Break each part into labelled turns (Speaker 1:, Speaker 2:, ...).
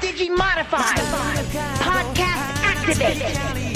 Speaker 1: modify, podcast activate.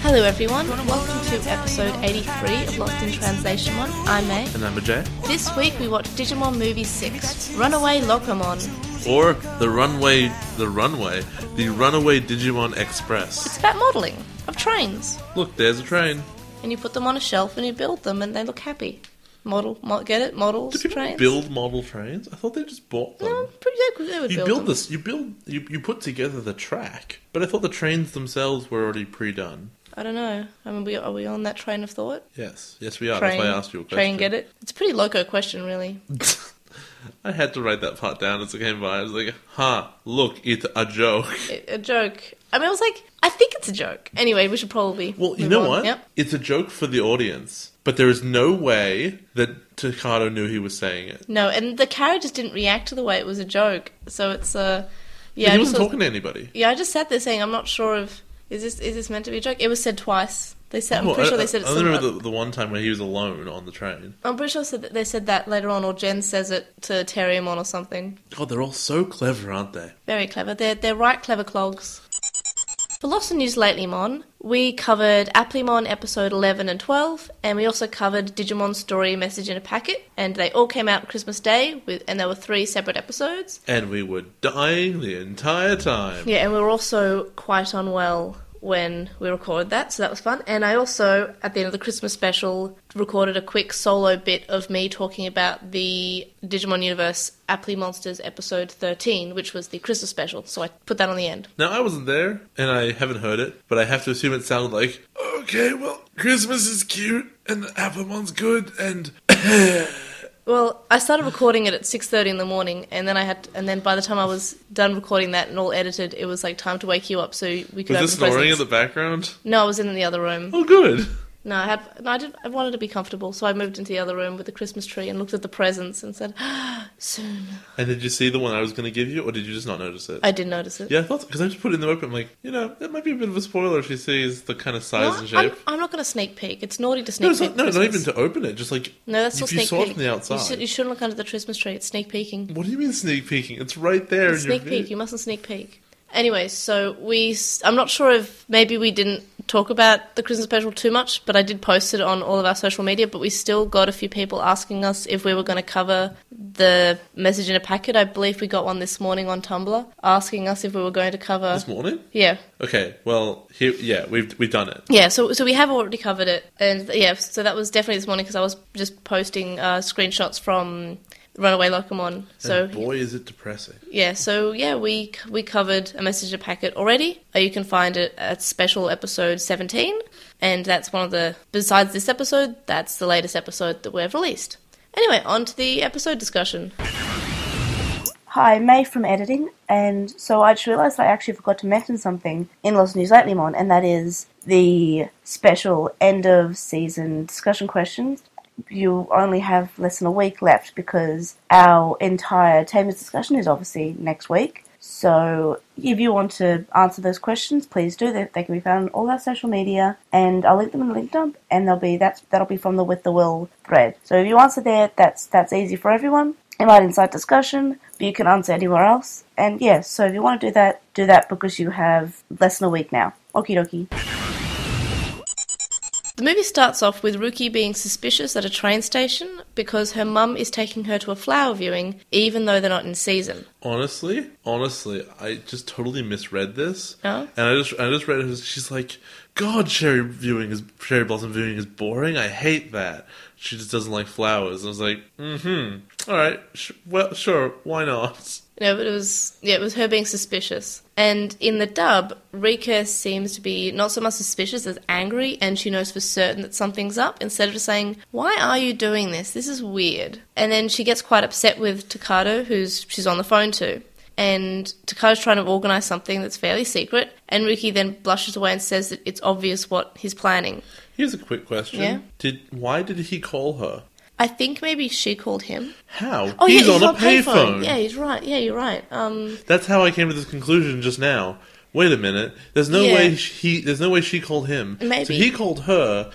Speaker 2: Hello everyone, welcome to episode 83 of Lost in Translation 1. I'm May.
Speaker 3: And I'm Ajay.
Speaker 2: This week we watch Digimon Movie 6, Runaway Locomon.
Speaker 3: Or the runway, the runway, the runaway Digimon Express.
Speaker 2: It's about modelling of trains.
Speaker 3: Look, there's a train.
Speaker 2: And you put them on a shelf and you build them and they look happy. Model, mo- get it? Models,
Speaker 3: Do people
Speaker 2: trains.
Speaker 3: build model trains? I thought they just bought them.
Speaker 2: No, pretty they would- they would
Speaker 3: you
Speaker 2: build,
Speaker 3: build
Speaker 2: them.
Speaker 3: this. You build. You, you put together the track. But I thought the trains themselves were already pre-done.
Speaker 2: I don't know. I mean, we, are we on that train of thought?
Speaker 3: Yes, yes, we are.
Speaker 2: train,
Speaker 3: That's why I asked you a question.
Speaker 2: train, get it? It's a pretty loco question, really.
Speaker 3: I had to write that part down as it came by. I was like, "Huh? Look, it's a joke."
Speaker 2: A, a joke. I mean, I was like, I think it's a joke. Anyway, we should probably.
Speaker 3: Well, you
Speaker 2: move
Speaker 3: know
Speaker 2: on.
Speaker 3: what?
Speaker 2: Yep.
Speaker 3: It's a joke for the audience, but there is no way that Takado knew he was saying it.
Speaker 2: No, and the characters didn't react to the way it was a joke. So it's uh, yeah.
Speaker 3: Yeah,
Speaker 2: I
Speaker 3: he
Speaker 2: just
Speaker 3: wasn't
Speaker 2: was-
Speaker 3: talking to anybody.
Speaker 2: yeah, I just sat there saying, I'm not sure if is this is this meant to be a joke. It was said twice. They said, I'm
Speaker 3: Well,
Speaker 2: pretty sure
Speaker 3: I,
Speaker 2: they said. It's
Speaker 3: I
Speaker 2: some-
Speaker 3: remember the, the one time where he was alone on the train.
Speaker 2: I'm pretty sure said that they said that later on, or Jen says it to Terriamon or something.
Speaker 3: God, they're all so clever, aren't they?
Speaker 2: Very clever. They're they're right clever clogs. For Lost in News Lately Mon, we covered Applimon episode 11 and 12, and we also covered Digimon Story Message in a Packet, and they all came out Christmas Day, with, and there were three separate episodes.
Speaker 3: And we were dying the entire time.
Speaker 2: Yeah, and we were also quite unwell when we recorded that, so that was fun. And I also, at the end of the Christmas special, recorded a quick solo bit of me talking about the Digimon Universe Aptly Monsters episode 13, which was the Christmas special, so I put that on the end.
Speaker 3: Now, I wasn't there, and I haven't heard it, but I have to assume it sounded like, okay, well, Christmas is cute, and the Applemon's good, and
Speaker 2: Well, I started recording it at 6.30 in the morning, and then I had, and then by the time I was done recording that and all edited, it was like time to wake you up so we could
Speaker 3: was
Speaker 2: open
Speaker 3: this snoring in
Speaker 2: presents.
Speaker 3: the background? I
Speaker 2: No, I was in the other room.
Speaker 3: Oh, good.
Speaker 2: No, I had no, I did I wanted to be comfortable, so I moved into the other room with the Christmas tree and looked at the presents and said, "Soon."
Speaker 3: And did you see the one I was going to give you, or did you just not notice it?
Speaker 2: I did notice it.
Speaker 3: yeah, I thought because I just put it in the open. I'm like, you know, that might be a bit of a spoiler if she sees the kind of size
Speaker 2: No,
Speaker 3: and
Speaker 2: I'm,
Speaker 3: shape.
Speaker 2: I'm not going to sneak peek. It's naughty to sneak
Speaker 3: No, it's
Speaker 2: peek.
Speaker 3: not, no,
Speaker 2: at
Speaker 3: not even
Speaker 2: Christmas.
Speaker 3: to open it. Just like
Speaker 2: No, that's
Speaker 3: if
Speaker 2: not
Speaker 3: you
Speaker 2: sneak
Speaker 3: saw
Speaker 2: peek.
Speaker 3: it from the outside.
Speaker 2: You, should, you shouldn't look under the Christmas tree. It's sneak peeking.
Speaker 3: What do you mean sneak peeking? It's right there in
Speaker 2: sneak
Speaker 3: your vid-
Speaker 2: peek. You mustn't sneak peek. Anyway, so we. s- I'm not sure if maybe we didn't talk about the Christmas special too much, but I did post it on all of our social media. But we still got a few people asking us if we were going to cover the message in a packet. I believe we got one this morning on Tumblr asking us if we were going to cover.
Speaker 3: This morning?
Speaker 2: yeah,
Speaker 3: Okay, well, here, yeah, we've we've done it.
Speaker 2: yeah. So so we have already covered it, and yeah. So that was definitely this morning because I was just posting uh, screenshots from Runaway Locomon. So
Speaker 3: and boy, is it depressing.
Speaker 2: Yeah, so yeah, we we covered a messenger packet already. Uh, You can find it at special episode 17, and that's one of the besides this episode, that's the latest episode that we've released. Anyway, on to the episode discussion.
Speaker 4: Hi, May from editing, and so I just realised that I actually forgot to mention something in Lost News Lately Mon, and that is the special end of season discussion questions. You only have less than a week left because our entire Tamers discussion is obviously next week. So if you want to answer those questions, please do. They, they can be found on all our social media, and I'll link them in the link dump, and they'll be that's that'll be from the With the Will thread. So if you answer there, that's that's easy for everyone. It might incite discussion, but you can answer anywhere else. And yeah, so if you want to do that, do that because you have less than a week now. Okie dokie.
Speaker 2: The movie starts off with Ruki being suspicious at a train station because her mum is taking her to a flower viewing, even though they're not in season.
Speaker 3: Honestly, honestly, I just totally misread this,
Speaker 2: Oh.
Speaker 3: and I just I just read it. as- She's like, "God, cherry viewing is cherry blossom viewing is boring. I hate that." She just doesn't like flowers. I was like, "Mm-hmm. All right, sh- well, sure, why not?"
Speaker 2: No, but it was yeah, it was her being suspicious. And in the dub, Rika seems to be not so much suspicious as angry, and she knows for certain that something's up. Instead of just saying, "Why are you doing this? This is weird," and then she gets quite upset with Takado, who's she's on the phone to. And Takado's trying to organize something that's fairly secret, and Ruki then blushes away and says that it's obvious what he's planning.
Speaker 3: Here's a quick question:
Speaker 2: Yeah.
Speaker 3: Did why did he call her?
Speaker 2: I think maybe she called him.
Speaker 3: How?
Speaker 2: Oh,
Speaker 3: he's
Speaker 2: yeah,
Speaker 3: on a payphone.
Speaker 2: Yeah, he's right. Yeah, you're right. Um,
Speaker 3: That's how I came to this conclusion just now. Wait a minute. There's no
Speaker 2: Yeah.
Speaker 3: way he. There's no way she called him.
Speaker 2: Maybe.
Speaker 3: So he called her,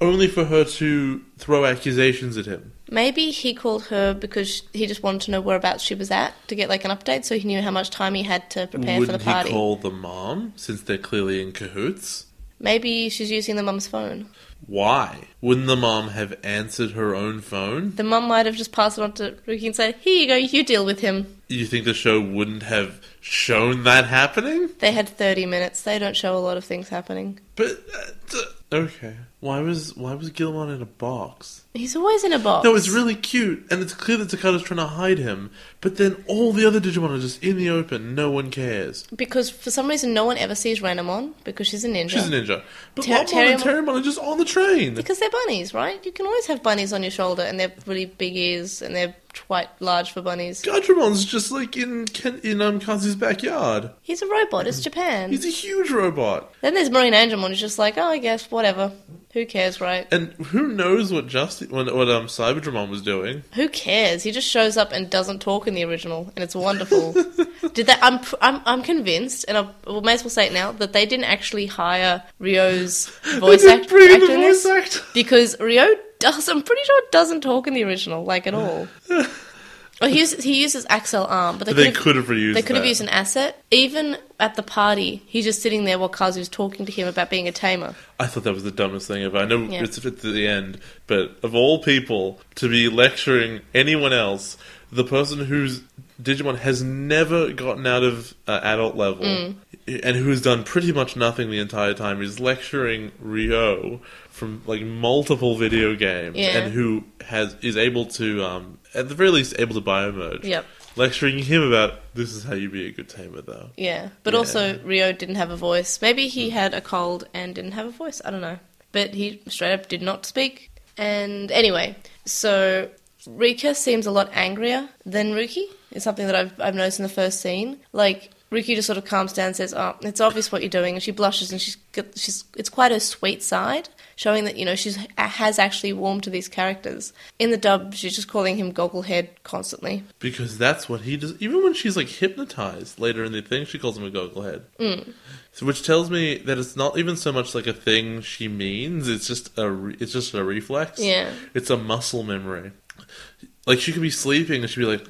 Speaker 3: only for her to throw accusations at him.
Speaker 2: Maybe he called her because he just wanted to know whereabouts she was at to get like an update, so he knew how much time he had to prepare for
Speaker 3: Wouldn't
Speaker 2: the
Speaker 3: he
Speaker 2: party.
Speaker 3: call the mom since they're clearly in cahoots?
Speaker 2: Maybe she's using the mum's phone.
Speaker 3: Why? Wouldn't the mom have answered her own phone?
Speaker 2: The mum might have just passed it on to Ricky and said, "Here you go, you deal with him."
Speaker 3: You think the show wouldn't have shown that happening?
Speaker 2: They had thirty minutes. They don't show a lot of things happening.
Speaker 3: But uh, d- okay, why was why was Gilmon in a box?
Speaker 2: He's always in a box.
Speaker 3: No, it's really cute, and it's clear that Takada's trying to hide him. But then all the other Digimon are just in the open. No one cares.
Speaker 2: because for some reason no one ever sees Renamon because she's a ninja.
Speaker 3: She's a ninja. But
Speaker 2: Ter-
Speaker 3: Ter- and
Speaker 2: Terramon-
Speaker 3: Terramon are just on the train.
Speaker 2: Because they're bunnies, right? You can always have bunnies on your shoulder, and they're really big ears, and they're quite large for bunnies.
Speaker 3: Gadramon's just like in Ken- in um, Kanzi's backyard.
Speaker 2: He's a robot. It's Japan.
Speaker 3: He's a huge robot,
Speaker 2: Then there's Marine Angelmon, who's just like, oh, I guess whatever. Who cares, right?
Speaker 3: and who knows what Justi what, what um Cyberdramon was doing?
Speaker 2: Who cares? He just shows up and doesn't talk in the original, and it's wonderful. Did that? I'm pr- I'm I'm convinced, and I well, may as well say it now that they didn't actually hire Rio's voice
Speaker 3: didn't
Speaker 2: act- actor.
Speaker 3: bring in the
Speaker 2: in
Speaker 3: voice
Speaker 2: this,
Speaker 3: actor.
Speaker 2: because Rio does. I'm pretty sure doesn't talk in the original, like at all. Oh, he uses, he uses Axel arm, but they,
Speaker 3: They
Speaker 2: could've-
Speaker 3: could have reused.
Speaker 2: They could have
Speaker 3: that.
Speaker 2: used an asset. Even at the party, he's just sitting there while Kazu's talking to him about being a tamer.
Speaker 3: I thought that was the dumbest thing ever. I know
Speaker 2: Yeah.
Speaker 3: it's at the end, but of all people to be lecturing anyone else, the person whose Digimon has never gotten out of uh, adult level
Speaker 2: Mm.
Speaker 3: and who has done pretty much nothing the entire time is lecturing Rio from like multiple video games
Speaker 2: Yeah.
Speaker 3: and who has is able to um, at the very least able to biomerge.
Speaker 2: Yep.
Speaker 3: Lecturing him about this is how you be a good tamer though.
Speaker 2: Yeah, but
Speaker 3: Yeah.
Speaker 2: also Rio didn't have a voice. Maybe he had a cold and didn't have a voice. I don't know. But he straight up did not speak. And anyway, so Rika seems a lot angrier than Ruki. It's something that I've, I've noticed in the first scene. Like, Ruki just sort of calms down and says, Oh, it's obvious what you're doing. And she blushes and she's, got- she's it's quite her sweet side, showing that, you know, she's has actually warmed to these characters. In the dub, she's just calling him Gogglehead constantly.
Speaker 3: Because that's what he does. Even when she's like hypnotized later in the thing, she calls him a gogglehead. Mm. So, which tells me that it's not even so much like a thing she means. It's just a re- it's just a reflex.
Speaker 2: Yeah.
Speaker 3: it's a muscle memory. Like she could be sleeping and she'd be like,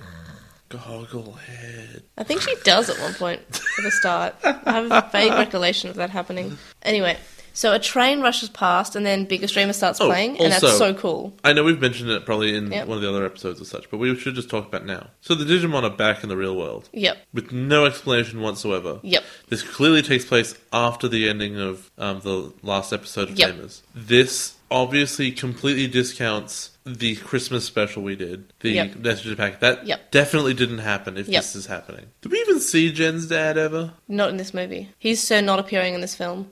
Speaker 3: gogglehead.
Speaker 2: I think she does at one point at the start. I have a vague recollection of that happening. Anyway, so a train rushes past and then Bigger Streamer starts
Speaker 3: Oh,
Speaker 2: playing, and that's
Speaker 3: also-
Speaker 2: so cool.
Speaker 3: I know we've mentioned it probably in
Speaker 2: Yep.
Speaker 3: one of the other episodes or such, but we should just talk about it now. So the Digimon are back in the real world.
Speaker 2: Yep.
Speaker 3: with no explanation whatsoever.
Speaker 2: Yep.
Speaker 3: This clearly takes place after the ending of um, the last episode of
Speaker 2: Yep.
Speaker 3: Famous. This obviously completely discounts the Christmas special we did, the
Speaker 2: Yep.
Speaker 3: Messenger Pack. That
Speaker 2: Yep.
Speaker 3: definitely didn't happen if
Speaker 2: Yep.
Speaker 3: this is happening. Did we even see Jen's dad ever?
Speaker 2: Not in this movie. He's so not appearing in this film.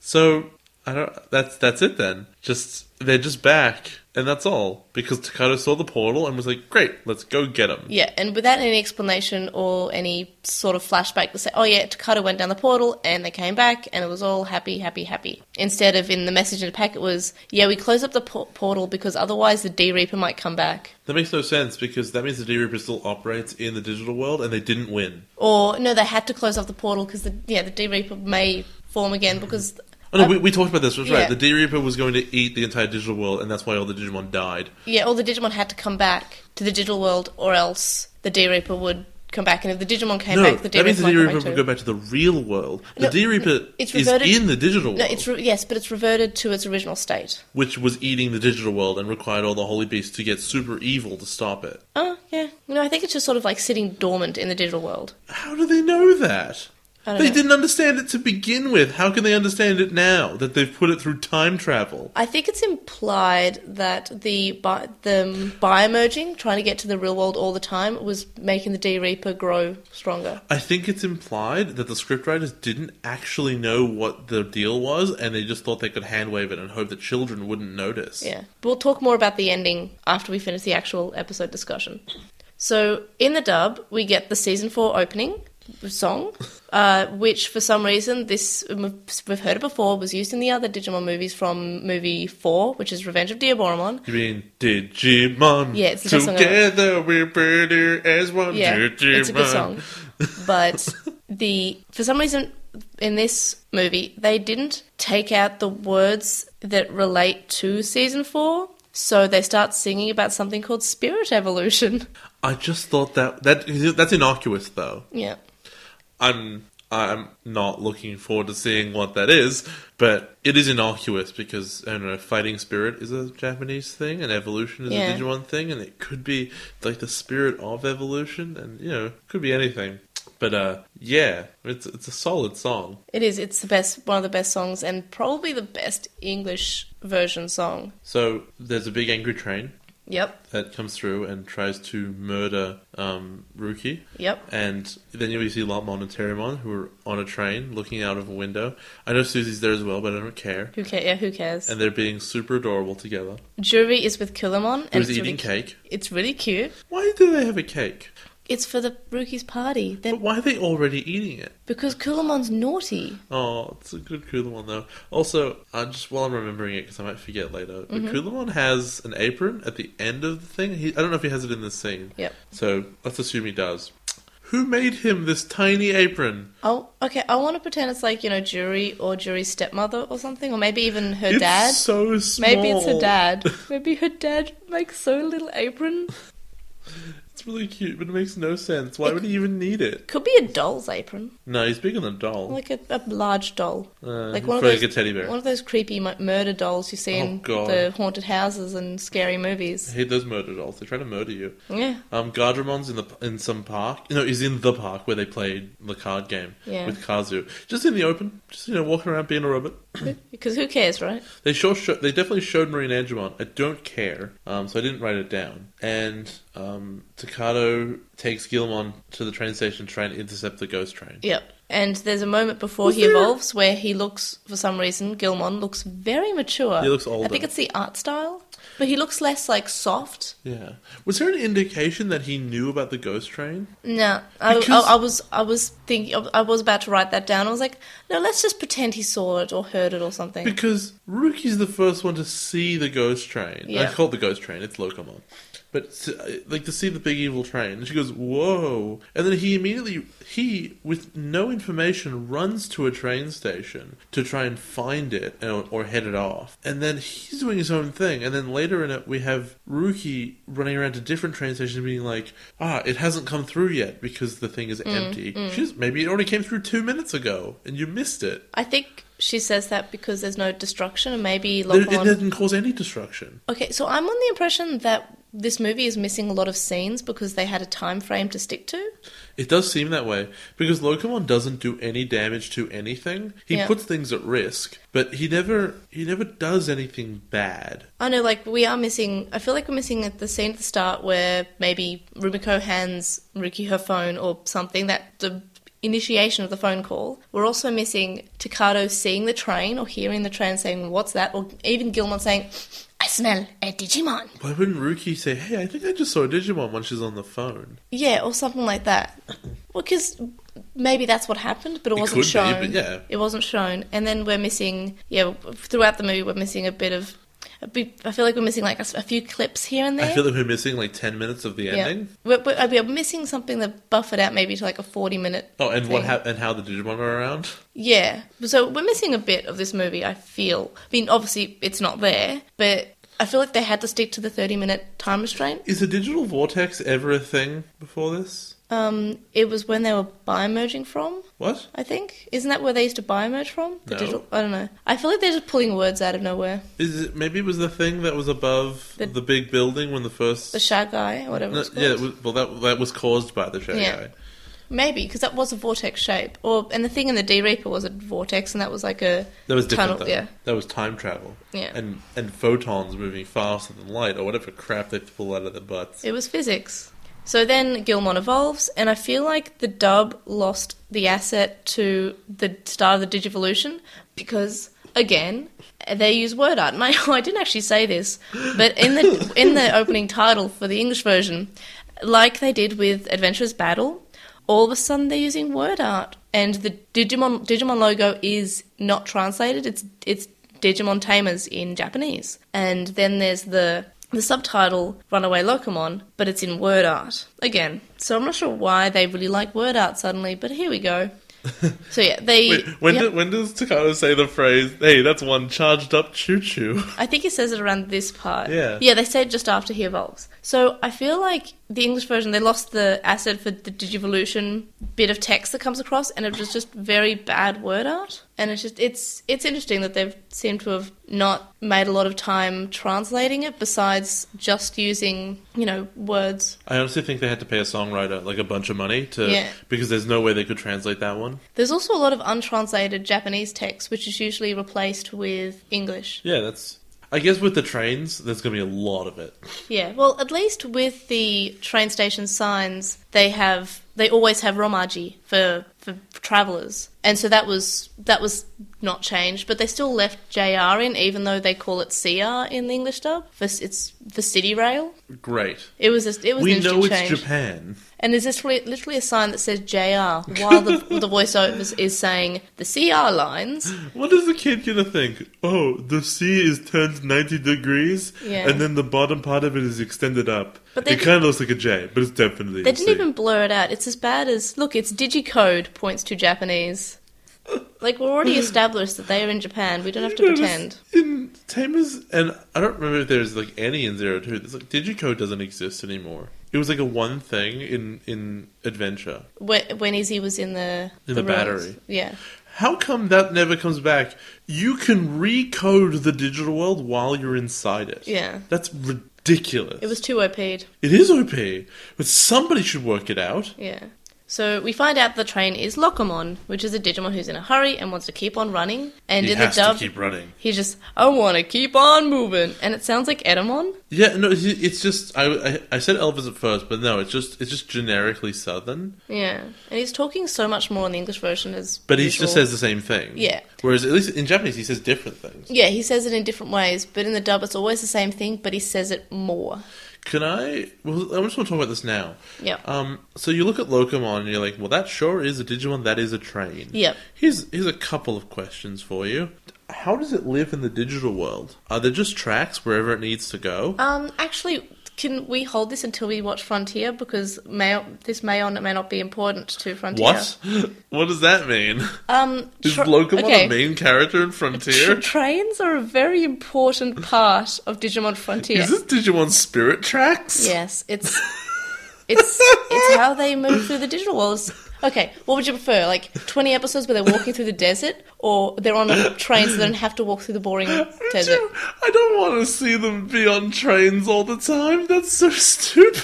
Speaker 3: So I don't. That's that's it then. Just they're just back, and that's all. Because Takada saw the portal and was like, "Great, let's go get him."
Speaker 2: Yeah, and without any explanation or any sort of flashback to say, oh yeah, Takata went down the portal and they came back and it was all happy, happy, happy. Instead of in the message in the pack, it was, yeah, we close up the por- portal because otherwise the D Reaper might come back.
Speaker 3: That makes no sense because that means the D Reaper still operates in the digital world, and they didn't win.
Speaker 2: Or no, they had to close off the portal because the yeah the D Reaper may form again because
Speaker 3: Oh, no, we, we talked about this. That's
Speaker 2: Uh, yeah.
Speaker 3: right. The D Reaper was going to eat the entire digital world, and that's why all the Digimon died.
Speaker 2: yeah, all the Digimon had to come back to the digital world, or else the D Reaper would come back. And if the Digimon came
Speaker 3: no,
Speaker 2: back, the D
Speaker 3: that means
Speaker 2: Reaper might come
Speaker 3: the D Reaper
Speaker 2: back
Speaker 3: would
Speaker 2: too.
Speaker 3: go back to the real world. The
Speaker 2: No,
Speaker 3: D Reaper
Speaker 2: no, it's
Speaker 3: is
Speaker 2: reverted-
Speaker 3: in the digital world,
Speaker 2: No, it's re- yes, but it's reverted to its original state.
Speaker 3: which was eating the digital world and required all the Holy Beasts to get super evil to stop it.
Speaker 2: Oh yeah, you know I think it's just sort of like sitting dormant in the digital world.
Speaker 3: How do they know that?
Speaker 2: I don't
Speaker 3: They
Speaker 2: know.
Speaker 3: didn't understand it to begin with. How can they understand it now that they've put it through time travel?
Speaker 2: I think it's implied that the bi- the biomerging, trying to get to the real world all the time, was making the D Reaper grow stronger.
Speaker 3: I think it's implied that the scriptwriters didn't actually know what the deal was, and they just thought they could handwave it and hope that children wouldn't notice.
Speaker 2: Yeah. We'll talk more about the ending after we finish the actual episode discussion. So, in the dub, we get the season four opening song, uh, which for some reason, this we've heard it before, was used in the other Digimon movies from movie four, which is Revenge of Diaboromon.
Speaker 3: You mean Digimon?
Speaker 2: Yeah, it's the best song ever.
Speaker 3: Together we're better as one.
Speaker 2: Yeah,
Speaker 3: Digimon.
Speaker 2: it's a good song. But the for some reason in this movie they didn't take out the words that relate to season four. So they start singing about something called spirit evolution.
Speaker 3: I just thought that that that's innocuous though.
Speaker 2: Yeah.
Speaker 3: I'm I'm not looking forward to seeing what that is, but it is innocuous because I don't know, fighting spirit is a Japanese thing and evolution is
Speaker 2: Yeah.
Speaker 3: a Digimon thing and it could be like the spirit of evolution and you know, could be anything. But uh yeah, it's it's a solid song.
Speaker 2: It is. It's the best, one of the best songs, and probably the best English version song.
Speaker 3: So there's a big angry train
Speaker 2: Yep.
Speaker 3: that comes through and tries to murder um, Ruki.
Speaker 2: Yep.
Speaker 3: And then you see Lotmon and Terrymon who are on a train looking out of a window. I know Susie's there as well, but I don't care.
Speaker 2: Who cares? Yeah, who cares?
Speaker 3: And they're being super adorable together.
Speaker 2: Juri is with Killamon, and
Speaker 3: Who's
Speaker 2: it's really,
Speaker 3: eating cake?
Speaker 2: It's really cute.
Speaker 3: Why do they have a cake?
Speaker 2: It's for the Rookie's party. They're,
Speaker 3: But why are they already eating it?
Speaker 2: because Kullamon's naughty.
Speaker 3: Oh, it's a good Kulamon though. Also, uh, just while I'm remembering it because I might forget later, but Kulamon has an apron at the end of the thing. He, I don't know if he has it in this scene.
Speaker 2: Yep.
Speaker 3: So let's assume he does. Who made him this tiny apron?
Speaker 2: Oh, okay. I want to pretend it's like you know Juri or Juri's stepmother or something, or maybe even her
Speaker 3: it's
Speaker 2: dad.
Speaker 3: so small.
Speaker 2: Maybe it's her dad. Maybe her dad makes so little apron.
Speaker 3: It's really cute, but it makes no sense. Why would he even need it?
Speaker 2: Could be a doll's apron,
Speaker 3: No, he's bigger than a doll.
Speaker 2: like a, a large doll,
Speaker 3: Uh,
Speaker 2: like
Speaker 3: he's
Speaker 2: one of
Speaker 3: probably
Speaker 2: those
Speaker 3: like a teddy bear.
Speaker 2: one of those creepy mu- murder dolls you see
Speaker 3: Oh,
Speaker 2: in
Speaker 3: God.
Speaker 2: the haunted houses and scary
Speaker 3: I
Speaker 2: movies.
Speaker 3: hate those murder dolls. They try to murder you.
Speaker 2: Yeah,
Speaker 3: Um, Gardramon's in the in some park. No, he's in the park where they played the card game
Speaker 2: Yeah.
Speaker 3: with Kazu. Just in the open, just you know, walking around being a robot.
Speaker 2: because who cares, right?
Speaker 3: They sure show, they definitely showed Marine Angemon. I don't care, um, so I didn't write it down. And um, Takato takes Gilmon to the train station to try and intercept the ghost train.
Speaker 2: Yep. And there's a moment before
Speaker 3: Was
Speaker 2: he
Speaker 3: there-
Speaker 2: evolves where he looks, for some reason, Gilmon looks very mature.
Speaker 3: He looks
Speaker 2: I
Speaker 3: older.
Speaker 2: think it's the art style, but he looks less like soft.
Speaker 3: Yeah. Was there an indication that he knew about the ghost train?
Speaker 2: No, I,
Speaker 3: Because-
Speaker 2: I, I was, I was thinking, I was about to write that down. I was like, no, let's just pretend he saw it or heard it or something.
Speaker 3: Because Rookie's the first one to see the ghost train. I
Speaker 2: Yeah.
Speaker 3: call it the ghost train. It's Locomon. But s- like to see the big evil train, and she goes, "Whoa!" And then he immediately he, with no information, runs to a train station to try and find it and, or head it off. And then he's doing his own thing. And then later in it, we have Ruki running around to different train stations, being like, "Ah, it hasn't come through yet because the thing is empty. She's, maybe it already came through two minutes ago, and you missed it.
Speaker 2: I think she says that because there's no destruction, and maybe
Speaker 3: There-
Speaker 2: Lockhorn.
Speaker 3: it didn't cause any destruction."
Speaker 2: Okay, so I'm on the impression that this movie is missing a lot of scenes because they had a time frame to stick to.
Speaker 3: It does seem that way because Locomon doesn't do any damage to anything. He
Speaker 2: Yeah.
Speaker 3: puts things at risk, but he never he never does anything bad.
Speaker 2: I know, like we are missing. I feel like we're missing the scene at the start where maybe Rumiko hands Ruki her phone or something. That the initiation of the phone call. We're also missing Takato seeing the train or hearing the train saying, "What's that?" or even Gilmon saying, "I smell a Digimon."
Speaker 3: Why wouldn't Ruki say, "Hey, I think I just saw a Digimon" when she's on the phone?
Speaker 2: Yeah, or something like that. Well, because maybe that's what happened, but it,
Speaker 3: It
Speaker 2: wasn't
Speaker 3: could be,
Speaker 2: shown.
Speaker 3: but yeah.
Speaker 2: It wasn't shown, and then we're missing. Yeah, throughout the movie, we're missing a bit of. A bit, I feel like we're missing like a, s- a few clips here and there.
Speaker 3: I feel like we're missing like ten minutes of the
Speaker 2: yeah,
Speaker 3: ending.
Speaker 2: we're, we're, we're missing something that buffered out maybe to like a forty-minute.
Speaker 3: Oh, and what
Speaker 2: thing.
Speaker 3: hap- and how the Digimon are around?
Speaker 2: Yeah, so we're missing a bit of this movie. I feel. I mean, obviously it's not there, but I feel like they had to stick to the thirty-minute time restraint.
Speaker 3: Is a digital vortex ever a thing before this?
Speaker 2: Um, it was when they were biomerging from.
Speaker 3: What?
Speaker 2: I think. Isn't that where they used to biomerge from? The
Speaker 3: No.
Speaker 2: digital I don't know. I feel like they're just pulling words out of nowhere.
Speaker 3: Is it, maybe it was the thing that was above the,
Speaker 2: The-
Speaker 3: big building when the first
Speaker 2: The Shag Eye or whatever
Speaker 3: No,
Speaker 2: it's called.
Speaker 3: yeah, it was, well that that was caused by the show.
Speaker 2: Yeah. Maybe, because that was a vortex shape. Or and the thing in the D Reaper was a vortex and that was like a
Speaker 3: That was different.
Speaker 2: tunnel.
Speaker 3: though.
Speaker 2: Yeah.
Speaker 3: That was time travel.
Speaker 2: Yeah.
Speaker 3: And and photons moving faster than light or whatever crap they pull out of their butts.
Speaker 2: It was physics. So then Gilmon evolves, and I feel like the dub lost the asset to the start of the Digivolution because, again, they use word art. And I, I didn't actually say this, but in the in the opening title for the English version, like they did with Adventurous Battle, all of a sudden they're using word art, and the Digimon Digimon logo is not translated. It's it's Digimon Tamers in Japanese, and then there's the the subtitle Runaway Locomon, but it's in word art again. So I'm not sure why they really like word art suddenly, but here we go. So yeah, they.
Speaker 3: Wait, when,
Speaker 2: yeah,
Speaker 3: do, when does Takano say the phrase, hey, that's one charged up choo choo?
Speaker 2: I think he says it around this part.
Speaker 3: Yeah.
Speaker 2: Yeah, they say it just after he evolves. So I feel like the English version they lost the asset for the digivolution bit of text that comes across, and it was just very bad word art. And it's just it's it's interesting that they've seemed to have not made a lot of time translating it, besides just using you know words
Speaker 3: I honestly think they had to pay a songwriter like a bunch of money to
Speaker 2: Yeah.
Speaker 3: because there's no way they could translate that one.
Speaker 2: There's also a lot of untranslated Japanese text, which is usually replaced with English.
Speaker 3: Yeah, that's. I guess with the trains, there's going to be a lot of it.
Speaker 2: Yeah, well, at least with the train station signs, they have they always have romaji for for travelers, and so that was that was not changed, but they still left JR in, even though they call it CR in the English dub. For s- it's for city rail.
Speaker 3: Great.
Speaker 2: It was a, it was an
Speaker 3: We
Speaker 2: interesting
Speaker 3: know it's
Speaker 2: change.
Speaker 3: Japan.
Speaker 2: And there's literally, literally a sign that says JR while the, the voiceover is saying the CR lines.
Speaker 3: What is the kid gonna think? Oh, the sea is turned 90 degrees,
Speaker 2: Yeah.
Speaker 3: and then the bottom part of it is extended up.
Speaker 2: But they
Speaker 3: it kind of looks like a J, but it's definitely.
Speaker 2: They
Speaker 3: a
Speaker 2: didn't
Speaker 3: C.
Speaker 2: even blur it out. It's as bad as look. It's digicode points to Japanese. Like we're already established that they are in Japan. We don't have to
Speaker 3: Notice
Speaker 2: pretend.
Speaker 3: In Tamers, and I don't remember if there's like any in Zero Two. There's like Digicode doesn't exist anymore. It was like a one thing in in Adventure.
Speaker 2: When, when Izzy was in the
Speaker 3: In the
Speaker 2: rooms.
Speaker 3: battery.
Speaker 2: yeah.
Speaker 3: How come that never comes back? You can recode the digital world while you're inside it.
Speaker 2: Yeah.
Speaker 3: That's ridiculous.
Speaker 2: It was too OP'd.
Speaker 3: It is OP, but somebody should work it out.
Speaker 2: Yeah. So we find out the train is Locomon, which is a Digimon who's in a hurry and wants to keep on running. And
Speaker 3: he
Speaker 2: in
Speaker 3: has
Speaker 2: the dub,
Speaker 3: to keep running.
Speaker 2: he's just I want to keep on moving, and it sounds like Edamon.
Speaker 3: Yeah, no, he- it's just I, I I said Elvis at first, but no, it's just it's just generically Southern.
Speaker 2: Yeah. And he's talking so much more in the English version as.
Speaker 3: But he
Speaker 2: usual.
Speaker 3: just says the same thing.
Speaker 2: Yeah.
Speaker 3: Whereas at least in Japanese he says different things.
Speaker 2: Yeah, he says it in different ways, but in the dub, it's always the same thing, but he says it more.
Speaker 3: Can I? Well, I just want to talk about this now.
Speaker 2: Yep.
Speaker 3: Um. So you look at Locomon and you're like, well, that sure is a Digimon. That is a train.
Speaker 2: Yep.
Speaker 3: Here's here's a couple of questions for you. How does it live in the digital world? Are there just tracks wherever it needs to go?
Speaker 2: Um, actually, can we hold this until we watch Frontier? Because may, this may or may not be important to Frontier.
Speaker 3: What? What does that mean?
Speaker 2: Um,
Speaker 3: Is
Speaker 2: tra-
Speaker 3: Locomon
Speaker 2: okay.
Speaker 3: a main character in
Speaker 2: Tra-
Speaker 3: Frontier?
Speaker 2: trains are a very important part of Digimon Frontier.
Speaker 3: Is this Digimon Spirit Tracks?
Speaker 2: Yes, it's it's it's how they move through the digital worlds. Okay, what would you prefer? Like twenty episodes where they're walking through the desert, or they're on a train so they don't have to walk through the boring
Speaker 3: I
Speaker 2: desert?
Speaker 3: don't- I don't want to see them be on trains all the time. That's so stupid.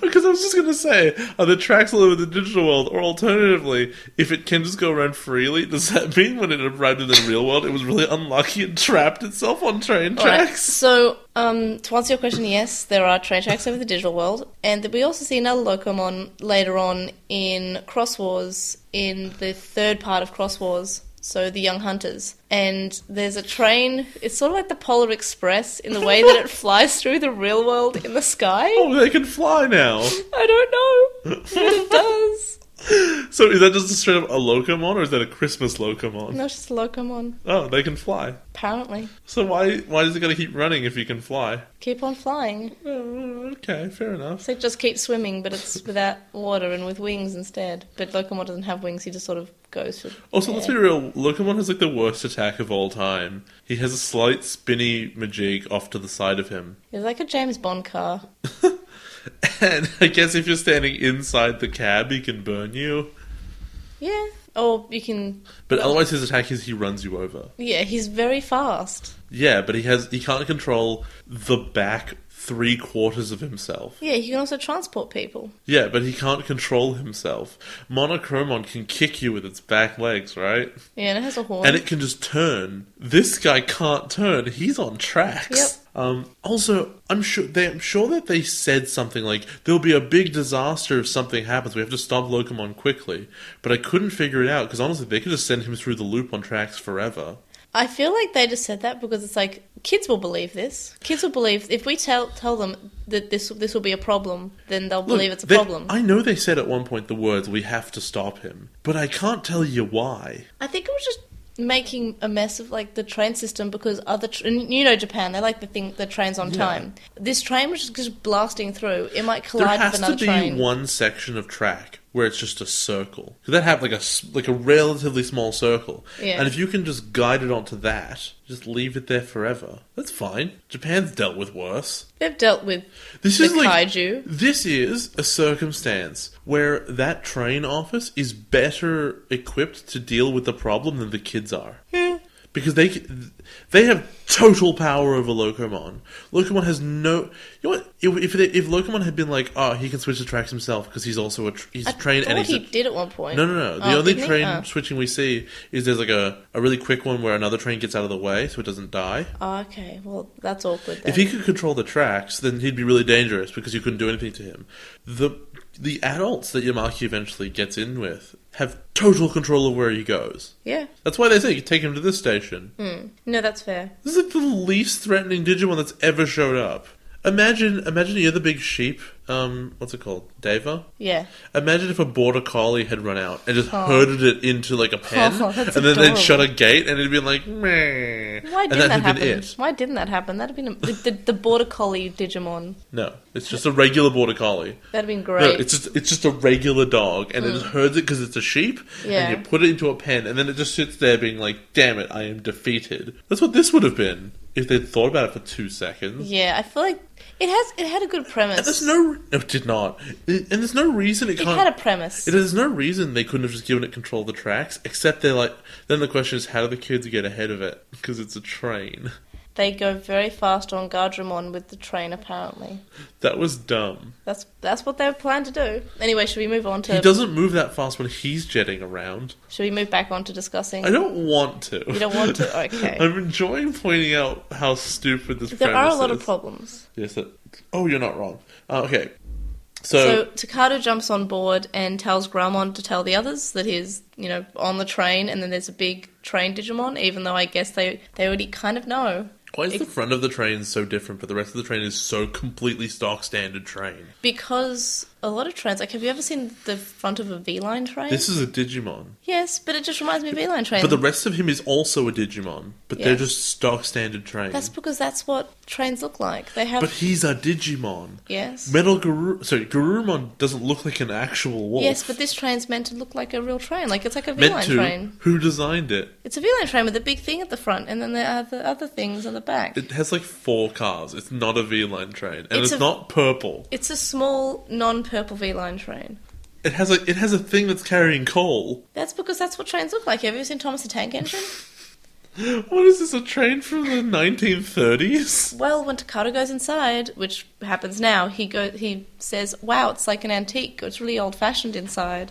Speaker 3: because I was just going to say, are the tracks all over the digital world? Or alternatively, if it can just go around freely, does that mean when it arrived in the real world, it was really unlucky and trapped itself on train
Speaker 2: Alright,
Speaker 3: tracks?
Speaker 2: So, um, to answer your question, yes, there are train tracks over the digital world, and we also see another Locomon later on in Cross Wars, in the third part of Cross Wars. So the Young Hunters, and there's a train. It's sort of like the Polar Express in the way that it flies through the real world in the sky.
Speaker 3: Oh, they can fly now.
Speaker 2: I don't know, but it does.
Speaker 3: So is that just a straight up a locomon, or is that a Christmas locomon?
Speaker 2: No, it's just a Locomon.
Speaker 3: Oh, they can fly.
Speaker 2: Apparently,
Speaker 3: So why why does it gotta keep running if you can fly?
Speaker 2: keep on flying.
Speaker 3: Oh, okay, fair enough.
Speaker 2: So just keep swimming, but it's without water and with wings instead. But Locomon doesn't have wings; he just sort of goes for.
Speaker 3: Also, let's be
Speaker 2: air.
Speaker 3: real. Locomon has like the worst attack of all time. He has a slight spinny Majig off to the side of him,
Speaker 2: It's like a James Bond car.
Speaker 3: and I guess if you're standing inside the cab, he can burn you.
Speaker 2: Yeah. Or you can.
Speaker 3: But otherwise, his attack is he runs you over.
Speaker 2: Yeah, he's very fast.
Speaker 3: Yeah, but he has he can't control the back three quarters of himself.
Speaker 2: Yeah, he can also transport people.
Speaker 3: Yeah, but he can't control himself. Monochromon can kick you with its back legs, right?
Speaker 2: Yeah, and it has a horn.
Speaker 3: And it can just turn. This guy can't turn. He's on tracks. Yep. Um, also, I'm sure they, I'm sure that they said something like there'll be a big disaster if something happens. We have to stop Locomon quickly. But I couldn't figure it out because honestly, they could just send him through the loop on tracks forever.
Speaker 2: I feel like they just said that because it's like kids will believe this. Kids will believe if we tell tell them that this this will be a problem, then they'll
Speaker 3: Look,
Speaker 2: believe it's a
Speaker 3: they-
Speaker 2: problem. I,
Speaker 3: I know they said at one point the words "we have to stop him," but I can't tell you why.
Speaker 2: think it was just making a mess of like the train system because other tr- and you know Japan they like the thing the trains on
Speaker 3: Yeah.
Speaker 2: time. This train was just, just blasting through. It might
Speaker 3: There
Speaker 2: collide
Speaker 3: has
Speaker 2: with
Speaker 3: to
Speaker 2: another
Speaker 3: be
Speaker 2: train.
Speaker 3: one section of track where it's just a circle. Could that have like a s- like a relatively small circle?
Speaker 2: Yeah.
Speaker 3: And if you can just guide it onto that, just leave it there forever. That's fine. Japan's dealt with worse.
Speaker 2: They've dealt with
Speaker 3: This
Speaker 2: the
Speaker 3: is like
Speaker 2: kaiju.
Speaker 3: this is a circumstance where that train office is better equipped to deal with the problem than the kids are. Because they c- they have total power over Locomon. Locomon has no. You know what? If if, they, if Locomon had been like, oh, he can switch the tracks himself because he's also a tr- he's a
Speaker 2: I
Speaker 3: train
Speaker 2: thought
Speaker 3: and he's
Speaker 2: he
Speaker 3: a
Speaker 2: did at one point.
Speaker 3: no, no, no. The
Speaker 2: Oh,
Speaker 3: only
Speaker 2: didn't he?
Speaker 3: train
Speaker 2: Oh.
Speaker 3: switching we see is there's like a, a really quick one where another train gets out of the way so it doesn't die.
Speaker 2: Oh, okay. Well, that's awkward. Then.
Speaker 3: If he could control the tracks, then he'd be really dangerous because you couldn't do anything to him. The the adults that Yamaki eventually gets in with have total control of where he goes.
Speaker 2: yeah.
Speaker 3: That's why they say you take him to this station.
Speaker 2: Hmm. No, that's fair.
Speaker 3: This is like the least threatening Digimon that's ever showed up. Imagine, imagine you're the big sheep. Um, what's it called? Deva.
Speaker 2: Yeah.
Speaker 3: Imagine if a border collie had run out and just herded it into like a pen,
Speaker 2: Oh,
Speaker 3: and
Speaker 2: that's
Speaker 3: then they'd
Speaker 2: adorable.
Speaker 3: shut a gate, and it'd be like, meh.
Speaker 2: Why
Speaker 3: and
Speaker 2: didn't that,
Speaker 3: had
Speaker 2: happen? Why didn't that happen? That'd have been a, the, the, the border collie Digimon.
Speaker 3: No, it's just a regular border collie.
Speaker 2: That'd been
Speaker 3: No,
Speaker 2: great.
Speaker 3: it's just it's just a regular dog, and it just herds it because it's a sheep,
Speaker 2: Mm. Yeah.
Speaker 3: and you put it into a pen, and then it just sits there being like, "Damn it, I am defeated." That's what this would have been if they'd thought about it for two seconds.
Speaker 2: yeah, I feel like it has. It had a good premise.
Speaker 3: And there's no, no, it did not, It- and there's no reason it
Speaker 2: it
Speaker 3: can't.
Speaker 2: had a premise.
Speaker 3: It- There's no reason they couldn't have just given it control of the tracks, except they're like. Then the question is, how do the kids get ahead of it? Because it's a train.
Speaker 2: They go very fast on Gardramon with the train. Apparently,
Speaker 3: That was dumb.
Speaker 2: that's that's what they plan to do. Anyway, should we move on
Speaker 3: He
Speaker 2: to?
Speaker 3: doesn't move that fast when he's jetting around.
Speaker 2: Should we move back on to discussing?
Speaker 3: I don't want to.
Speaker 2: You don't want to? Okay.
Speaker 3: I'm enjoying pointing out how stupid this.
Speaker 2: There are a
Speaker 3: premise
Speaker 2: lot of
Speaker 3: is.
Speaker 2: problems.
Speaker 3: Yes. It, oh, you're not wrong. Uh, okay.
Speaker 2: So
Speaker 3: So,
Speaker 2: Takado jumps on board and tells Gramon to tell the others that he's, you know, on the train and then there's a big train Digimon, even though I guess they they already kind of know.
Speaker 3: why is the front of the train so different, but the rest of the train is so completely stock standard train?
Speaker 2: Because a lot of trains like have you ever seen the front of a V line train?
Speaker 3: This is a Digimon,
Speaker 2: yes, but it just reminds me of V line train.
Speaker 3: but the rest of him is also a Digimon, but they're
Speaker 2: Yeah.
Speaker 3: just stock standard train.
Speaker 2: that's because that's what trains look like. They have
Speaker 3: But he's a Digimon.
Speaker 2: Yes.
Speaker 3: Metal Guru. Sorry, Garurumon doesn't look like an actual wolf.
Speaker 2: Yes, but this train's meant to look like a real train. Like it's like a V
Speaker 3: meant
Speaker 2: line
Speaker 3: to.
Speaker 2: train.
Speaker 3: Who designed it?
Speaker 2: It's a V line train with a big thing at the front and then there are the other things on the back.
Speaker 3: It has like four cars. It's not a V line train, and it's,
Speaker 2: It's a-
Speaker 3: not purple.
Speaker 2: it's a small non purple V line train.
Speaker 3: It has a it has a thing that's carrying coal.
Speaker 2: That's because that's what trains look like. Have you seen Thomas the Tank Engine?
Speaker 3: What is this? A train from the 1930s?
Speaker 2: well, when Takata goes inside, which happens now, he go he says, "Wow, it's like an antique. It's really old fashioned inside."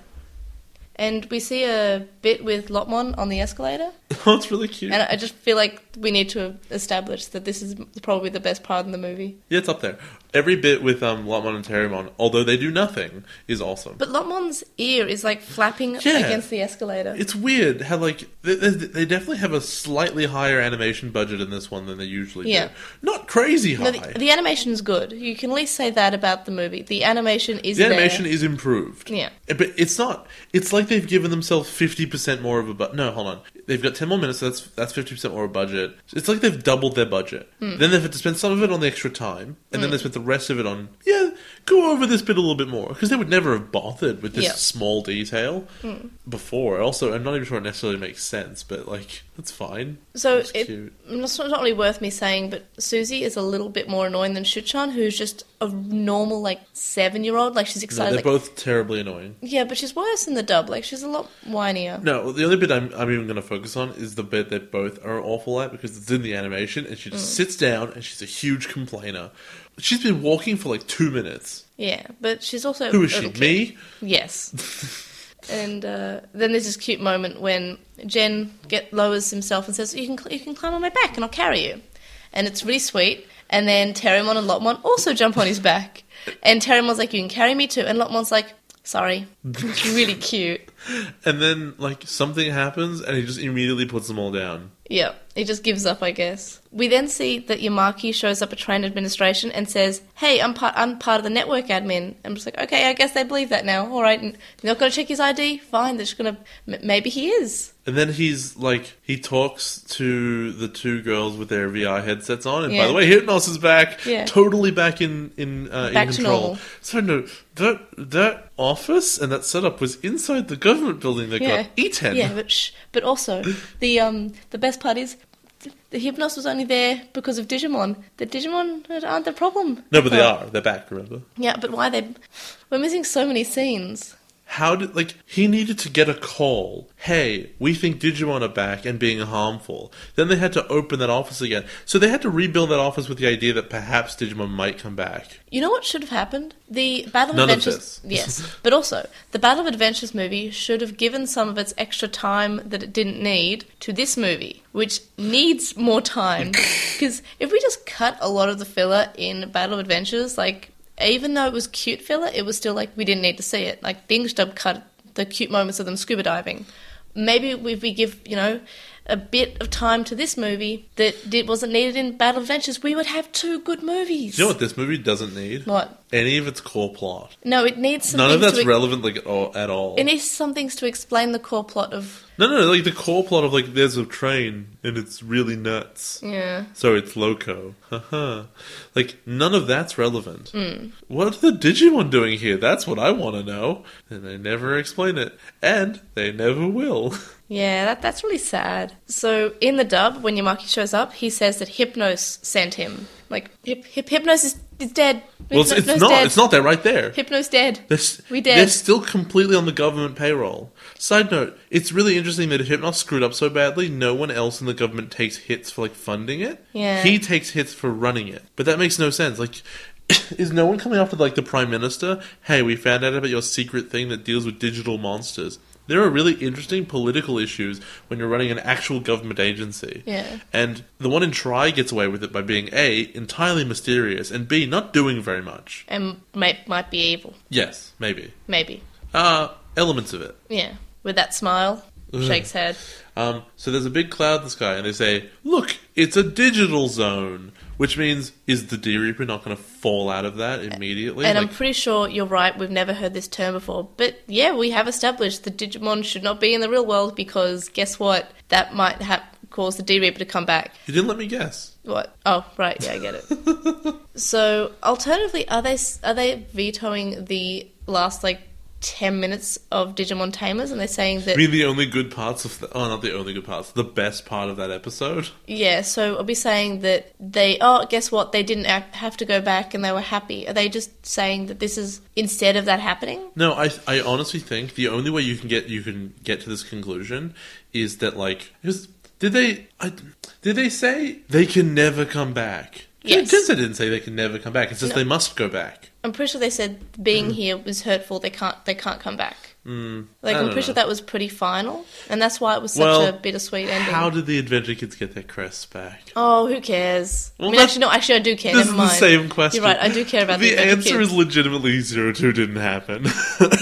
Speaker 2: And we see a bit with Lotmon on the escalator,
Speaker 3: Oh, it's really cute.
Speaker 2: and I just feel like we need to establish that this is probably the best part in the movie.
Speaker 3: yeah, it's up there. Every bit with um, Lotmon and Terrymon, although they do nothing, is awesome.
Speaker 2: But Lotmon's ear is like flapping
Speaker 3: Yeah.
Speaker 2: against the escalator.
Speaker 3: it's weird how like they, they, they definitely have a slightly higher animation budget in this one than they usually
Speaker 2: Yeah.
Speaker 3: do. Not crazy high.
Speaker 2: no,
Speaker 3: the,
Speaker 2: the, the animation's good. You can at least say that about the movie. The animation is there.
Speaker 3: animation is improved. Eh,
Speaker 2: Yeah.
Speaker 3: but it's not. It's like they've given themselves fifty percent more of a budget. No, hold on. They've got ten more minutes. So that's that's fifty percent more of a budget. It's like they've doubled their budget.
Speaker 2: Hmm.
Speaker 3: Then they've had to spend some of it on the extra time, and then they spent the rest of it on yeah, go over this bit a little bit more because they would never have bothered with this
Speaker 2: Yeah. Hmm.
Speaker 3: small detail before. Also, I'm not even sure it necessarily makes sense, but like that's fine.
Speaker 2: So
Speaker 3: That's
Speaker 2: it,
Speaker 3: cute.
Speaker 2: it's not not really worth me saying, but Susie is a little bit more annoying than Shuchan, who's just a normal like seven year old. Like she's
Speaker 3: No,
Speaker 2: excited.
Speaker 3: they're
Speaker 2: like,
Speaker 3: both terribly annoying.
Speaker 2: yeah, but she's worse in the dub. Like she's a lot whinier.
Speaker 3: No, the only bit I'm, I'm even going to focus on is the bit that both are awful at because it's in the animation and she just
Speaker 2: Mm.
Speaker 3: sits down and she's a huge complainer. She's been walking for like two minutes.
Speaker 2: Yeah, but she's also
Speaker 3: Who is
Speaker 2: a
Speaker 3: she?
Speaker 2: little kid.
Speaker 3: Me?
Speaker 2: Yes. and uh, then there's this cute moment when Jen get lowers himself and says, "You can cl- you can climb on my back and I'll carry you," and it's really sweet. And then Terrymon and Lotmon also jump on his back, and Terrymon's like, "You can carry me too," and Lotmon's like, "Sorry." It's really cute.
Speaker 3: and then like something happens, and he just immediately puts them all down.
Speaker 2: Yeah, he just gives up, I guess. We then see that Yamaki shows up at train administration and says, "Hey, I'm part. I'm part of the network admin." I'm just like, "Okay, I guess they believe that now. All right, and they're not going to check his ID. Fine, they're just going to. M- maybe he is.
Speaker 3: And then he's like, he talks to the two girls with their VR headsets on. And by
Speaker 2: Yeah.
Speaker 3: the way, Hypnos is back,
Speaker 2: Yeah.
Speaker 3: totally back in in, uh,
Speaker 2: Back
Speaker 3: in
Speaker 2: to
Speaker 3: control.
Speaker 2: normal.
Speaker 3: So no, that that office and that setup was inside the government building that
Speaker 2: Yeah,
Speaker 3: got E eaten.
Speaker 2: Yeah, but shh. But also, the um, the best part is, th- the Hypnos was only there because of Digimon. The Digimon aren't the problem.
Speaker 3: no, but they
Speaker 2: Oh.
Speaker 3: are. They're back. Remember.
Speaker 2: Yeah, but why they? We're missing so many scenes.
Speaker 3: How did like he needed to get a call? Hey, we think Digimon are back and being harmful. Then they had to open that office again. So they had to rebuild that office with the idea that perhaps Digimon might come back.
Speaker 2: You know what should have happened? The Battle of
Speaker 3: None of
Speaker 2: Adventures.
Speaker 3: this.
Speaker 2: yes, but also the Battle of Adventures movie should have given some of its extra time that it didn't need to this movie, which needs more time. Because if we just cut a lot of the filler in Battle of Adventures, like even though it was cute filler, it was still like we didn't need to see it. Like things dub cut the cute moments of them scuba diving. Maybe if we give you know a bit of time to this movie that did, wasn't needed in Battle of Adventures, we would have two good movies.
Speaker 3: You know what this movie doesn't need?
Speaker 2: What?
Speaker 3: Any of its core plot.
Speaker 2: No, it needs some
Speaker 3: None of
Speaker 2: things
Speaker 3: that's
Speaker 2: to ex-
Speaker 3: relevant like at all. At all.
Speaker 2: It needs some things to explain the core plot of
Speaker 3: no, no, like the core plot of like there's a train and it's really nuts.
Speaker 2: yeah.
Speaker 3: So it's loco. Haha. like none of that's relevant. What are the Digimon doing here? That's what I want to know. And they never explain it, and they never will.
Speaker 2: Yeah, that, that's really sad. So in the dub, when Yamaki shows up, he says that Hypnos sent him. Like Hip, Hip, Hypnos is, is dead.
Speaker 3: well, it's, it's
Speaker 2: Hypnos
Speaker 3: not.
Speaker 2: Dead.
Speaker 3: It's not. They're right there.
Speaker 2: Hypnos dead.
Speaker 3: They're, s-
Speaker 2: We dead.
Speaker 3: they're still completely on the government payroll. Side note, it's really interesting that if Hypnos screwed up so badly, no one else in the government takes hits for like funding it.
Speaker 2: Yeah.
Speaker 3: He takes hits for running it. But that makes no sense. Like is no one coming after like the prime minister? Hey, we found out about your secret thing that deals with digital monsters. There are really interesting political issues when you're running an actual government agency.
Speaker 2: Yeah.
Speaker 3: And the one in Try gets away with it by being A, entirely mysterious, and B, not doing very much.
Speaker 2: and may, might be evil.
Speaker 3: Yes, maybe.
Speaker 2: Maybe.
Speaker 3: Uh, elements of it.
Speaker 2: Yeah. With that smile, shakes head.
Speaker 3: Um, so there's a big cloud in the sky, and they say, "Look, it's a digital zone," which means is the D Reaper not going to fall out of that immediately?
Speaker 2: And I'm
Speaker 3: Like,
Speaker 2: pretty sure you're right. We've never heard this term before, but yeah, we have established the Digimon should not be in the real world because guess what? That might ha- cause the D Reaper to come back.
Speaker 3: you didn't let me guess.
Speaker 2: What? Oh, right. Yeah, I get it. so, alternatively, are they are they vetoing the last like ten minutes of Digimon Tamers, and they're saying that
Speaker 3: I mean, the only good parts of the, oh, not the only good parts, the best part of that episode.
Speaker 2: yeah? So, I'll be saying that they oh, guess what? They didn't act, have to go back, and they were happy. Are they just saying that this is instead of that happening?
Speaker 3: No, I I honestly think the only way you can get you can get to this conclusion is that like 'cause did they I, did they say they can never come back?
Speaker 2: Yes.
Speaker 3: Tensa didn't say they can never come back. It's just
Speaker 2: No.
Speaker 3: they must go back.
Speaker 2: I'm pretty sure they said
Speaker 3: Mm.
Speaker 2: being here was hurtful. They can't they can't come back. Mm, like
Speaker 3: I
Speaker 2: I'm
Speaker 3: don't
Speaker 2: pretty sure
Speaker 3: know.
Speaker 2: that was pretty final, and that's why it was such a bittersweet ending.
Speaker 3: How did the Adventure Kids get their crests back?
Speaker 2: Oh, who cares?
Speaker 3: Well,
Speaker 2: I mean,
Speaker 3: that's-
Speaker 2: actually, no, actually, I do care.
Speaker 3: this
Speaker 2: Never
Speaker 3: is
Speaker 2: mind.
Speaker 3: the same question.
Speaker 2: You're right. I do care about
Speaker 3: the
Speaker 2: the
Speaker 3: answer. Is legitimately zero two didn't happen.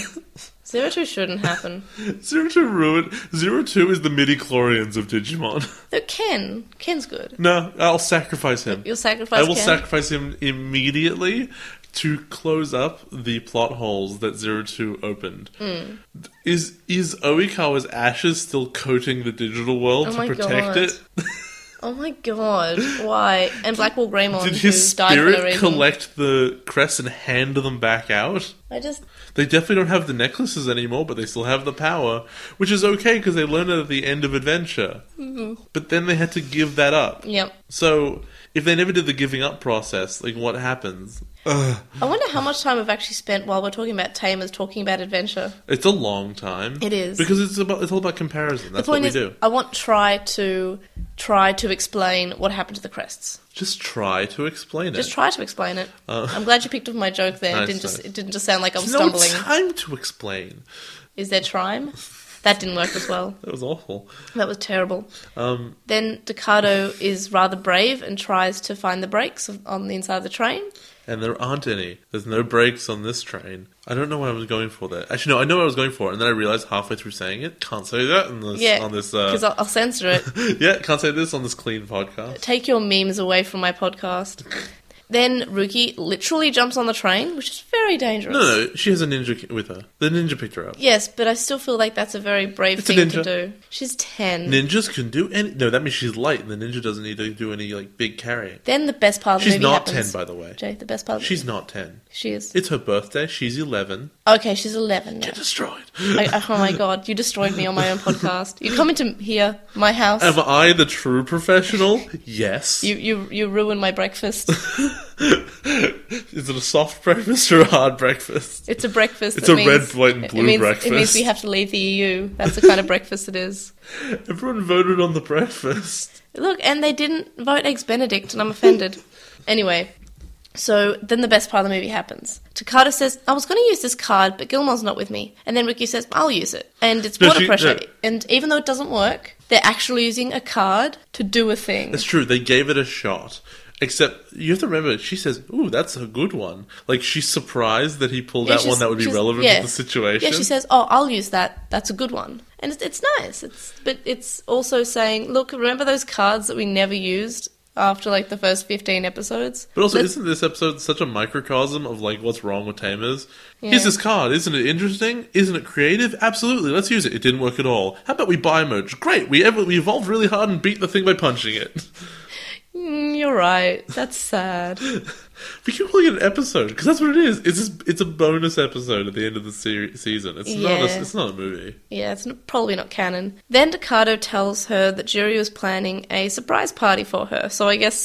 Speaker 2: zero two shouldn't happen.
Speaker 3: zero two ruined. Zero two is the midi chlorians of Digimon.
Speaker 2: Though Ken, Ken's good.
Speaker 3: no, I'll sacrifice him.
Speaker 2: You'll
Speaker 3: I
Speaker 2: sacrifice.
Speaker 3: will
Speaker 2: Ken.
Speaker 3: sacrifice him immediately to close up the plot holes that zero two opened.
Speaker 2: Hmm.
Speaker 3: Is is Oikawa's ashes still coating the digital world
Speaker 2: Oh
Speaker 3: to
Speaker 2: my
Speaker 3: protect
Speaker 2: God.
Speaker 3: it?
Speaker 2: Oh my god, why? And Blackwall Greymon,
Speaker 3: Did
Speaker 2: who
Speaker 3: his
Speaker 2: died for no
Speaker 3: spirit
Speaker 2: reason.
Speaker 3: collect the crests and hand them back out?
Speaker 2: I just
Speaker 3: They definitely don't have the necklaces anymore, but they still have the power, which is okay because they learn it at the end of Adventure. But then they had to give that up.
Speaker 2: yep.
Speaker 3: So if they never did the giving up process, like what happens?
Speaker 2: I wonder how much time I've actually spent while we're talking about Tamers, talking about adventure.
Speaker 3: It's a long time.
Speaker 2: It is.
Speaker 3: because it's about it's all about comparison. That's
Speaker 2: the point
Speaker 3: what we
Speaker 2: is,
Speaker 3: do.
Speaker 2: I want try to try to explain what happened to the crests.
Speaker 3: Just try to explain
Speaker 2: Just
Speaker 3: it.
Speaker 2: try to explain it.
Speaker 3: Uh.
Speaker 2: I'm glad you picked up my joke there.
Speaker 3: Nice,
Speaker 2: it didn't just
Speaker 3: nice.
Speaker 2: it didn't just sound like I was
Speaker 3: There's no
Speaker 2: stumbling.
Speaker 3: time to explain.
Speaker 2: Is there trime? That didn't work as well.
Speaker 3: That was awful.
Speaker 2: That was terrible.
Speaker 3: Um,
Speaker 2: Then Decado is rather brave and tries to find the brakes of- on the inside of the train.
Speaker 3: and there aren't any. There's no brakes on this train. I don't know what I was going for there. Actually, no, I know what I was going for, and then I realized halfway through saying it, can't say that on this.
Speaker 2: Yeah,
Speaker 3: on this.
Speaker 2: because
Speaker 3: Uh,
Speaker 2: I'll, I'll censor it.
Speaker 3: yeah, can't say this on this clean podcast.
Speaker 2: Take your memes away from my podcast. Then Ruki literally jumps on the train, which is very dangerous.
Speaker 3: No, no, she has a ninja ki- with her. The ninja picked her up.
Speaker 2: Yes, but I still feel like that's a very brave
Speaker 3: It's a
Speaker 2: thing to
Speaker 3: ninja.
Speaker 2: do. She's 10.
Speaker 3: Ninjas can do any. No, that means she's light, and the ninja doesn't need to do any like big carrying.
Speaker 2: then the best part of the
Speaker 3: She's
Speaker 2: movie
Speaker 3: not
Speaker 2: happens.
Speaker 3: ten, by the way.
Speaker 2: Jay, the best part of the
Speaker 3: She's
Speaker 2: movie.
Speaker 3: not ten.
Speaker 2: She is.
Speaker 3: It's her birthday. She's eleven.
Speaker 2: Okay, she's 11 now.
Speaker 3: Get destroyed.
Speaker 2: I, oh my god, you destroyed me on my own podcast. You come into here, my house.
Speaker 3: Am I the true professional? Yes.
Speaker 2: You, you, you ruined my breakfast.
Speaker 3: Is it a soft breakfast or a hard breakfast?
Speaker 2: It's a breakfast.
Speaker 3: It's
Speaker 2: that
Speaker 3: a
Speaker 2: means-
Speaker 3: red, white, and
Speaker 2: it
Speaker 3: blue
Speaker 2: means- It means
Speaker 3: breakfast.
Speaker 2: we have to leave the EU. That's the kind of breakfast it is.
Speaker 3: Everyone voted on the breakfast.
Speaker 2: Look, and they didn't vote Eggs Benedict, and I'm offended. anyway, so then the best part of the movie happens. Takada says, I was going to use this card, but Gilmore's not with me. And then Ricky says, I'll use it. And it's
Speaker 3: No,
Speaker 2: water
Speaker 3: she-
Speaker 2: pressure.
Speaker 3: no.
Speaker 2: And even though it doesn't work, they're actually using a card to do a thing.
Speaker 3: It's true, they gave it a shot. Except you have to remember, she says, "Ooh, that's a good one." Like she's surprised that he pulled
Speaker 2: Yeah,
Speaker 3: out one
Speaker 2: she's-
Speaker 3: that would be
Speaker 2: she's-
Speaker 3: relevant
Speaker 2: yeah.
Speaker 3: to the situation.
Speaker 2: Yeah, she says, "Oh, I'll use that. That's a good one." And it's, it's nice. It's but it's also saying, "Look, remember those cards that we never used after like the first 15 episodes?"
Speaker 3: But also,
Speaker 2: Let's-
Speaker 3: isn't this episode such a microcosm of like what's wrong with Tamers?
Speaker 2: Yeah.
Speaker 3: Here's this card. Isn't it interesting? Isn't it creative? Absolutely. Let's use it. It didn't work at all. How about we buy merge? Great. We ever we evolved really hard and beat the thing by punching it.
Speaker 2: Mm, you're right. That's sad.
Speaker 3: We keep calling it an episode because that's what it is. It's just, it's a bonus episode at the end of the se- season. It's not
Speaker 2: Yeah.
Speaker 3: a, it's not a movie.
Speaker 2: Yeah, it's n- probably not canon. Then Decado tells her that Jury was planning a surprise party for her, so I guess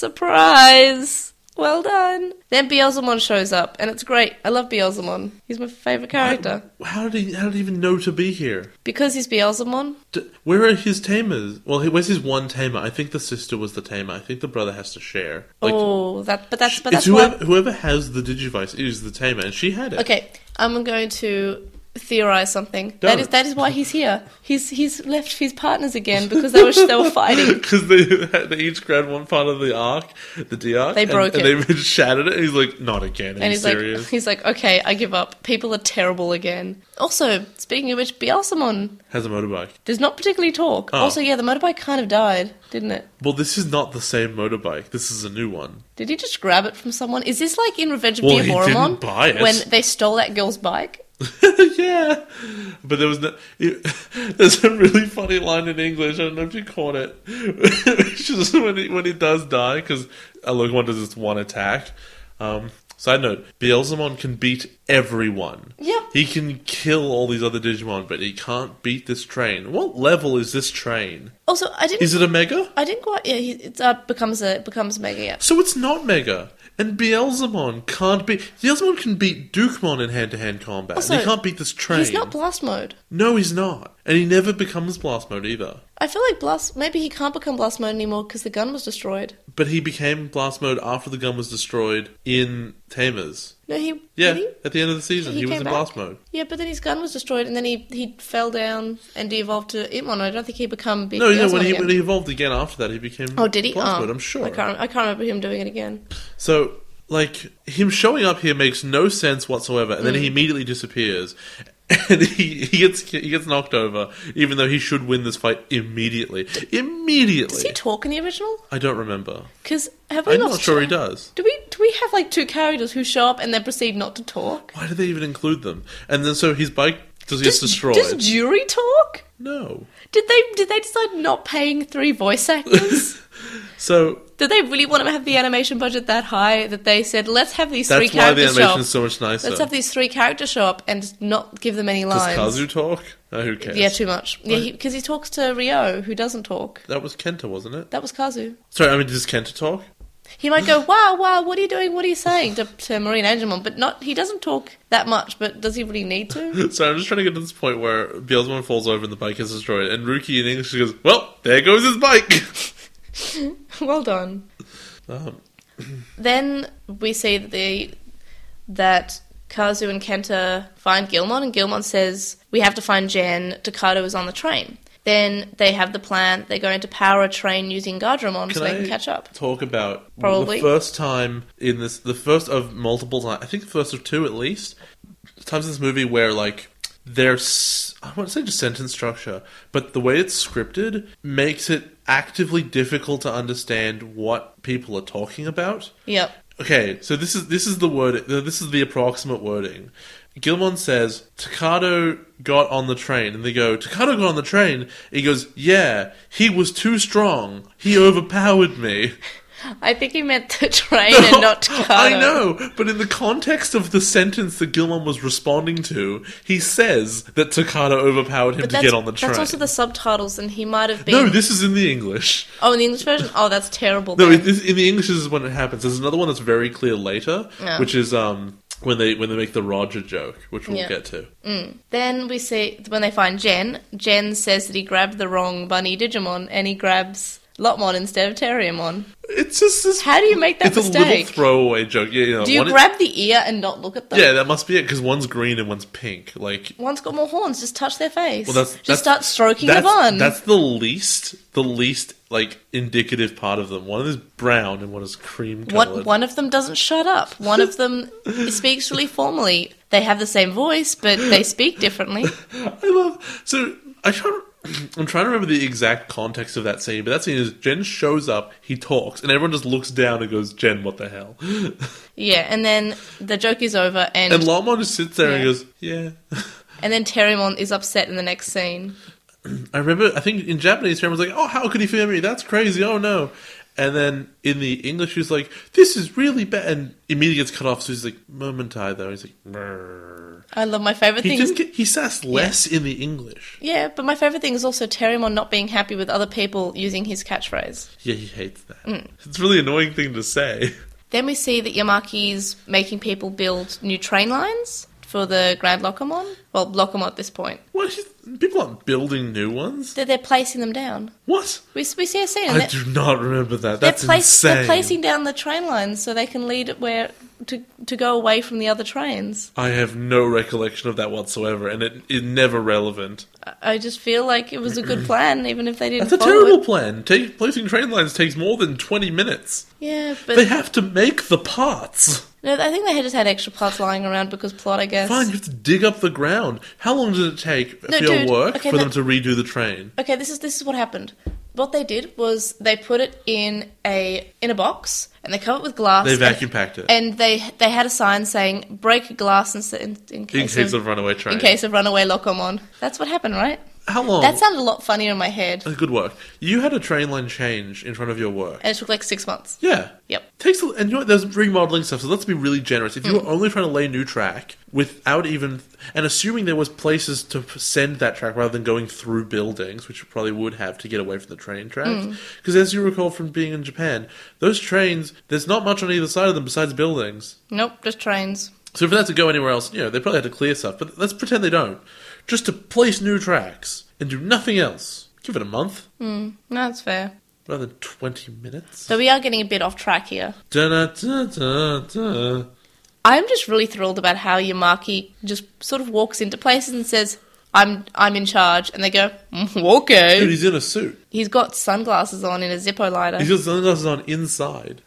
Speaker 2: surprise! Well done! Then Beelzemon shows up, and it's great. I love Beelzemon. He's my favourite character.
Speaker 3: How did he how did he even know to be here?
Speaker 2: Because he's Beelzemon,
Speaker 3: D- where are his tamers? Well, he, where's his one tamer? I think the sister was the tamer. I think the brother has to share. Like,
Speaker 2: oh, that, but that's, but
Speaker 3: it's
Speaker 2: that's
Speaker 3: whoever,
Speaker 2: why...
Speaker 3: whoever has the digivice is the tamer, and she had it.
Speaker 2: Okay, I'm going to theorize something. That
Speaker 3: Don't.
Speaker 2: is that is why he's here. He's he's left his partners again because they were they were fighting.
Speaker 3: Because they, they each grabbed one part of the arc, the D arc.
Speaker 2: They
Speaker 3: and-
Speaker 2: broke
Speaker 3: and,
Speaker 2: it.
Speaker 3: they shattered it. And he's like, not again. Are
Speaker 2: And
Speaker 3: you
Speaker 2: he's
Speaker 3: serious?
Speaker 2: like he's like okay, I give up. People are terrible again. Also, speaking of which, Bielsamon
Speaker 3: has a motorbike.
Speaker 2: does not particularly talk.
Speaker 3: Oh.
Speaker 2: Also, yeah, the motorbike kind of died, didn't it?
Speaker 3: Well, this is not the same motorbike. This is a new one.
Speaker 2: Did he just grab it from someone? Is this like in Revenge of
Speaker 3: Well,
Speaker 2: the
Speaker 3: he
Speaker 2: Aboramon
Speaker 3: didn't buy it.
Speaker 2: when they stole that girl's bike?
Speaker 3: yeah, but there was no. It, there's a really funny line in English. I don't know if you caught it. It's just when he when he does die, because Alokwan does this one attack. Um, side note: Beelzemon can beat everyone.
Speaker 2: Yep.
Speaker 3: he can kill all these other Digimon, but he can't beat this train. What level is this train?
Speaker 2: Also, I didn't.
Speaker 3: Is it a Mega?
Speaker 2: I didn't quite. Yeah, he, it uh, becomes a becomes mega. Yeah.
Speaker 3: So it's not Mega. And Beelzemon can't beat. Beelzemon can beat Dukemon in hand to hand combat. and
Speaker 2: Also,
Speaker 3: he can't beat this train.
Speaker 2: He's not blast mode.
Speaker 3: No, he's not. And he never becomes Blast Mode either.
Speaker 2: I feel like Blast. Maybe he can't become Blast Mode anymore because the gun was destroyed.
Speaker 3: But he became Blast Mode after the gun was destroyed in Tamers.
Speaker 2: No, he.
Speaker 3: Yeah,
Speaker 2: Did he?
Speaker 3: at the end of the season, he, was
Speaker 2: came
Speaker 3: in
Speaker 2: back.
Speaker 3: Blast Mode.
Speaker 2: Yeah, but then his gun was destroyed, and then he he fell down and evolved to Itmon. I don't think he become big.
Speaker 3: No, yeah,
Speaker 2: Beelzemon
Speaker 3: when he,
Speaker 2: again.
Speaker 3: when he evolved again after that, he became
Speaker 2: Oh, did he?
Speaker 3: Blast
Speaker 2: Oh,
Speaker 3: Mode, I'm sure.
Speaker 2: I can't. I can't remember him doing it again.
Speaker 3: So, like, him showing up here makes no sense whatsoever, and then
Speaker 2: Mm.
Speaker 3: he immediately disappears. And he, he gets he gets knocked over, even though he should win this fight immediately. Immediately,
Speaker 2: Does he talk in the original?
Speaker 3: I don't remember.
Speaker 2: Because have we
Speaker 3: I'm
Speaker 2: lost
Speaker 3: not sure he
Speaker 2: track?
Speaker 3: does.
Speaker 2: Do we do we have like two characters who show up and then proceed not to talk?
Speaker 3: Why do they even include them? And then so his bike just gets destroyed.
Speaker 2: Does jury talk?
Speaker 3: no.
Speaker 2: Did they did they decide not paying three voice actors?
Speaker 3: So
Speaker 2: Did they really want to have the animation budget that high that they said, let's have these three
Speaker 3: that's why the
Speaker 2: characters show
Speaker 3: animation
Speaker 2: up?
Speaker 3: is so much nicer.
Speaker 2: let's have these three characters show up and not give them any
Speaker 3: Does
Speaker 2: lines.
Speaker 3: Kazu talk? Oh, who cares?
Speaker 2: Yeah, too much. Yeah, because he, talks to Rio, who doesn't talk.
Speaker 3: that was Kenta, wasn't it?
Speaker 2: That was Kazu.
Speaker 3: Sorry, I mean, does Kenta talk?
Speaker 2: He might go, wow, wow, what are you doing? What are you saying to, to Marine Angemon? But not, he doesn't talk that much, but does he really need to?
Speaker 3: Sorry, I'm just trying to get to this point where Beelzemon falls over and the bike is destroyed, and Ruki in English goes, "Well, there goes his bike."
Speaker 2: well done.
Speaker 3: um,
Speaker 2: Then we see that the that Kazu and Kenta find Gilmon, and Gilmon says, "We have to find Jan. Takado is on the train." Then they have the plan. They're going to power a train using Gardramon so they can catch up.
Speaker 3: Talk about
Speaker 2: Probably.
Speaker 3: the first time in this, the first of multiple times. I think the first of two at least times in this movie where like there's I won't say just sentence structure, but the way it's scripted makes it actively difficult to understand what people are talking about.
Speaker 2: Yep.
Speaker 3: Okay, so this is this is the word. This is the approximate wording. Gilmon says Takado got on the train, and they go Takado got on the train. He goes, yeah, he was too strong. He overpowered me.
Speaker 2: I think he meant the train and not Takado.
Speaker 3: I know, but in the context of the sentence that Gilmon was responding to, he says that Takada overpowered him
Speaker 2: But
Speaker 3: to
Speaker 2: that's,
Speaker 3: get on the train.
Speaker 2: that's also the subtitles, and he might have been.
Speaker 3: no, this is in the English.
Speaker 2: oh, in the English version? Oh, that's terrible.
Speaker 3: No,
Speaker 2: then.
Speaker 3: it, this, in the English this is when it happens. There's another one that's very clear later,
Speaker 2: Yeah.
Speaker 3: which is um, when they when they make the Roger joke, which we'll
Speaker 2: Yeah.
Speaker 3: get to.
Speaker 2: Then we see when they find Jen, Jen says that he grabbed the wrong bunny Digimon and he grabs Lotmon instead of Terriamon.
Speaker 3: It's just this.
Speaker 2: How do you make that
Speaker 3: it's a little
Speaker 2: mistake?
Speaker 3: throwaway joke. Yeah, you know,
Speaker 2: Do you
Speaker 3: one is-
Speaker 2: grab the ear and not look at them?
Speaker 3: yeah, that must be it because one's green and one's pink. Like
Speaker 2: One's got more horns, just touch their face.
Speaker 3: Well, that's,
Speaker 2: just
Speaker 3: that's-
Speaker 2: start stroking
Speaker 3: that's,
Speaker 2: the bun.
Speaker 3: That's the least, the least like indicative part of them. One of them is brown and one is cream
Speaker 2: What,
Speaker 3: colored.
Speaker 2: one of them doesn't shut up. One of them speaks really formally. They have the same voice, but they speak differently.
Speaker 3: I love. So I can't. I'm trying to remember the exact context of that scene, but that scene is Jen shows up, he talks, and everyone just looks down and goes, "Jen, what the hell?"
Speaker 2: Yeah, and then the joke is over, and
Speaker 3: And Lamon just sits there and
Speaker 2: Yeah.
Speaker 3: goes, "Yeah."
Speaker 2: and then Terrymon is upset in the next scene.
Speaker 3: I remember. I think in Japanese, everyone's like, "Oh, how could he fear me? That's crazy! Oh no!" And then in the English, he's like, "This is really bad," and immediately gets cut off. So he's like, "Momentai," though. He's like, "Brrr."
Speaker 2: I love my favorite
Speaker 3: He
Speaker 2: thing. is-
Speaker 3: just get, he says less in the English.
Speaker 2: Yeah, but my favourite thing is also Terrymon not being happy with other people using his catchphrase.
Speaker 3: Yeah, he hates that.
Speaker 2: Mm.
Speaker 3: It's a really annoying thing to say.
Speaker 2: Then we see that Yamaki's making people build new train lines for the Grand Locomon. Well, Locomon at this point.
Speaker 3: What? He's- People aren't building new ones.
Speaker 2: They're, they're placing them down.
Speaker 3: What?
Speaker 2: We, we see a scene. and
Speaker 3: I
Speaker 2: they're,
Speaker 3: do not remember that.
Speaker 2: they're
Speaker 3: That's
Speaker 2: place-
Speaker 3: insane.
Speaker 2: they're placing down the train lines so they can lead it where to, to go away from the other trains.
Speaker 3: I have no recollection of that whatsoever, and it is never relevant.
Speaker 2: I, I just feel like it was a good plan, even if they didn't
Speaker 3: That's a
Speaker 2: follow
Speaker 3: terrible
Speaker 2: it.
Speaker 3: plan. Take, placing train lines takes more than twenty minutes.
Speaker 2: Yeah, but
Speaker 3: They have to make the parts.
Speaker 2: no, I think they had just had extra parts lying around because plot, I guess.
Speaker 3: Fine, you have to dig up the ground. How long does it take
Speaker 2: No,
Speaker 3: for your
Speaker 2: dude,
Speaker 3: work
Speaker 2: okay,
Speaker 3: for
Speaker 2: no-
Speaker 3: them to redo the train?
Speaker 2: Okay, this is this is what happened. What they did was they put it in a in a box and they covered it with glass.
Speaker 3: They
Speaker 2: and-
Speaker 3: vacuum packed it.
Speaker 2: and they they had a sign saying "Break glass in, in, in
Speaker 3: in
Speaker 2: case,
Speaker 3: case
Speaker 2: of,
Speaker 3: of runaway train.
Speaker 2: in case of runaway Locomon." That's what happened, right?
Speaker 3: How long?
Speaker 2: That sounded a lot funnier in my head, and
Speaker 3: Uh, Good work. You had a train line change in front of your work.
Speaker 2: it took like six months.
Speaker 3: Yeah.
Speaker 2: Yep.
Speaker 3: Takes a, and you know what, there's remodeling stuff, so let's be really generous. If you were only trying to lay new track without even and assuming there was places to p- send that track rather than going through buildings, which you probably would have to get away from the train tracks. Because as you recall from being in Japan, those trains there's not much on either side of them besides buildings.
Speaker 2: Nope, just trains.
Speaker 3: So for that to go anywhere else, you know, they probably had to clear stuff. But let's pretend they don't. Just to place new tracks and do nothing else. Give it a month.
Speaker 2: No, that's fair.
Speaker 3: Rather than 20 minutes?
Speaker 2: So we are getting a bit off track here.
Speaker 3: Da-da-da-da-da.
Speaker 2: I'm just really thrilled about how Yamaki just sort of walks into places and says, "I'm I'm in charge," and they go, "Mm, "Okay."
Speaker 3: Dude, he's in a suit.
Speaker 2: He's got sunglasses on in a Zippo lighter.
Speaker 3: He's got sunglasses on inside.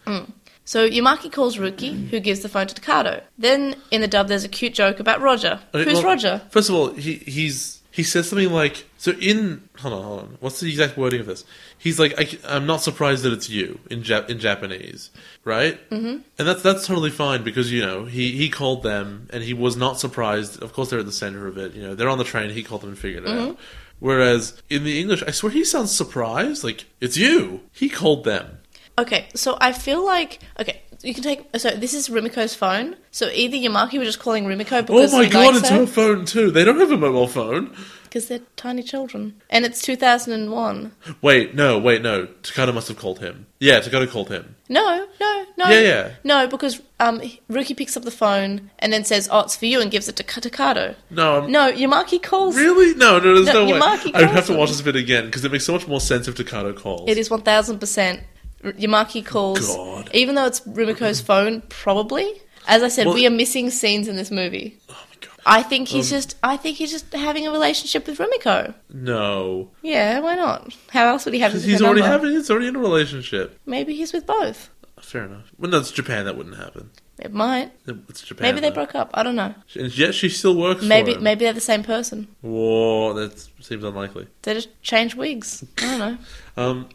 Speaker 2: so Yamaki calls Ruki, who gives the phone to Takado. Then in the dub, there's a cute joke about Roger.
Speaker 3: Okay,
Speaker 2: Who's
Speaker 3: well,
Speaker 2: Roger?
Speaker 3: First of all, he he's he says something like, "So in hold on, hold on. What's the exact wording of this?" He's like, I, am not surprised that it's you in Jap- in Japanese, right?" Mm-hmm. And that's that's totally fine because you know he he called them and he was not surprised. Of course, they're at the center of it. You know, they're on the train. He called them and figured it
Speaker 2: Mm-hmm.
Speaker 3: out. Whereas in the English, I swear he sounds surprised. Like it's you. He called them.
Speaker 2: Okay, so I feel like okay, you can take so this is Rimiko's phone. So either Yamaki was just calling Rimiko
Speaker 3: Oh
Speaker 2: because
Speaker 3: my
Speaker 2: he
Speaker 3: god,
Speaker 2: likes
Speaker 3: it's her phone too. They don't have a mobile phone.
Speaker 2: because they're tiny children, and it's 2001.
Speaker 3: Wait, no, wait, no. Takada must have called him. Yeah, Takada called him.
Speaker 2: No, no, no.
Speaker 3: Yeah, yeah.
Speaker 2: No, because um, Ruki picks up the phone and then says, "Oh, it's for you," and gives it to K- Takado.
Speaker 3: No, I'm-
Speaker 2: no. Yamaki calls.
Speaker 3: Really? No, no, there's
Speaker 2: No,
Speaker 3: no, way.
Speaker 2: Yamaki
Speaker 3: I would
Speaker 2: calls
Speaker 3: have to
Speaker 2: him.
Speaker 3: watch this bit again because it makes so much more sense if Takada calls.
Speaker 2: It is one thousand percent. Yamaki calls,
Speaker 3: God.
Speaker 2: even though it's Rumiko's phone, probably. As I said,
Speaker 3: Well-
Speaker 2: we are missing scenes in this movie.
Speaker 3: Oh my god.
Speaker 2: I think he's just. I think he's just having a relationship with Rumiko.
Speaker 3: No,
Speaker 2: Yeah, why not? How else would he have?
Speaker 3: because
Speaker 2: his
Speaker 3: he's
Speaker 2: her
Speaker 3: already
Speaker 2: number?
Speaker 3: having. He's already in a relationship.
Speaker 2: Maybe he's with both.
Speaker 3: Fair enough. Well, no, it's Japan. That wouldn't happen.
Speaker 2: It might.
Speaker 3: It's Japan.
Speaker 2: Maybe they
Speaker 3: though.
Speaker 2: broke up. I don't know.
Speaker 3: And yet she still works.
Speaker 2: Maybe
Speaker 3: For him.
Speaker 2: maybe they're the same person.
Speaker 3: Whoa, that seems unlikely.
Speaker 2: They just change wigs. I don't know.
Speaker 3: Um,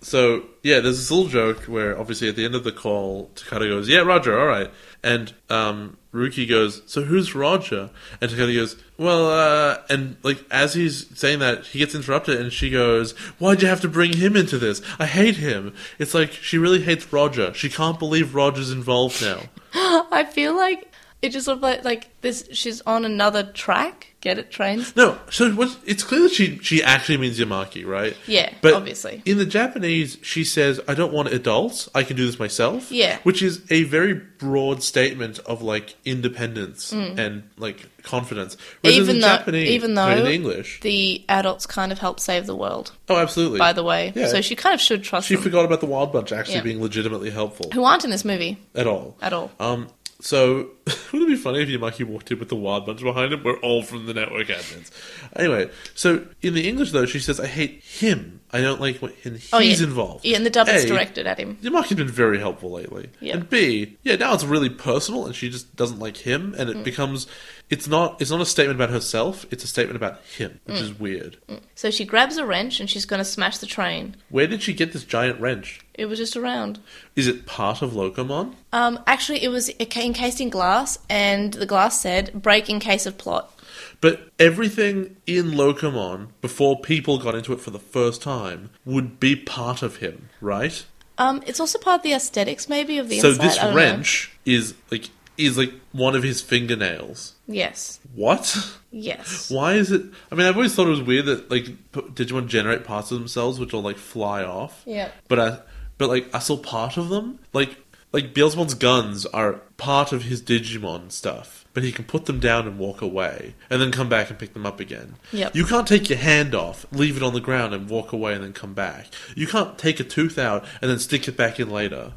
Speaker 3: so yeah, there's this little joke where obviously at the end of the call, Takada goes, "Yeah, Roger, all right," and um, Ruki goes, "So who's Roger?" And Takada goes, "Well," uh, and like as he's saying that, he gets interrupted, and she goes, "Why'd you have to bring him into this? I hate him." It's like she really hates Roger. She can't believe Roger's involved now.
Speaker 2: I feel like it just sort of like, like this. She's on another track. Get it? Trains.
Speaker 3: No, so what? It's clear that she she actually means Yamaki, right?
Speaker 2: Yeah, obviously.
Speaker 3: In the Japanese, she says, "I don't want adults. I can do this myself."
Speaker 2: Yeah.
Speaker 3: which is a very broad statement of like independence and like confidence. Whereas
Speaker 2: Mm.
Speaker 3: in
Speaker 2: Even
Speaker 3: the
Speaker 2: though,
Speaker 3: Japanese,
Speaker 2: even though
Speaker 3: sorry, in English,
Speaker 2: the adults kind of help save the world.
Speaker 3: oh, absolutely.
Speaker 2: By the way,
Speaker 3: Yeah.
Speaker 2: so she kind of should trust
Speaker 3: she
Speaker 2: them,
Speaker 3: forgot about the Wild Bunch actually
Speaker 2: Yeah.
Speaker 3: being legitimately helpful
Speaker 2: who aren't in this movie
Speaker 3: at all.
Speaker 2: at all.
Speaker 3: Um. So, wouldn't it be funny if Yamaki walked in with the wild bunch behind him? We're all from the network admins. Anyway, so in the English though, she says, "I hate him. I don't like when and he's
Speaker 2: Oh, yeah.
Speaker 3: involved."
Speaker 2: Yeah, and the dub is
Speaker 3: A,
Speaker 2: directed at him.
Speaker 3: Yamaki's been very helpful lately.
Speaker 2: Yeah.
Speaker 3: And B, yeah, now it's really personal, and she just doesn't like him, and it
Speaker 2: Mm.
Speaker 3: becomes, it's not, it's not a statement about herself. It's a statement about him, which
Speaker 2: Mm.
Speaker 3: is weird.
Speaker 2: So she grabs a wrench and she's going to smash the train.
Speaker 3: Where did she get this giant wrench?
Speaker 2: It was just around.
Speaker 3: Is it part of Locomon?
Speaker 2: Um, actually, it was enca- encased in glass, and the glass said "break in case of plot."
Speaker 3: But everything in Locomon before people got into it for the first time would be part of him, right?
Speaker 2: Um, it's also part of the aesthetics, maybe of the
Speaker 3: so
Speaker 2: inside.
Speaker 3: this
Speaker 2: I don't know.
Speaker 3: wrench is like is like one of his fingernails.
Speaker 2: Yes.
Speaker 3: What?
Speaker 2: Yes.
Speaker 3: Why is it? I mean, I've always thought it was weird that like p- Digimon generate parts of themselves which will like fly off.
Speaker 2: Yeah.
Speaker 3: But I, but like I saw part of them. Like like Beelzebub's guns are part of his Digimon stuff, but he can put them down and walk away, and then come back and pick them up again.
Speaker 2: Yep.
Speaker 3: You can't take your hand off, leave it on the ground, and walk away, and then come back. You can't take a tooth out and then stick it back in later.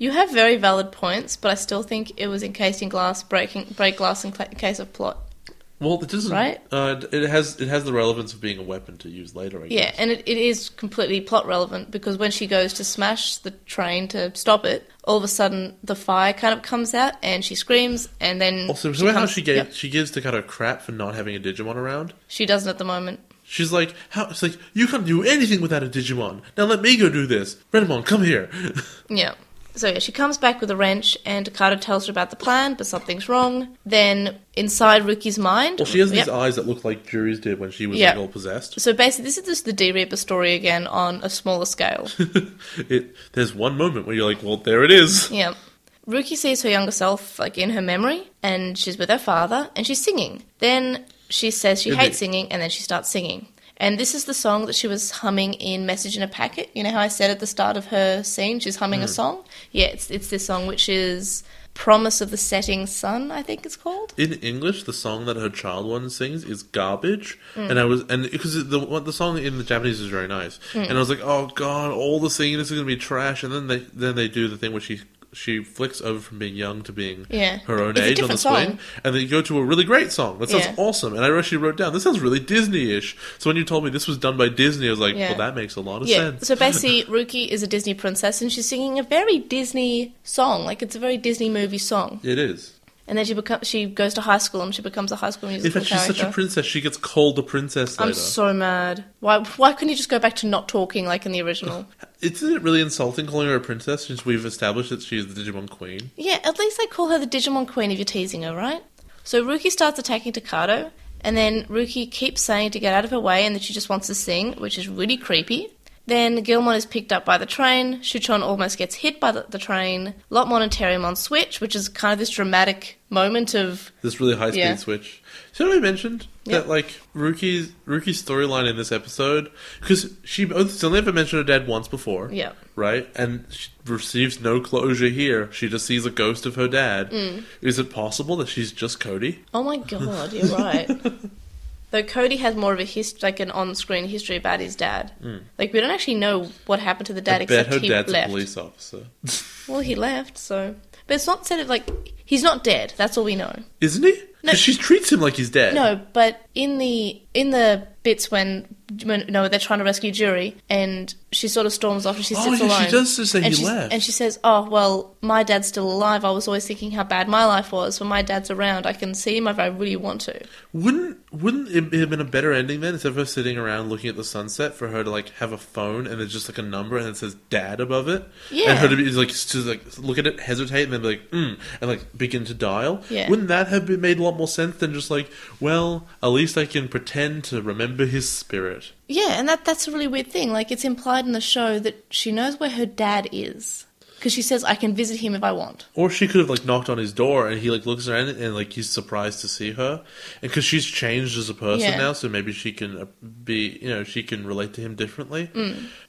Speaker 2: You have very valid points, but I still think it was encased in glass, breaking break glass in cla- case of plot.
Speaker 3: Well, it doesn't.
Speaker 2: Right?
Speaker 3: Uh, it has it has the relevance of being a weapon to use later. I guess.
Speaker 2: Yeah, and it, it is completely plot relevant because when she goes to smash the train to stop it, all of a sudden the fire kind of comes out and she screams, and then
Speaker 3: Also, remember how
Speaker 2: comes-
Speaker 3: Oh, she gave
Speaker 2: Yep.
Speaker 3: she gives Takata crap for not having a Digimon around?
Speaker 2: she doesn't at the moment.
Speaker 3: She's like, how? It's like you can't do anything without a Digimon. Now let me go do this. Renamon, come here.
Speaker 2: Yeah. So yeah, she comes back with a wrench, and Takata tells her about the plan, but something's wrong. Then inside Ruki's mind,
Speaker 3: well, she has these
Speaker 2: Yep.
Speaker 3: eyes that look like Jury's did when she was
Speaker 2: Yeah.
Speaker 3: like, all possessed.
Speaker 2: So basically, this is just the D Reaper story again on a smaller scale.
Speaker 3: it, there's one moment where you're like, well, there it is.
Speaker 2: Yeah. Ruki sees her younger self like in her memory and she's with her father and she's singing. Then she says she
Speaker 3: Isn't
Speaker 2: hates
Speaker 3: it-
Speaker 2: singing and then she starts singing. And this is the song that she was humming in Message in a Packet. You know how I said at the start of her scene she's humming
Speaker 3: Mm.
Speaker 2: a song? Yeah, it's it's this song which is Promise of the Setting Sun, I think it's called.
Speaker 3: In English, the song that her child one sings is garbage, and I was and because the what the song in the Japanese is very nice,
Speaker 2: Hmm.
Speaker 3: and I was like, oh god, all the singing this is gonna be trash, and then they then they do the thing where she she flicks over from being young to being
Speaker 2: Yeah.
Speaker 3: her own
Speaker 2: It's a
Speaker 3: age on the
Speaker 2: different song.
Speaker 3: swing, and then you go to a really great song that sounds
Speaker 2: Yeah.
Speaker 3: awesome, and I actually wrote down this sounds really Disney-ish. So when you told me this was done by Disney, I was like,
Speaker 2: Yeah.
Speaker 3: well, that makes a lot of
Speaker 2: Yeah.
Speaker 3: sense.
Speaker 2: So basically Ruki is a Disney princess and she's singing a very Disney song. Like it's a very Disney movie song.
Speaker 3: it is.
Speaker 2: And then she becomes she goes to high school and she becomes a high school musical
Speaker 3: In fact, she's
Speaker 2: character.
Speaker 3: such a princess; she gets called a princess later.
Speaker 2: I'm so mad. Why why couldn't you just go back to not talking like in the original?
Speaker 3: Isn't it really insulting calling her a princess since we've established that she is the Digimon Queen?
Speaker 2: yeah, at least they call her the Digimon Queen if you're teasing her, right? So Ruki starts attacking Takato, and then Ruki keeps saying to get out of her way and that she just wants to sing, which is really creepy. Then Gilmon is picked up by the train, Shuchon almost gets hit by the, the train, Lotmon and Terrymon switch, which is kind of this dramatic moment of
Speaker 3: This really high speed
Speaker 2: Yeah.
Speaker 3: switch. Should I mentioned
Speaker 2: Yeah.
Speaker 3: that like Ruki's Ruki's storyline in this episode because she she's only ever mentioned her dad once before.
Speaker 2: Yeah.
Speaker 3: Right, and she receives no closure here. She just sees a ghost of her dad.
Speaker 2: Mm.
Speaker 3: Is it possible that she's just Cody?
Speaker 2: Oh my god, you're right. Though Cody has more of a hist- like an on-screen history about his dad. Like we don't actually know what happened to the dad
Speaker 3: Mm. I bet
Speaker 2: except
Speaker 3: her
Speaker 2: he
Speaker 3: dad's
Speaker 2: left.
Speaker 3: a police officer.
Speaker 2: Well, he left, so. But it's not said of like He's not dead. That's all we know.
Speaker 3: Isn't he?
Speaker 2: No.
Speaker 3: 'Cause she treats him like he's dead.
Speaker 2: No, but in the in the bits when, when no they're trying to rescue Jury and she sort of storms off and she
Speaker 3: Oh,
Speaker 2: sits
Speaker 3: yeah, she
Speaker 2: alone.
Speaker 3: does say
Speaker 2: and
Speaker 3: he
Speaker 2: she's-
Speaker 3: left.
Speaker 2: And she says, "Oh well, my dad's still alive. I was always thinking how bad my life was. When my dad's around, I can see him if I really want to."
Speaker 3: Wouldn't wouldn't it have been a better ending then instead of her sitting around looking at the sunset for her to like have a phone and there's just like a number and it says dad above it?
Speaker 2: Yeah.
Speaker 3: And her to be like to like look at it, hesitate, and then be like, mm, and like begin to dial.
Speaker 2: Yeah.
Speaker 3: Wouldn't that have been made a lot more sense than just like, well, at least I can pretend to remember his spirit.
Speaker 2: Yeah, and that that's a really weird thing. Like it's implied in the show that she knows where her dad is because she says, "I can visit him if I want."
Speaker 3: Or she could have like knocked on his door and he like looks around and like he's surprised to see her, and because she's changed as a person
Speaker 2: Yeah.
Speaker 3: now, so maybe she can uh, be you know she can relate to him differently.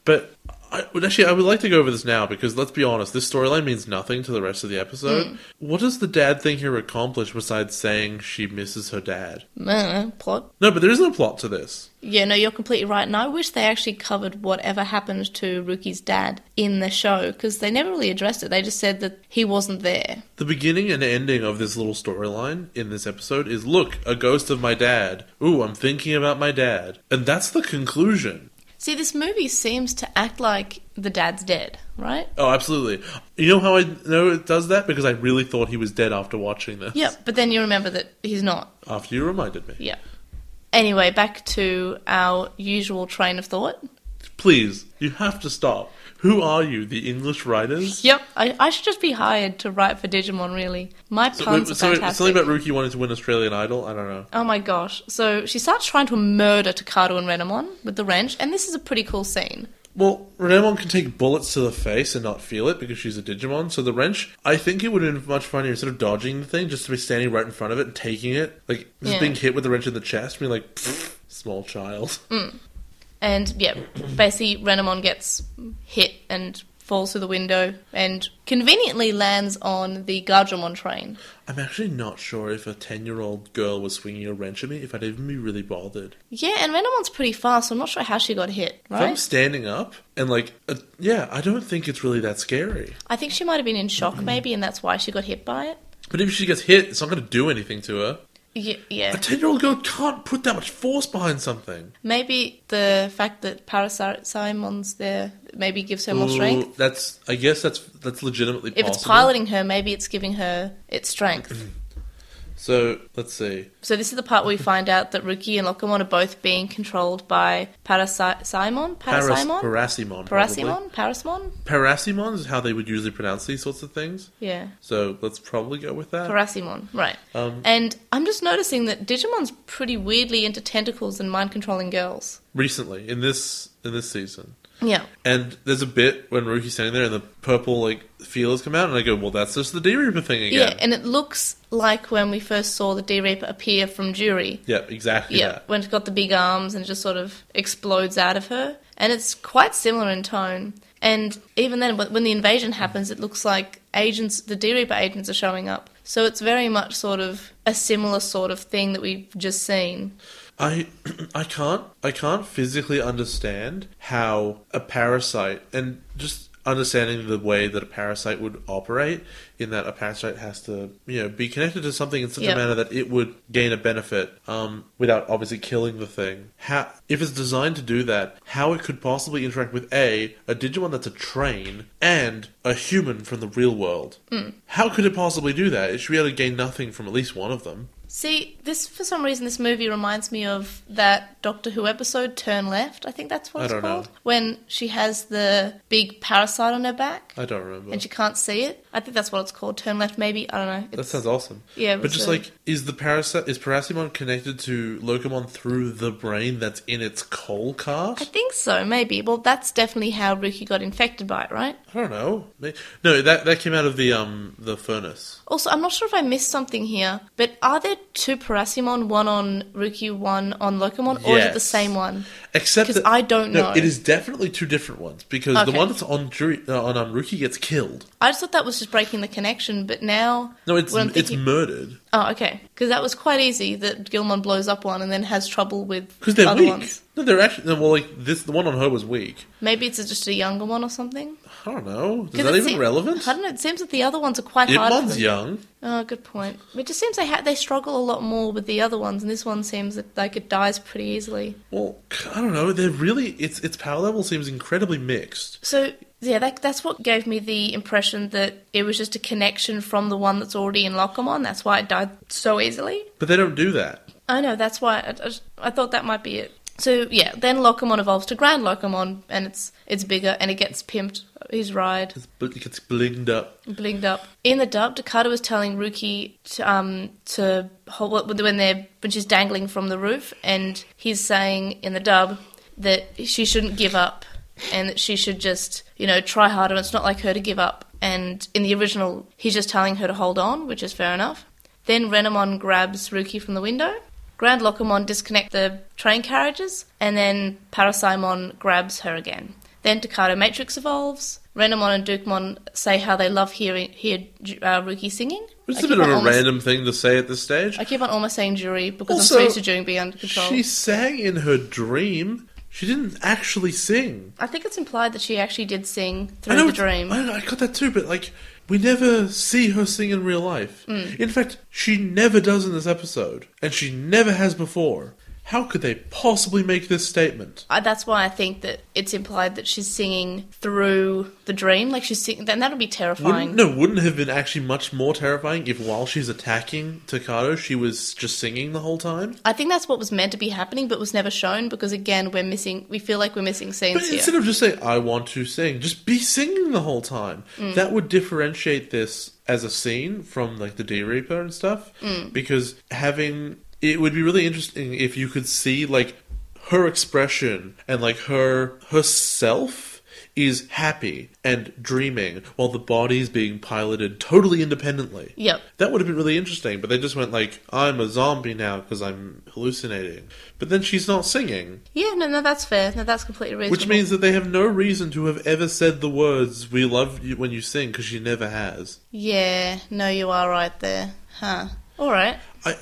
Speaker 3: But I, but actually, I would like to go over this now because let's be honest, this storyline means nothing to the rest of the episode. What does the dad thing here accomplish besides saying she misses her dad?
Speaker 2: Uh, plot.
Speaker 3: No, but there is no plot to this.
Speaker 2: Yeah, no, you're completely right. And I wish they actually covered whatever happened to Rookie's dad in the show because they never really addressed it. They just said that he wasn't there.
Speaker 3: The beginning and ending of this little storyline in this episode is look, a ghost of my dad. Ooh, I'm thinking about my dad. And that's the conclusion.
Speaker 2: See, this movie seems to act like the dad's dead, right?
Speaker 3: Oh, absolutely. You know how I know it does that? Because I really thought he was dead after watching this.
Speaker 2: Yeah, but then you remember that he's not.
Speaker 3: After you reminded me.
Speaker 2: Yeah. Anyway, back to our usual train of thought.
Speaker 3: Please, you have to stop. Who are you, the English writers?
Speaker 2: Yep, I, I should just be hired to write for Digimon, really. My puns
Speaker 3: So-
Speaker 2: are
Speaker 3: wait, sorry,
Speaker 2: fantastic.
Speaker 3: something about Ruki wanting to win Australian Idol? I don't know.
Speaker 2: Oh my gosh. So she starts trying to murder Takado and Renamon with the wrench, and this is a pretty cool scene.
Speaker 3: Well, Renamon can take bullets to the face and not feel it because she's a Digimon. So the wrench, I think it would have been much funnier instead of dodging the thing, just to be standing right in front of it and taking it, like just
Speaker 2: Yeah.
Speaker 3: being hit with the wrench in the chest, being like, "Pfft, small child.
Speaker 2: And yeah, basically Renamon gets hit and falls through the window and conveniently lands on the Gajamon train.
Speaker 3: I'm actually not sure if a ten-year-old girl was swinging a wrench at me if I'd even be really bothered.
Speaker 2: Yeah, and Renamon's pretty fast, so I'm not sure how she got hit,
Speaker 3: If I'm
Speaker 2: right?
Speaker 3: standing up and like, uh, yeah, I don't think it's really that scary.
Speaker 2: I think she might have been in shock maybe and that's why she got hit by it.
Speaker 3: But if she gets hit, it's not going to do anything to her.
Speaker 2: Yeah,
Speaker 3: A
Speaker 2: yeah.
Speaker 3: ten-year-old girl can't put that much force behind something.
Speaker 2: Maybe the fact that Parasaimon's there maybe gives her more
Speaker 3: Mm,
Speaker 2: strength.
Speaker 3: Ooh, that's. I guess that's that's legitimately
Speaker 2: If
Speaker 3: possible.
Speaker 2: it's piloting her, maybe it's giving her its strength.
Speaker 3: So let's see.
Speaker 2: so this is the part where we find out that Ruki and Lokomon are both being controlled by Parasimon?
Speaker 3: Paras-
Speaker 2: Parasimon?
Speaker 3: Parasimon. probably.
Speaker 2: Parasimon? Parasimon?
Speaker 3: Parasimon is how they would usually pronounce these sorts of things.
Speaker 2: Yeah.
Speaker 3: So let's probably go with that.
Speaker 2: Parasimon, right.
Speaker 3: Um,
Speaker 2: and I'm just noticing that Digimon's pretty weirdly into tentacles and mind controlling girls.
Speaker 3: Recently, in this in this season.
Speaker 2: Yeah.
Speaker 3: And there's a bit when Ruki's standing there and the purple like feelers come out, and I go, "Well, that's just the D Reaper thing
Speaker 2: Yeah,
Speaker 3: again."
Speaker 2: and it looks like when we first saw the D Reaper appear from Jury.
Speaker 3: Yeah, exactly.
Speaker 2: Yeah,
Speaker 3: that.
Speaker 2: when it's got the big arms and it just sort of explodes out of her. And it's quite similar in tone. And even then, when when the invasion happens, it looks like agents, the D Reaper agents, are showing up. So it's very much sort of a similar sort of thing that we've just seen.
Speaker 3: I I can't I can't physically understand how a parasite and just understanding the way that a parasite would operate in that a parasite has to you know be connected to something in such
Speaker 2: Yep.
Speaker 3: a manner that it would gain a benefit um, without obviously killing the thing how if it's designed to do that how it could possibly interact with a a digimon that's a train and a human from the real world
Speaker 2: Hmm.
Speaker 3: how could it possibly do that it should be able to gain nothing from at least one of them
Speaker 2: See, this for some reason, this movie reminds me of that Doctor Who episode, Turn Left. I think that's what
Speaker 3: I
Speaker 2: it's
Speaker 3: don't know.
Speaker 2: called. When she has the big parasite on her back
Speaker 3: I don't remember
Speaker 2: and she can't see it. I think that's what it's called. Turn Left, maybe. I don't know. It's,
Speaker 3: That sounds awesome.
Speaker 2: Yeah, it
Speaker 3: but
Speaker 2: was
Speaker 3: just
Speaker 2: a-
Speaker 3: like, is the parasite is Parasimon connected to Locomon through the brain that's in its coal
Speaker 2: I
Speaker 3: cart?
Speaker 2: think so, maybe. Well, that's definitely how Ruki got infected by it, right?
Speaker 3: I don't know. May- No, that that came out of the um the furnace.
Speaker 2: Also, I'm not sure if I missed something here, but are there two Parasimon, one on Ruki, one on Lokomon, or is it the
Speaker 3: Yes.
Speaker 2: same one?
Speaker 3: Except
Speaker 2: 'Cause
Speaker 3: that,
Speaker 2: I don't
Speaker 3: no,
Speaker 2: know.
Speaker 3: It is definitely two different ones because the
Speaker 2: Okay.
Speaker 3: one that's on jury, uh, on Amruki gets killed.
Speaker 2: I just thought that was just breaking the connection, but now
Speaker 3: No, it's
Speaker 2: when I'm
Speaker 3: it's
Speaker 2: thinking-
Speaker 3: murdered
Speaker 2: oh okay because that was quite easy that Gilmon blows up one and then has trouble with
Speaker 3: because they're
Speaker 2: other
Speaker 3: weak.
Speaker 2: ones.
Speaker 3: No, they're actually no, well like this. The one on her was weak.
Speaker 2: Maybe it's just a younger one or something.
Speaker 3: I don't know. Is
Speaker 2: 'Cause
Speaker 3: that
Speaker 2: it
Speaker 3: even
Speaker 2: seem-
Speaker 3: relevant?
Speaker 2: I don't know. It seems that the other ones are quite hard. for
Speaker 3: Ipmon's
Speaker 2: them.
Speaker 3: young.
Speaker 2: Oh, good point. It just seems they ha- they struggle a lot more with the other ones, and this one seems that like it dies pretty easily.
Speaker 3: Well, I don't know. They're really its its power level seems incredibly mixed.
Speaker 2: So yeah, that, that's what gave me the impression that it was just a connection from the one that's already in Locomon. That's why it died so easily.
Speaker 3: But they don't do that.
Speaker 2: I know that's why I, I just- I thought that might be it. So yeah, then Locomon evolves to Grand Locomon, and it's it's bigger and it gets pimped. His ride
Speaker 3: It's, but it gets blinged up.
Speaker 2: blinged up. In the dub, Takada was telling Ruki to, um, to hold when they're when she's dangling from the roof, and he's saying in the dub that she shouldn't give up, and that she should just you know try harder. It's not like her to give up. And in the original, he's just telling her to hold on, which is fair enough. Then Renamon grabs Ruki from the window. Grand Locomon disconnect the train carriages, and then Parasimon grabs her again. Then Takado Matrix evolves. Renamon and Dukemon say how they love hearing hear uh, Ruki singing.
Speaker 3: It's
Speaker 2: I
Speaker 3: a
Speaker 2: keep
Speaker 3: bit of
Speaker 2: on
Speaker 3: a
Speaker 2: almost-
Speaker 3: random thing to say at this stage.
Speaker 2: I keep on almost saying jury because
Speaker 3: Also,
Speaker 2: I'm so used to jury being under control.
Speaker 3: She sang in her dream. She didn't actually sing.
Speaker 2: I think it's implied that she actually did sing
Speaker 3: I
Speaker 2: through the
Speaker 3: it's-
Speaker 2: dream.
Speaker 3: I, know, I got that too, but like we never see her sing in real life.
Speaker 2: Mm.
Speaker 3: In fact, she never does in this episode, and she never has before. How could they possibly make this statement?
Speaker 2: I, that's why I think that it's implied that she's singing through the dream. Like she's singing, then that'll be terrifying.
Speaker 3: Wouldn't, no, wouldn't have been actually much more terrifying if while she's attacking Takato, she was just singing the whole time.
Speaker 2: I think that's what was meant to be happening, but was never shown because again, we're missing. We feel like we're missing
Speaker 3: But
Speaker 2: scenes here.
Speaker 3: instead of just saying "I want to sing," just be singing the whole time. That would differentiate this as a scene from like the D Reaper and stuff. Because having it would be really interesting if you could see like her expression and like her herself is happy and dreaming while the body's being piloted totally independently.
Speaker 2: Yep.
Speaker 3: That would have been really interesting, but they just went like, "I'm a zombie now because I'm hallucinating." But then she's not singing.
Speaker 2: yeah, no, no, that's fair. No, that's completely reasonable.
Speaker 3: Which means that they have no reason to have ever said the words "We love you" when you sing, because she never has.
Speaker 2: Yeah, no, you are right there. Huh. All right.
Speaker 3: I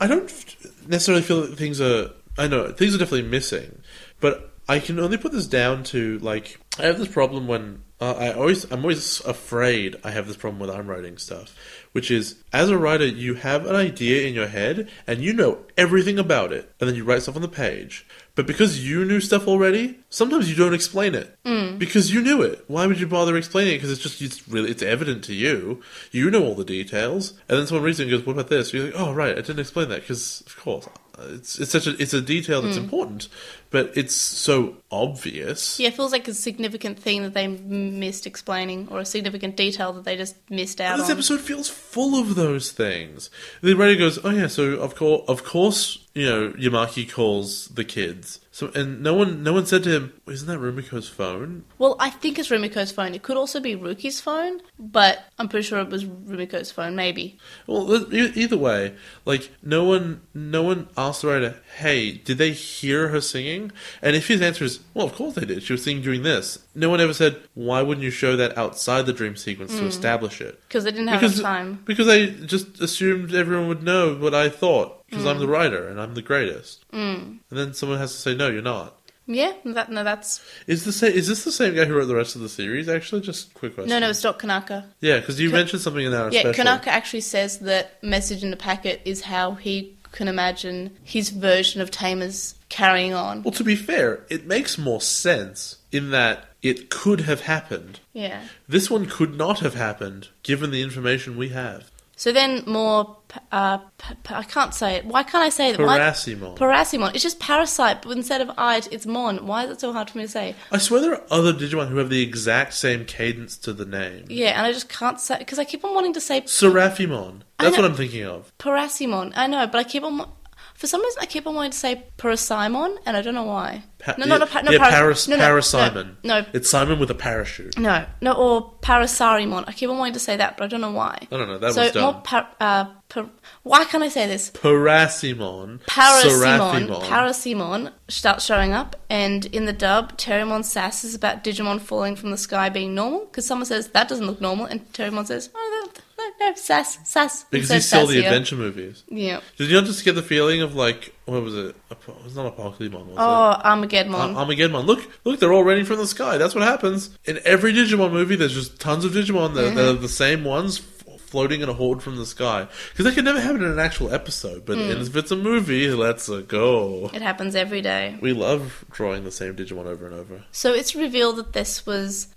Speaker 3: I don't f- necessarily feel that things are. I know things are definitely missing, but I can only put this down to like I have this problem when uh, I always I'm always afraid I have this problem when I'm writing stuff, which is as a writer you have an idea in your head and you know everything about it, and then you write stuff on the page. But because you knew stuff already, sometimes you don't explain it because you knew it. Why would you bother explaining it? Because it's just it's really it's evident to you. You know all the details, and then someone reads it and goes, "What about this?" You're like, "Oh right, I didn't explain that because of course uh, it's it's such a it's a detail that's important, but it's so obvious."
Speaker 2: Yeah, it feels like a significant thing that they m- missed explaining, or a significant detail that they just missed out
Speaker 3: This
Speaker 2: on.
Speaker 3: episode feels full of those things. The writer goes, "Oh yeah, so of course, of course, you know, Yamaki calls the kids." So and no one, no one said to him, "Isn't that Rumiko's phone?"
Speaker 2: Well, I think it's Rumiko's phone. It could also be Ruki's phone, but I'm pretty sure it was Rumiko's phone. Maybe.
Speaker 3: Well, th- e- either way, like no one, no one asked the writer, "Hey, did they hear her singing?" And if his answer is, "Well, of course they did. She was singing during this," no one ever said, "Why wouldn't you show that outside the dream sequence to establish it?"
Speaker 2: 'Cause they didn't have
Speaker 3: because,
Speaker 2: enough Hmm. time.
Speaker 3: Because I just assumed everyone would know what I thought because
Speaker 2: Hmm.
Speaker 3: I'm the writer and I'm the greatest. Mm. And then someone has to say, "No, you're not."
Speaker 2: Yeah. no, That no, that's
Speaker 3: Is the sa- is this the same guy who wrote the rest of the series? Actually, just quick question.
Speaker 2: no, no. It's Doc Kanaka.
Speaker 3: Yeah, because you mentioned something in that.
Speaker 2: Yeah,
Speaker 3: special.
Speaker 2: Kanaka actually says that message in the packet is how he can imagine his version of Tamers carrying on.
Speaker 3: Well, to be fair, it makes more sense in that it could have happened.
Speaker 2: Yeah.
Speaker 3: This one could not have happened, given the information we have.
Speaker 2: So then more, p- uh, p- p- I can't say it. Why can't I say it? Why-
Speaker 3: Parasimon.
Speaker 2: Parasimon. It's just parasite, but instead of I, it's mon. Why is it so hard for me to say?
Speaker 3: I swear there are other Digimon who have the exact same cadence to the name.
Speaker 2: Yeah, and I just can't say because I keep on wanting to say
Speaker 3: Seraphimon.
Speaker 2: I
Speaker 3: That's
Speaker 2: know-
Speaker 3: what I'm thinking of.
Speaker 2: Parasimon. I know, but I keep on. wa- I For some reason, I keep on wanting to say Parasimon, and I don't know why.
Speaker 3: Pa-
Speaker 2: no, not a pa- no,
Speaker 3: yeah,
Speaker 2: para-
Speaker 3: Paris,
Speaker 2: no, no,
Speaker 3: Parasimon.
Speaker 2: No, no,
Speaker 3: It's Simon with a parachute.
Speaker 2: no, no, or Parasarimon. I keep on wanting to say that, but I don't know why.
Speaker 3: I don't know, that
Speaker 2: so
Speaker 3: was dumb.
Speaker 2: more par- uh, par- why can't I say this?
Speaker 3: Parasimon.
Speaker 2: Parasimon,
Speaker 3: Seraphimon.
Speaker 2: Parasimon starts showing up, and in the dub, Terrymon sasses about Digimon falling from the sky being normal because someone says that doesn't look normal, and Terrymon says, "Oh, that, no, no, sass, sass."
Speaker 3: because
Speaker 2: he
Speaker 3: he
Speaker 2: says
Speaker 3: saw the
Speaker 2: sassier.
Speaker 3: adventure movies.
Speaker 2: Yeah.
Speaker 3: Did you not just get the feeling of like what was it? Apo- It was not Apocalypse, was it?
Speaker 2: Oh, Armageddon.
Speaker 3: Ar- Armageddon. Look, look, they're all raining from the sky. That's what happens in every Digimon movie. There's just tons of Digimon that, that are the same ones f- floating in a horde from the sky. Because that could never happen in an actual episode, but in, if it's a movie, let's uh, go.
Speaker 2: it happens every day.
Speaker 3: We love drawing the same Digimon over and over.
Speaker 2: So it's revealed that this was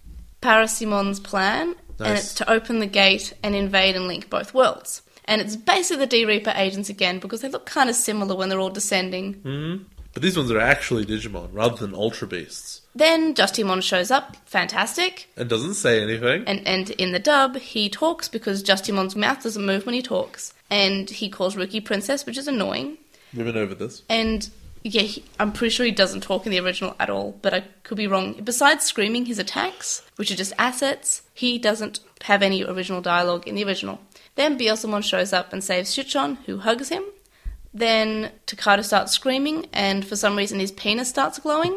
Speaker 2: Parasimon's plan, and
Speaker 3: Nice.
Speaker 2: it's to open the gate and invade and link both worlds. And it's basically the D Reaper agents again because they look kind of similar when they're all descending.
Speaker 3: But these ones are actually Digimon rather than Ultra Beasts.
Speaker 2: Then Justimon shows up, fantastic.
Speaker 3: And doesn't say anything.
Speaker 2: And and in the dub, he talks because Justimon's mouth doesn't move when he talks, and he calls Rookie Princess, which is annoying.
Speaker 3: We've been over this.
Speaker 2: And yeah, he, I'm pretty sure he doesn't talk in the original at all, but I could be wrong. Besides screaming his attacks, which are just assets, he doesn't have any original dialogue in the original. Then Beelzemon shows up and saves Shichon, who hugs him. Then Takada starts screaming, and for some reason his penis starts glowing.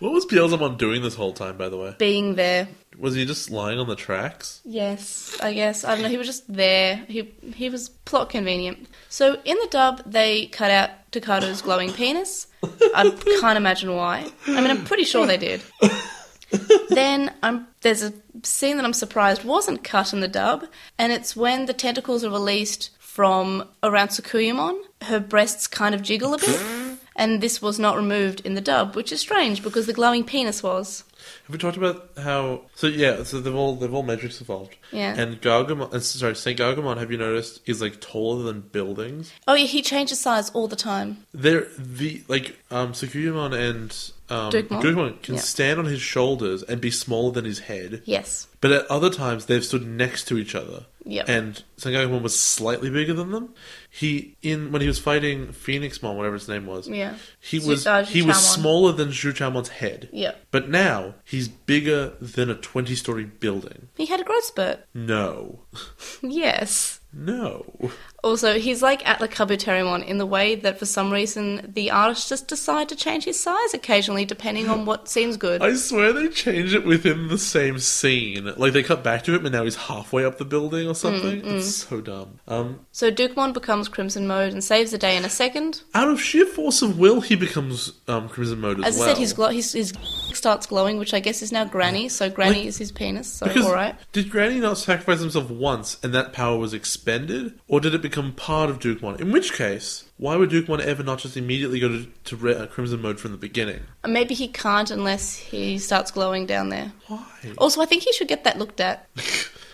Speaker 3: What was Beelzemon doing this whole time, by the way?
Speaker 2: Being there,
Speaker 3: Was he just lying on the tracks?
Speaker 2: Yes, I guess. I don't know. He was just there. He he was plot convenient. So in the dub, they cut out Takado's glowing penis. I can't imagine why. I mean, I'm pretty sure they did. Then I'm, there's a scene that I'm surprised wasn't cut in the dub, and it's when the tentacles are released from around Tsukuyamon. Her breasts kind of jiggle a bit, and this was not removed in the dub, which is strange because the glowing penis was.
Speaker 3: Have we talked about how? So yeah, so they've all they've all Matrix evolved.
Speaker 2: Yeah.
Speaker 3: And Gargamon, uh, sorry, Saint Gargamon. Have you noticed is like taller than buildings?
Speaker 2: Oh yeah, he changes size all the time.
Speaker 3: They're the like um Sakuyamon and um,
Speaker 2: Digimon?
Speaker 3: Digimon can
Speaker 2: Yeah.
Speaker 3: stand on his shoulders and be smaller than his head.
Speaker 2: Yes.
Speaker 3: But at other times, they've stood next to each other.
Speaker 2: Yep.
Speaker 3: And Sengokumon was slightly bigger than them. He in when he was fighting Phoenixmon, whatever its name was.
Speaker 2: Yeah.
Speaker 3: He
Speaker 2: Zhu-
Speaker 3: was
Speaker 2: uh,
Speaker 3: he was
Speaker 2: Zhuchaomon.
Speaker 3: smaller than Zhuchamon's head.
Speaker 2: Yep.
Speaker 3: But now he's bigger than a twenty-story building.
Speaker 2: He had a growth spurt.
Speaker 3: No,
Speaker 2: Yes.
Speaker 3: no.
Speaker 2: Also, he's like Atlakabu Terrymon in the way that for some reason the artists just decide to change his size occasionally depending on what seems good.
Speaker 3: I swear they change it within the same scene. Like they cut back to him, and now he's halfway up the building or
Speaker 2: Mm,
Speaker 3: something. It's so dumb. Um,
Speaker 2: So Dukemon becomes Crimson Mode and saves the day in a second.
Speaker 3: out of sheer force of will, he becomes um, Crimson Mode as,
Speaker 2: As
Speaker 3: well.
Speaker 2: I said, his, glow- his, his starts glowing, which I guess is now Granny, so Granny
Speaker 3: Like-
Speaker 2: is his penis, so
Speaker 3: Because
Speaker 2: alright.
Speaker 3: did Granny not sacrifice himself once and that power was expended? Or did it become part of Duke 1? In which case, why would Duke 1 ever not just immediately go to, to re- uh, Crimson Mode from the beginning?
Speaker 2: Uh, Maybe he can't unless he starts glowing down there.
Speaker 3: Why?
Speaker 2: Also, I think he should get that looked at.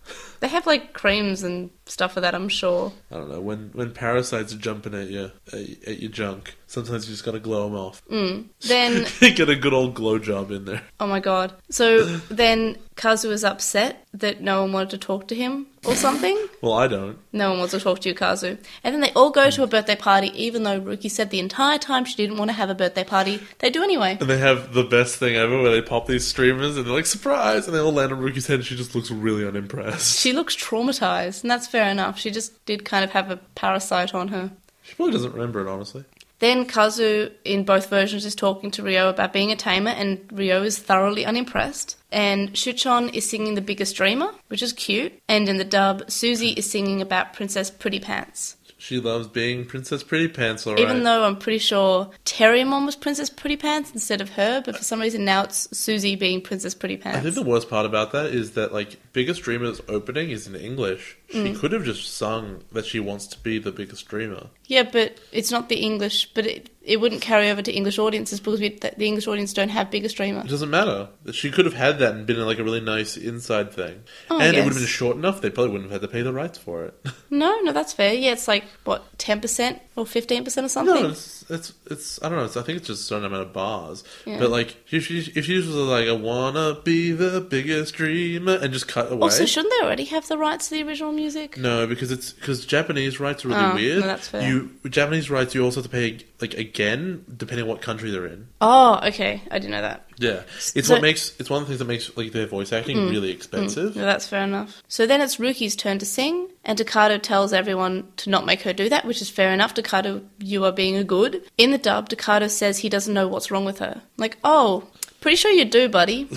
Speaker 2: they have like creams and stuff for that, I'm sure.
Speaker 3: I don't know. When when parasites are jumping at you, at, y- at your junk, sometimes you just gotta glow them off.
Speaker 2: Mm. Then
Speaker 3: Get a good old glow job in there.
Speaker 2: Oh my god. So then Kazu is upset that no one wanted to talk to him or something.
Speaker 3: Well, I don't.
Speaker 2: No one wants to talk to you, Kazu. And then they all go to a birthday party, even though Ruki said the entire time she didn't want to have a birthday party. They do anyway.
Speaker 3: And they have the best thing ever where they pop these streamers and they're like, surprise! And they all land on Rookie's head and she just looks really unimpressed.
Speaker 2: She looks traumatized, and that's fair enough. She just did kind of have a parasite on her.
Speaker 3: She probably doesn't remember it, honestly.
Speaker 2: Then Kazu, in both versions, is talking to Ryo about being a tamer, and Ryo is thoroughly unimpressed. And Shuchon is singing The Biggest Dreamer, which is cute. And in the dub, Susie is singing about Princess Pretty Pants.
Speaker 3: She loves being Princess Pretty Pants, alright.
Speaker 2: Even though I'm pretty sure Terrymon was Princess Pretty Pants instead of her, but for some reason now it's Susie being Princess Pretty
Speaker 3: I think
Speaker 2: Pants.
Speaker 3: the worst part about that is that like biggest dreamer's opening is in English. She
Speaker 2: Mm.
Speaker 3: could have just sung that she wants to be the biggest dreamer.
Speaker 2: Yeah, but it's not the English, but it, it wouldn't carry over to English audiences because we, the the English audience don't have big
Speaker 3: It
Speaker 2: streamers.
Speaker 3: doesn't matter. She could have had that and been like a really nice inside thing.
Speaker 2: Oh,
Speaker 3: and it
Speaker 2: yes.
Speaker 3: would have been short enough, they probably wouldn't have had to pay the rights for it.
Speaker 2: No, no, that's fair. Yeah, it's like what ten percent or fifteen percent or something.
Speaker 3: no, it's, it's, it's, I don't know, it's, I think it's just a certain amount of bars.
Speaker 2: Yeah.
Speaker 3: But like, if she, if she was like, I wanna be the biggest dreamer, and just cut away.
Speaker 2: also, shouldn't they already have the rights to the original music?
Speaker 3: No, because it's because Japanese rights are really
Speaker 2: Oh, no,
Speaker 3: weird.
Speaker 2: that's fair.
Speaker 3: You Japanese rights, you also have to pay like again depending on what country they're in.
Speaker 2: Oh, okay, I didn't know that.
Speaker 3: Yeah, it's
Speaker 2: So- Mm.
Speaker 3: what makes it's one of the things that makes like their voice acting really expensive.
Speaker 2: No, that's fair enough. So then it's Ruki's turn to sing, and Dakado tells everyone to not make her do that, which is fair enough. Dakado, you are being a good. In the dub, Dakado says he doesn't know what's wrong with her. Like, oh, pretty sure you do, buddy.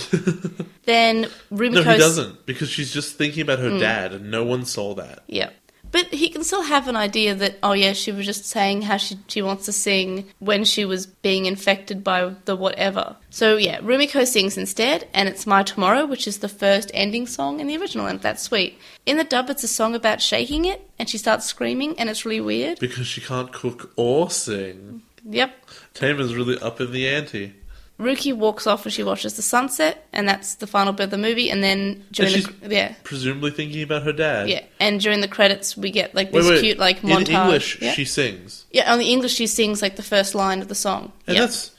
Speaker 2: then Rumiko.
Speaker 3: No, he doesn't because she's just thinking about
Speaker 2: Mm.
Speaker 3: her dad, and no one saw that.
Speaker 2: Yeah. But he can still have an idea that, oh, yeah, she was just saying how she, she wants to sing when she was being infected by the whatever. So, yeah, Rumiko sings instead, and it's My Tomorrow, which is the first ending song in the original, and that's sweet. In the dub, it's a song about shaking it, and she starts screaming, and it's really weird.
Speaker 3: Because she can't cook or sing.
Speaker 2: Yep.
Speaker 3: Tamer's really up in the ante.
Speaker 2: Ruki walks off when she watches the sunset, and that's the final bit of the movie, and then during
Speaker 3: And
Speaker 2: the. Yeah.
Speaker 3: Presumably thinking about her dad.
Speaker 2: Yeah, and during the credits, we get like
Speaker 3: Wait,
Speaker 2: this
Speaker 3: wait.
Speaker 2: cute like
Speaker 3: in
Speaker 2: montage.
Speaker 3: English,
Speaker 2: yeah.
Speaker 3: she sings.
Speaker 2: Yeah, only English she sings like the first line of the song.
Speaker 3: And
Speaker 2: Yep.
Speaker 3: Oh, that's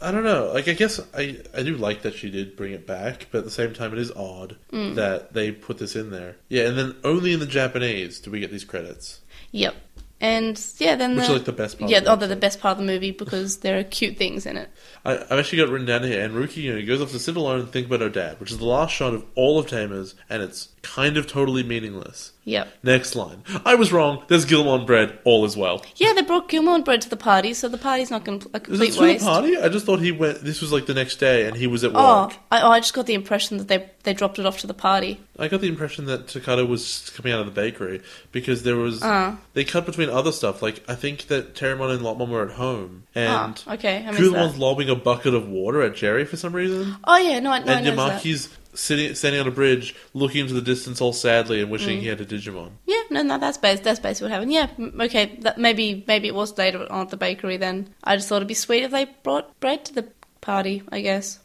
Speaker 3: I don't know. Like I guess I I do like that she did bring it back, but at the same time it is odd
Speaker 2: Mm.
Speaker 3: that they put this in there. Yeah, and then only in the Japanese do we get these credits.
Speaker 2: Yep. And yeah, then
Speaker 3: Which
Speaker 2: the,
Speaker 3: is, like, the best part
Speaker 2: Yeah,
Speaker 3: of the
Speaker 2: oh, they're the
Speaker 3: episode.
Speaker 2: best part of the movie because there are cute things in it.
Speaker 3: I, I've actually got written down here, and Ruki you know, goes off to sit alone and think about her dad, which is the last shot of all of Tamers, and it's kind of totally meaningless.
Speaker 2: Yep.
Speaker 3: Next line. I was wrong. There's Gilmon bread. All is well.
Speaker 2: Yeah, they brought Gilmore and Bread to the party, so the party's not com- a
Speaker 3: Is it
Speaker 2: complete
Speaker 3: to the
Speaker 2: waste.
Speaker 3: party? I just thought he went. This was like the next day, and he was at
Speaker 2: Oh,
Speaker 3: work.
Speaker 2: I, oh, I just got the impression that they they dropped it off to the party.
Speaker 3: I got the impression that Takata was coming out of the bakery because there was
Speaker 2: Oh.
Speaker 3: they cut between other stuff. Like I think that Terramon and Lotmon were at home, and
Speaker 2: Ah, okay, I missed
Speaker 3: Guilmon's
Speaker 2: that.
Speaker 3: lobbing a bucket of water at Jerry for some reason,
Speaker 2: Oh yeah, no, I, no, I
Speaker 3: and
Speaker 2: noticed that.
Speaker 3: Yamaki's sitting standing on a bridge, looking into the distance all sadly and
Speaker 2: Mm.
Speaker 3: wishing he had a Digimon.
Speaker 2: Yeah, no, no, that's based. That's basically what happened. Yeah, m- okay, that maybe maybe it was later on at the bakery. Then I just thought it'd be sweet if they brought bread to the party. I guess.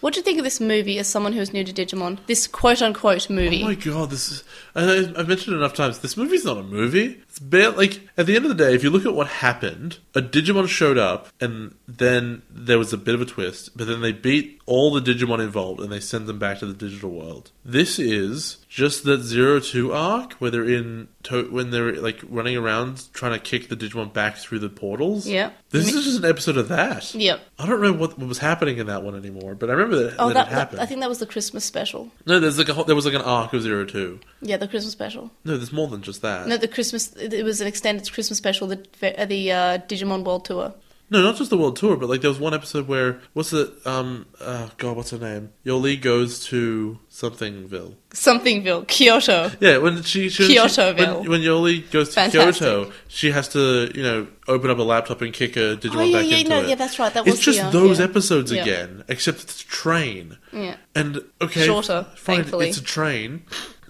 Speaker 2: what do you think of this movie as someone who's new to Digimon? This quote unquote movie.
Speaker 3: Oh my god, this is. and I, I've mentioned it enough times. This movie's not a movie. It's bare, like at the end of the day, if you look at what happened, a Digimon showed up, and then there was a bit of a twist. But then they beat all the Digimon involved, and they send them back to the digital world. This is just that Zero Two arc where they're in to- when they're like running around trying to kick the Digimon back through the portals.
Speaker 2: Yeah.
Speaker 3: this
Speaker 2: Me-
Speaker 3: is just an episode of that.
Speaker 2: Yep.
Speaker 3: I don't know what, what was happening in that one anymore, but I remember that,
Speaker 2: Oh,
Speaker 3: that,
Speaker 2: that,
Speaker 3: it happened.
Speaker 2: I think that was the Christmas special.
Speaker 3: no, there's like a whole, there was like an arc of Zero Two.
Speaker 2: Yeah, the Christmas special.
Speaker 3: No, there's more than just that.
Speaker 2: No,
Speaker 3: No,
Speaker 2: the Christmas. It was an extended Christmas special. The uh, the uh, Digimon World Tour.
Speaker 3: not just the world tour, but like there was one episode where what's the um oh god, what's her name? Yoli goes to somethingville.
Speaker 2: Somethingville, Kyoto.
Speaker 3: Yeah, when she, she, she-
Speaker 2: Kyotoville.
Speaker 3: when, when Yoli goes to
Speaker 2: Fantastic.
Speaker 3: Kyoto, she has to you know open up a laptop and kick a Digimon
Speaker 2: Oh, yeah,
Speaker 3: back
Speaker 2: yeah,
Speaker 3: into
Speaker 2: no,
Speaker 3: it.
Speaker 2: yeah, that's right, that
Speaker 3: it's
Speaker 2: was the
Speaker 3: just
Speaker 2: arc,
Speaker 3: those
Speaker 2: yeah.
Speaker 3: episodes
Speaker 2: Yeah.
Speaker 3: again, except it's a train.
Speaker 2: Yeah.
Speaker 3: and okay,
Speaker 2: Shorter,
Speaker 3: fine,
Speaker 2: thankfully.
Speaker 3: it's a train.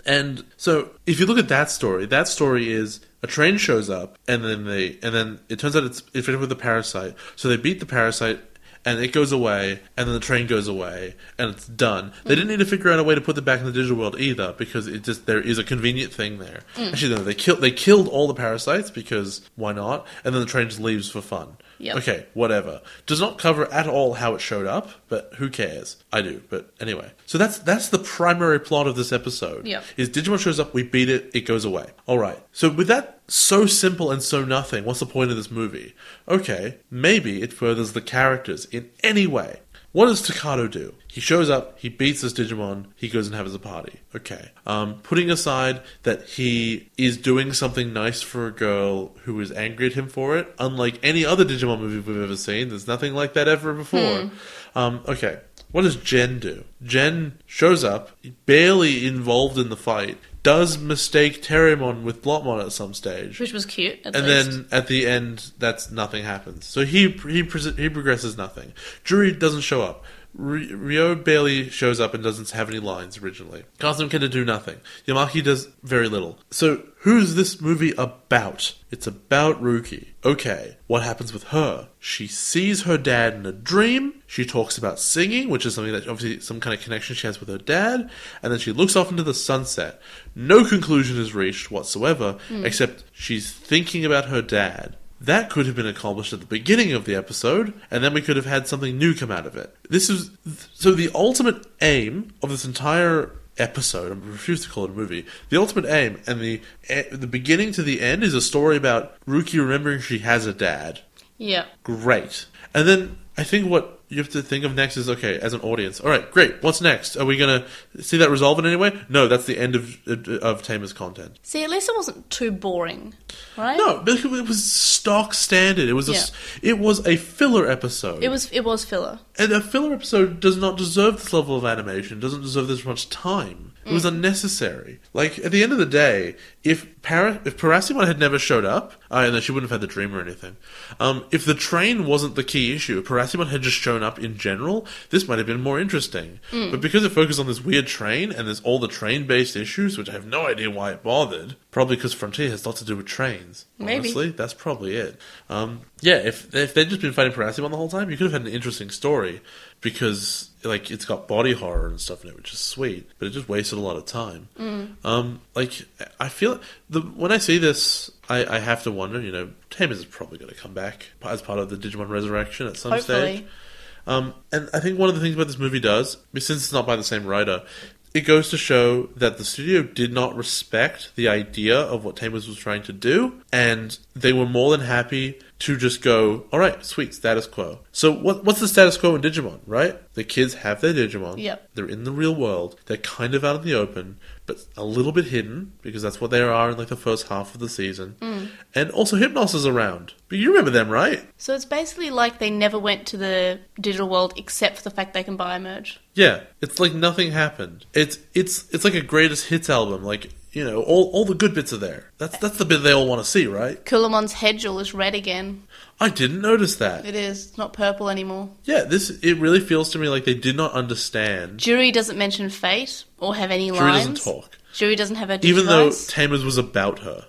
Speaker 3: And so, if you look at that story, that story is a train shows up, and then they, and then it turns out it's infected with a parasite. So they beat the parasite, and it goes away, and then the train goes away, and it's done. They didn't need to figure out a way to put them back in the digital world either, because it just there is a convenient thing there. Actually, no, they killed they killed all the parasites because why not? And then the train just leaves for fun.
Speaker 2: Yep.
Speaker 3: Okay, whatever. Does not cover at all how it showed up, but who cares? I do, but anyway. So that's that's the primary plot of this episode.
Speaker 2: Yep.
Speaker 3: Is Digimon shows up, we beat it, it goes away. Alright. So with that so simple and so nothing, what's the point of this movie? Okay, maybe it furthers the characters in any way. What does Takato do? He shows up, he beats this Digimon, he goes and has a party. Okay. Um, putting aside that he is doing something nice for a girl who is angry at him for it, unlike any other Digimon movie we've ever seen, there's nothing like that ever before. Um, okay. What does Jen do? Jen shows up, barely involved in the fight, does mistake Terramon with Blotmon at some stage
Speaker 2: Which was cute. At
Speaker 3: and
Speaker 2: least.
Speaker 3: then at the end, that's nothing happens. So he he pres- he progresses nothing. Druid doesn't show up. Ry- Ryo barely shows up and doesn't have any lines originally. Kazuma can do nothing. Yamaki does very little. So who's this movie about? It's about Ruki. Okay, what happens with her? She sees her dad in a dream. She talks about singing, which is something that obviously some kind of connection she has with her dad, and then she looks off into the sunset. No conclusion is reached whatsoever, except she's thinking about her dad. That could have been accomplished at the beginning of the episode, and then we could have had something new come out of it. This is so the ultimate aim of this entire episode. I refuse to call it a movie. The ultimate aim and the eh, the beginning to the end is a story about Ruki remembering she has a dad.
Speaker 2: Yeah.
Speaker 3: Great. And then I think what you have to think of next is okay as an audience. All right, great. What's next? Are we gonna see that resolve in any way? No, that's the end of of Tamer's content.
Speaker 2: See, at least it wasn't too boring, right?
Speaker 3: No, but it was stock standard. It was a,
Speaker 2: Yeah.
Speaker 3: it was a filler episode.
Speaker 2: It was it was filler.
Speaker 3: and a filler episode does not deserve this level of animation. Doesn't deserve this much time. It was unnecessary. Like at the end of the day, if Para- if Parasimon had never showed up, uh, and then she wouldn't have had the dream or anything. Um, if the train wasn't the key issue, if Parasimon had just shown up in general, this might have been more interesting. But because it focused on this weird train and there's all the train-based issues, which I have no idea why it bothered. Probably because Frontier has lots to do with trains.
Speaker 2: Maybe.
Speaker 3: Honestly, that's probably it. Um, yeah, if if they'd just been fighting Parasimon the whole time, you could have had an interesting story because like it's got body horror and stuff in it, which is sweet, but it just wasted a lot of time. Um, like I feel the when I see this, I, I have to wonder. You know, Tamers is probably going to come back as part of the Digimon Resurrection at some
Speaker 2: Hopefully.
Speaker 3: stage. Um, and I think one of the things about this movie does, since it's not by the same writer, it goes to show that the studio did not respect the idea of what Tamers was trying to do, and they were more than happy to just go, all right, sweet, status quo. So what, what's the status quo in Digimon, right? The kids have their Digimon.
Speaker 2: Yep.
Speaker 3: They're in the real world. They're kind of out in the open, but a little bit hidden because that's what they are in like the first half of the season. And also Hypnos is around. But you remember them, right?
Speaker 2: So it's basically like they never went to the digital world except for the fact they can buy a merge.
Speaker 3: Yeah, it's like nothing happened. It's it's it's like a greatest hits album. Like you know, all all the good bits are there. That's that's the bit they all want to see, right?
Speaker 2: Kulamon's hedgel is red again.
Speaker 3: I didn't notice that.
Speaker 2: It is. It's not purple anymore.
Speaker 3: Yeah, this it really feels to me like they did not understand.
Speaker 2: Jury doesn't mention fate or have any
Speaker 3: Jury
Speaker 2: lines.
Speaker 3: doesn't talk,
Speaker 2: Jury doesn't have a
Speaker 3: even though
Speaker 2: device.
Speaker 3: Tamers was about her,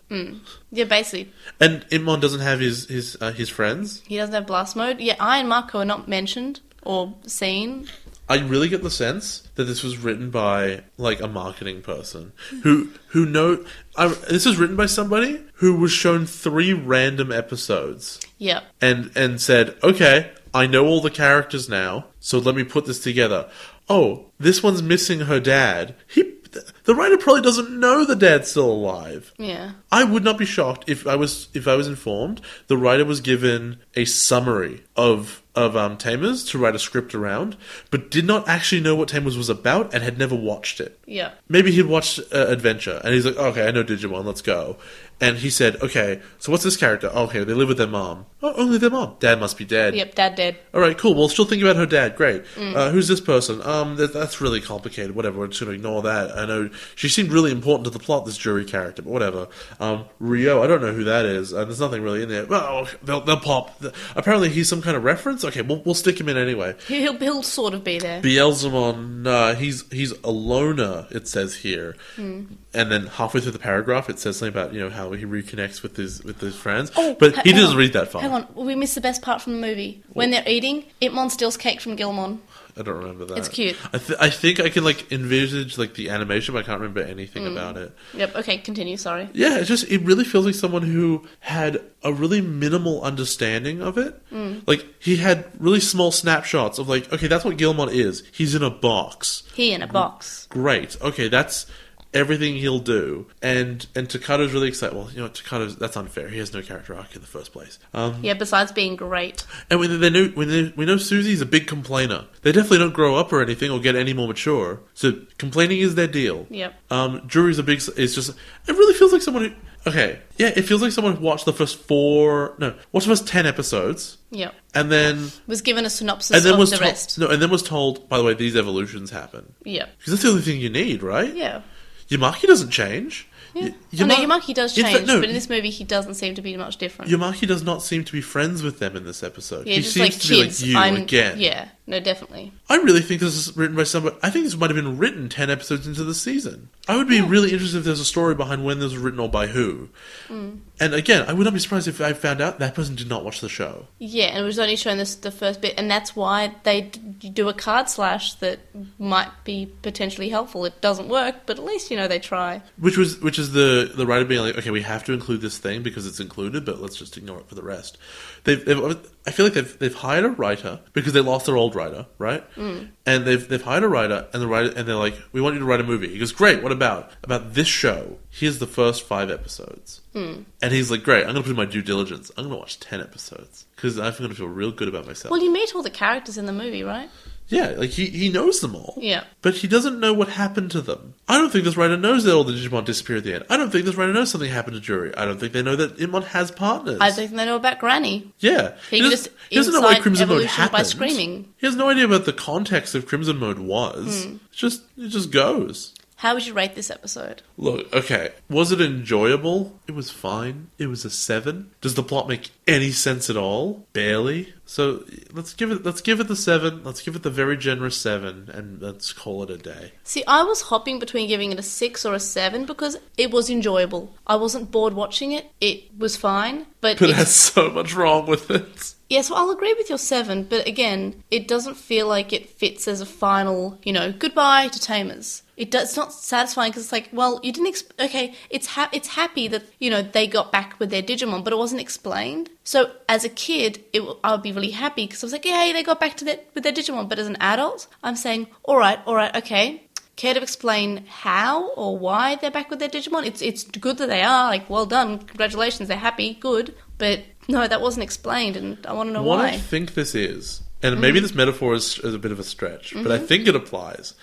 Speaker 2: yeah, basically.
Speaker 3: and Inmon doesn't have his his uh, his friends.
Speaker 2: He doesn't have blast mode. Yeah, I and Marco are not mentioned or seen.
Speaker 3: I really get the sense that this was written by like a marketing person who who know. I, this was written by somebody who was shown three random episodes.
Speaker 2: Yeah.
Speaker 3: and and said, "Okay, I know all the characters now, so let me put this together." Oh, this one's missing her dad. He, th- the writer probably doesn't know the dad's still alive.
Speaker 2: Yeah.
Speaker 3: I would not be shocked if I was if I was informed the writer was given a summary of of um, Tamers to write a script around, but did not actually know what Tamers was about and had never watched it.
Speaker 2: Yeah.
Speaker 3: Maybe he'd watched uh, Adventure and he's like, okay, I know Digimon, let's go. And he said, okay, so what's this character? Oh, okay, they live with their mom. Oh, only their mom. Dad must be dead.
Speaker 2: Yep, dad dead.
Speaker 3: All right, cool. Well, she'll think about her dad. Great. Uh, who's this person? Um, that, that's really complicated. Whatever. We're just going to ignore that. I know she seemed really important to the plot, this jury character, but whatever. Um, Rio, I don't know who that is. Uh, there's nothing really in there. Well, they'll, they'll pop. Apparently, he's some kind of reference. Okay, we'll, we'll stick him in anyway.
Speaker 2: He- He'll, he'll sort of be there.
Speaker 3: Beelzemon, nah, he's he's a loner. It says here,
Speaker 2: Hmm.
Speaker 3: and then halfway through the paragraph, it says something about you know how he reconnects with his with his friends. but
Speaker 2: h-
Speaker 3: he
Speaker 2: Oh, hang
Speaker 3: doesn't
Speaker 2: on.
Speaker 3: read that far.
Speaker 2: Hang on, we missed the best part from the movie. When they're eating, Itmon steals cake from Gilmon.
Speaker 3: I don't remember that.
Speaker 2: It's cute.
Speaker 3: I, th- I think I can like envisage like the animation, but I can't remember anything
Speaker 2: Hmm.
Speaker 3: about it.
Speaker 2: Yep, okay, continue, sorry.
Speaker 3: Yeah, it just it really feels like someone who had a really minimal understanding of it.
Speaker 2: Hmm.
Speaker 3: Like he had really small snapshots of like, okay, that's what Gilmon is. He's in a box.
Speaker 2: He in a box.
Speaker 3: great. Okay, that's everything he'll do. And and Takato's really excited. Well, you know, Takato's that's unfair. He has no character arc in the first place. Um,
Speaker 2: Yeah, besides being great.
Speaker 3: and when they know when they, we know Susie's a big complainer. They definitely don't grow up or anything or get any more mature. So complaining is their deal.
Speaker 2: Yep.
Speaker 3: Um, Jury's a big. It's just. It really feels like someone who. Okay. Yeah, it feels like someone who watched the first four. No, watched the first ten episodes.
Speaker 2: Yep.
Speaker 3: And then,
Speaker 2: Was given a synopsis
Speaker 3: and then
Speaker 2: of
Speaker 3: was
Speaker 2: the
Speaker 3: told,
Speaker 2: rest.
Speaker 3: no, and then was told. By the way, these evolutions happen
Speaker 2: Yep.
Speaker 3: because that's the only thing you need, right?
Speaker 2: Yeah.
Speaker 3: Yamaki doesn't change.
Speaker 2: Yeah.
Speaker 3: Y-
Speaker 2: oh, no,
Speaker 3: Yama-
Speaker 2: Yamaki does
Speaker 3: in
Speaker 2: change,
Speaker 3: fact, no,
Speaker 2: but in this movie he doesn't seem to be much different.
Speaker 3: Yamaki does not seem to be friends with them in this episode.
Speaker 2: yeah,
Speaker 3: he
Speaker 2: just
Speaker 3: seems
Speaker 2: like
Speaker 3: to
Speaker 2: kids.
Speaker 3: be like you
Speaker 2: I'm,
Speaker 3: again.
Speaker 2: Yeah, no, definitely.
Speaker 3: I really think this is written by somebody. I think this might have been written 10 episodes into the season. I would be really interested if there's a story behind when this was written or by who.
Speaker 2: Mm.
Speaker 3: And again, I would not be surprised if I found out that person did not watch the show.
Speaker 2: Yeah, and it was only shown this the first bit, and that's why they d- do a card slash that might be potentially helpful. It doesn't work, but at least you know they try.
Speaker 3: Which was which is the the writer being like, okay, we have to include this thing because it's included, but let's just ignore it for the rest. They've, they've I feel like they've they've hired a writer because they lost their old writer, right? Mm. And they've they've hired a writer, and the writer and they're like, we want you to write a movie. He goes, great. What about about this show? Here's the first five episodes, mm. and he's like, great. I'm gonna put in my due diligence. I'm gonna watch ten episodes because I'm gonna feel real good about myself.
Speaker 2: Well, you meet all the characters in the movie, right?
Speaker 3: Yeah, like he, he knows them all.
Speaker 2: Yeah.
Speaker 3: But he doesn't know what happened to them. I don't think this writer knows that all the Digimon disappear at the end. I don't think this writer knows something happened to Jury. I don't think they know that Immon has partners.
Speaker 2: I don't think they know about Granny.
Speaker 3: yeah.
Speaker 2: He
Speaker 3: doesn't-
Speaker 2: just
Speaker 3: he doesn't know why
Speaker 2: inside
Speaker 3: Crimson Mode
Speaker 2: evolution by
Speaker 3: happened.
Speaker 2: screaming. Hmm.
Speaker 3: He has no idea about the context of Crimson Mode was. It's just it just goes.
Speaker 2: How would you rate this episode?
Speaker 3: Look, okay. Was it enjoyable? It was fine. It was a seven. Does the plot make any sense at all? Barely. So let's give it let's give it the seven. Let's give it the very generous seven and let's call it a day.
Speaker 2: See, I was hopping between giving it a six or a seven because it was enjoyable. I wasn't bored watching it. It was fine, but,
Speaker 3: but it
Speaker 2: it's-
Speaker 3: has so much wrong with it.
Speaker 2: Yes, well, I'll agree with your seven, but again, it doesn't feel like it fits as a final, you know, goodbye to Tamers. It does, it's not satisfying because it's like, well, you didn't. Exp- okay, it's ha- it's happy that you know they got back with their Digimon, but it wasn't explained. So as a kid, it w- I would be really happy because I was like, yay, they got back to their with their Digimon. But as an adult, I'm saying, all right, all right, okay, care to explain how or why they're back with their Digimon? It's it's good that they are. Like, well done, congratulations, they're happy, good. But no, that wasn't explained, and I want to know
Speaker 3: What I
Speaker 2: why.
Speaker 3: think this is, and maybe this metaphor is, is a bit of a stretch, but I think it applies.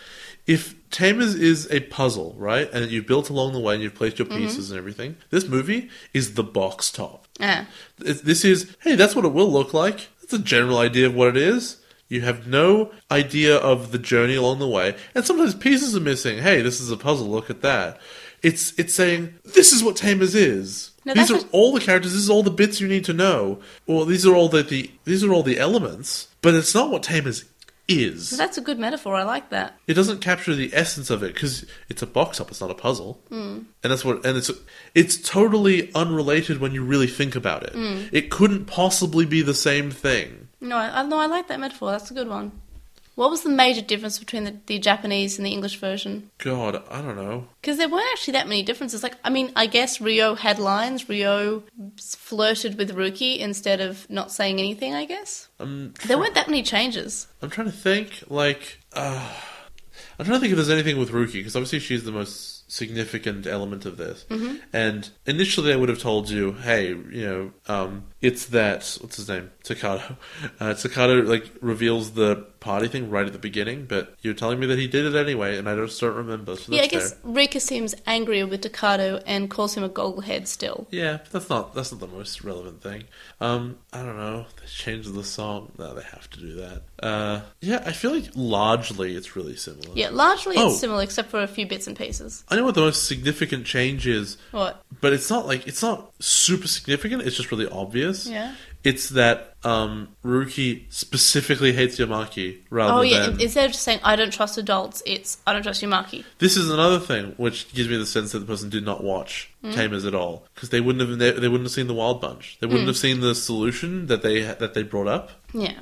Speaker 3: If Tamers is a puzzle, right, and you've built along the way and you've placed your pieces and everything, this movie is the box top.
Speaker 2: Yeah.
Speaker 3: Th- This is, hey, that's what it will look like. That's a general idea of what it is. You have no idea of the journey along the way, and sometimes pieces are missing. Hey, this is a puzzle. Look at that. It's it's saying this is what Tamers is.
Speaker 2: No,
Speaker 3: these are
Speaker 2: that's what-
Speaker 3: all the characters. This is all the bits you need to know. Or these are all the, the these are all the elements. But it's not what Tamers is.
Speaker 2: That's a good metaphor. I like that.
Speaker 3: It doesn't capture the essence of it because it's a box up. It's not a puzzle, mm. and that's what. And it's it's totally unrelated when you really think about it. It couldn't possibly be the same thing.
Speaker 2: No, I, I- no, I like that metaphor. That's a good one. What was the major difference between the, the Japanese and the English version?
Speaker 3: God, I don't know.
Speaker 2: Because there weren't actually that many differences. Like, I mean, I guess Rio had lines. Rio s- flirted with Ruki instead of not saying anything. I guess
Speaker 3: I'm
Speaker 2: there weren't that many changes.
Speaker 3: I'm trying to think. Like, uh, I'm trying to think if there's anything with Ruki because obviously she's the most significant element of this.
Speaker 2: Mm-hmm.
Speaker 3: And initially, I would have told you, hey, you know, um, it's that what's his name, Takado. Uh, Takado like reveals the party thing right at the beginning, but you're telling me that he did it anyway, and I just don't remember. So that's
Speaker 2: yeah, I guess
Speaker 3: fair.
Speaker 2: Rika seems angrier with Ducato and calls him a gogglehead still.
Speaker 3: Yeah, but that's not that's not the most relevant thing. Um, I don't know. They changed the song. No, they have to do that. Uh, yeah, I feel like largely it's really similar.
Speaker 2: Yeah, largely
Speaker 3: Oh.
Speaker 2: it's similar except for a few bits and pieces.
Speaker 3: I know what the most significant change is,
Speaker 2: What?
Speaker 3: but it's not like it's not super significant. It's just really obvious.
Speaker 2: Yeah.
Speaker 3: It's that um, Ruki specifically hates Yamaki rather
Speaker 2: Oh yeah,
Speaker 3: than.
Speaker 2: instead of just saying I don't trust adults, it's I don't trust Yumaki.
Speaker 3: This is another thing which gives me the sense that the person did not watch
Speaker 2: Hmm?
Speaker 3: Tamers at all because they wouldn't have they, they wouldn't have seen the Wild Bunch. They
Speaker 2: Hmm.
Speaker 3: wouldn't have seen the solution that they that they brought up.
Speaker 2: Yeah.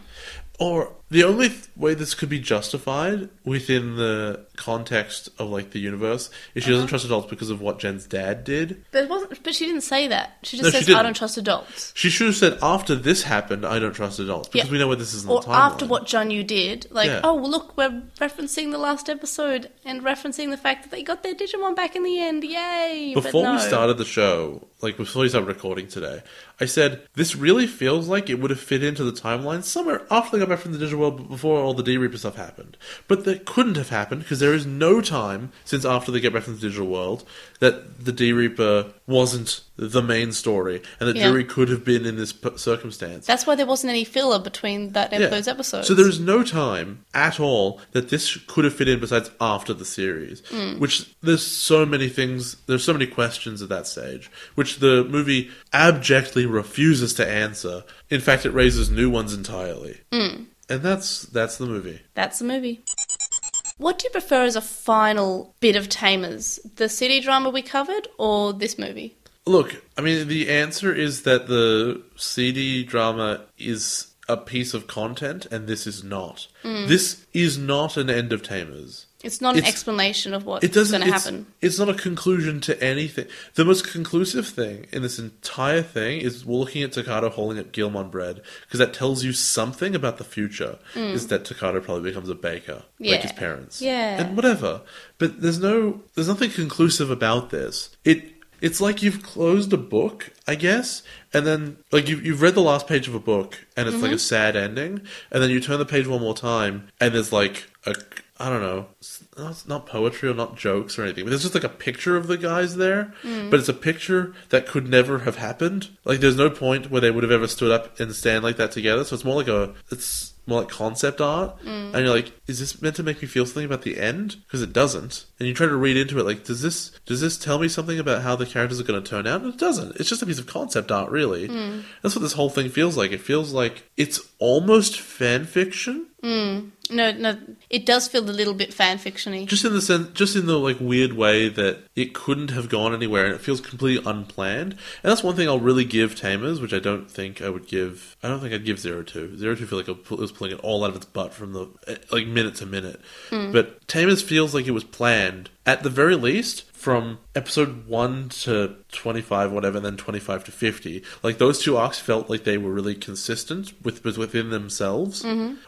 Speaker 3: Or the only th- way this could be justified within the context of like the universe is she
Speaker 2: Uh-huh.
Speaker 3: doesn't trust adults because of what Jen's dad did.
Speaker 2: But it wasn't but she didn't say that. She
Speaker 3: No,
Speaker 2: just
Speaker 3: she
Speaker 2: says I
Speaker 3: didn't.
Speaker 2: don't trust adults.
Speaker 3: She should have said after this happened, I don't trust adults because
Speaker 2: Yeah.
Speaker 3: we know where this is in
Speaker 2: Or
Speaker 3: the timeline.
Speaker 2: after what John you did, like,
Speaker 3: Yeah.
Speaker 2: oh well, look, we're referencing the last episode and referencing the fact that they got their Digimon back in the end, yay! But
Speaker 3: Before
Speaker 2: no.
Speaker 3: we started the show, like before we started recording today, I said this really feels like it would have fit into the timeline somewhere after they got back from the Digimon world before all the D Reaper stuff happened. But that couldn't have happened because there is no time since after they get back from the digital world that the D Reaper wasn't the main story and that
Speaker 2: Yeah.
Speaker 3: Jury could have been in this p- circumstance.
Speaker 2: That's why there wasn't any filler between that and
Speaker 3: Yeah.
Speaker 2: those episodes.
Speaker 3: So there is no time at all that this could have fit in besides after the series,
Speaker 2: Hmm.
Speaker 3: which there's so many things, there's so many questions at that stage, which the movie abjectly refuses to answer. In fact, it raises new ones entirely.
Speaker 2: Hmm.
Speaker 3: And that's that's the movie.
Speaker 2: That's the movie. What do you prefer as a final bit of Tamers? The city drama we covered or this movie?
Speaker 3: Look, I mean, the answer is that the CD drama is a piece of content, and this is not.
Speaker 2: Hmm.
Speaker 3: This is not an end of Tamers.
Speaker 2: It's not an
Speaker 3: It's-
Speaker 2: explanation of what's
Speaker 3: it doesn't
Speaker 2: going to
Speaker 3: it's-
Speaker 2: happen.
Speaker 3: It's not a conclusion to anything. The most conclusive thing in this entire thing is looking at Takato holding up Gilmon bread because that tells you something about the future. Is that Takato probably becomes a baker like his
Speaker 2: Mm. Yeah.
Speaker 3: parents?
Speaker 2: Yeah.
Speaker 3: and whatever. But there's no there's nothing conclusive about this. It it's like you've closed a book, I guess, and then like you you've read the last page of a book and it's like a sad ending, and then you turn the page one more time and there's like a I don't know, it's not- it's not poetry or not jokes or anything, but there's just like a picture of the guys there, but it's a picture that could never have happened. Like there's no point where they would have ever stood up and stand like that together. So it's more like a it's more like concept art, and you're like, is this meant to make me feel something about the end? Because it doesn't. And you try to read into it, like, does this does this tell me something about how the characters are going to turn out? And it doesn't. It's just a piece of concept art, really. That's what this whole thing feels like. It feels like it's almost fan fiction,
Speaker 2: No, no, it does feel a little bit fan fictiony.
Speaker 3: just in the sense, just in the like weird way that it couldn't have gone anywhere, and it feels completely unplanned. And that's one thing I'll really give Tamers, which I don't think I would give. I don't think I'd give Zero Two. Zero Two feel like it was pulling it all out of its butt from the eh, like minute to minute. But Tamers feels like it was planned at the very least from episode 1 to 25 whatever and then 25 to 50 like those two arcs felt like they were really consistent with with- within themselves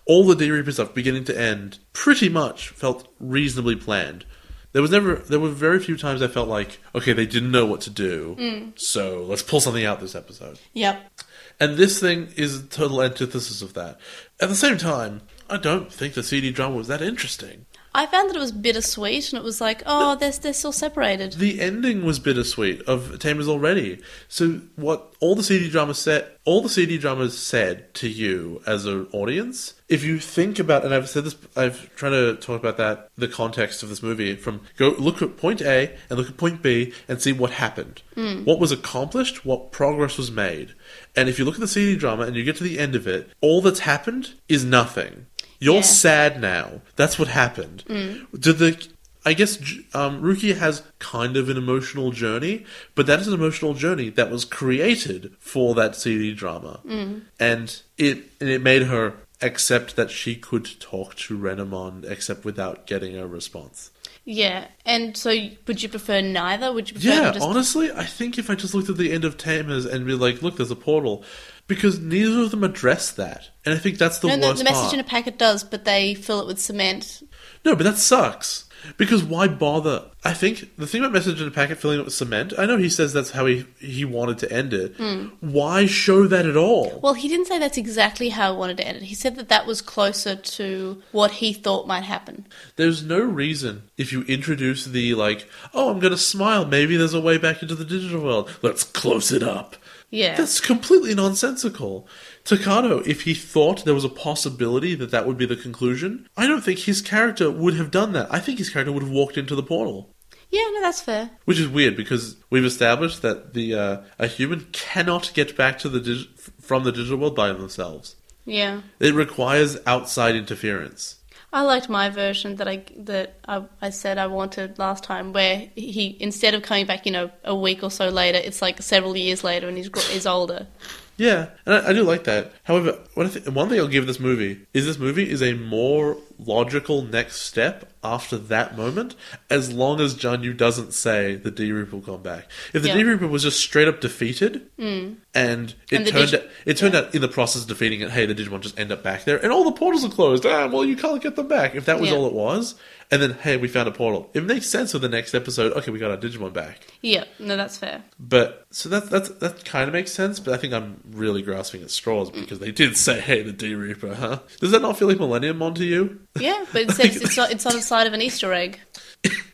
Speaker 3: all the d reaper stuff beginning to end pretty much felt reasonably planned there was never there were very few times i felt like okay they didn't know what to do so let's pull something out this episode
Speaker 2: Yep.
Speaker 3: and this thing is a total antithesis of that at the same time i don't think the cd drama was that interesting
Speaker 2: I found that it was bittersweet, and it was like, oh, they're they're still separated.
Speaker 3: The ending was bittersweet of Tamers Already. So what all the CD drama said, all the CD dramas said to you as an audience, if you think about, and I've said this, I've tried to talk about that, the context of this movie from go look at point A and look at point B and see what happened, what was accomplished, what progress was made, and if you look at the CD drama and you get to the end of it, all that's happened is nothing. You're
Speaker 2: Yeah.
Speaker 3: sad now. That's what happened. Did the I guess j- um, Ruki has kind of an emotional journey, but that is an emotional journey that was created for that CD drama,
Speaker 2: Mm.
Speaker 3: and it and it made her accept that she could talk to Renamon except without getting a response.
Speaker 2: Yeah, and so y- would you prefer neither? Would you prefer
Speaker 3: Yeah,
Speaker 2: them just
Speaker 3: honestly, I think if I just looked at the end of Tamers and be like, "Look, there's a portal," because neither of them address that, and I think that's the
Speaker 2: no,
Speaker 3: worst
Speaker 2: no, the message
Speaker 3: part.
Speaker 2: in a packet does, but they fill it with cement.
Speaker 3: No, but that sucks. Because why bother? I think the thing about message in a packet filling it with cement. I know he says that's how he he wanted to end it. Why show that at all?
Speaker 2: Well, he didn't say that's exactly how I wanted to end it. He said that that was closer to what he thought might happen.
Speaker 3: There's no reason if you introduce the like, oh, I'm gonna smile. Maybe there's a way back into the digital world. Let's close it up.
Speaker 2: Yeah.
Speaker 3: That's completely nonsensical. Takato, if he thought there was a possibility that that would be the conclusion, I don't think his character would have done that. I think his character would have walked into the portal.
Speaker 2: Yeah, no, that's fair.
Speaker 3: Which is weird because we've established that the uh, a human cannot get back to the dig- from the digital world by themselves.
Speaker 2: Yeah.
Speaker 3: It requires outside interference.
Speaker 2: I liked my version that I that I, I said I wanted last time, where he instead of coming back, you know, a week or so later, it's like several years later, and he's gr- he's older.
Speaker 3: Yeah, and I, I do like that. However, what I th- one thing I'll give this movie is this movie is a more logical next step after that moment, as long as Janyu doesn't say the D Reaper will come back. If the
Speaker 2: Yeah. Mm.
Speaker 3: D Reaper was just straight up defeated, and it
Speaker 2: And the
Speaker 3: turned
Speaker 2: Dig-
Speaker 3: out, it turned out in the process of defeating it, hey, the Digimon just end up back there, and all the portals are closed. Ah, well, you can't get them back. If that was
Speaker 2: Yeah.
Speaker 3: all it was, and then hey, we found a portal. It makes sense for the next episode. Okay, we got our Digimon back.
Speaker 2: Yeah, no, that's fair.
Speaker 3: But so that that's that kind of makes sense. But I think I'm really grasping at straws because they did say, "Hey, the D Reaper." Huh? Does that not feel like Millennium onto you?
Speaker 2: Yeah, but it says it's, on- it's on the side of an Easter egg.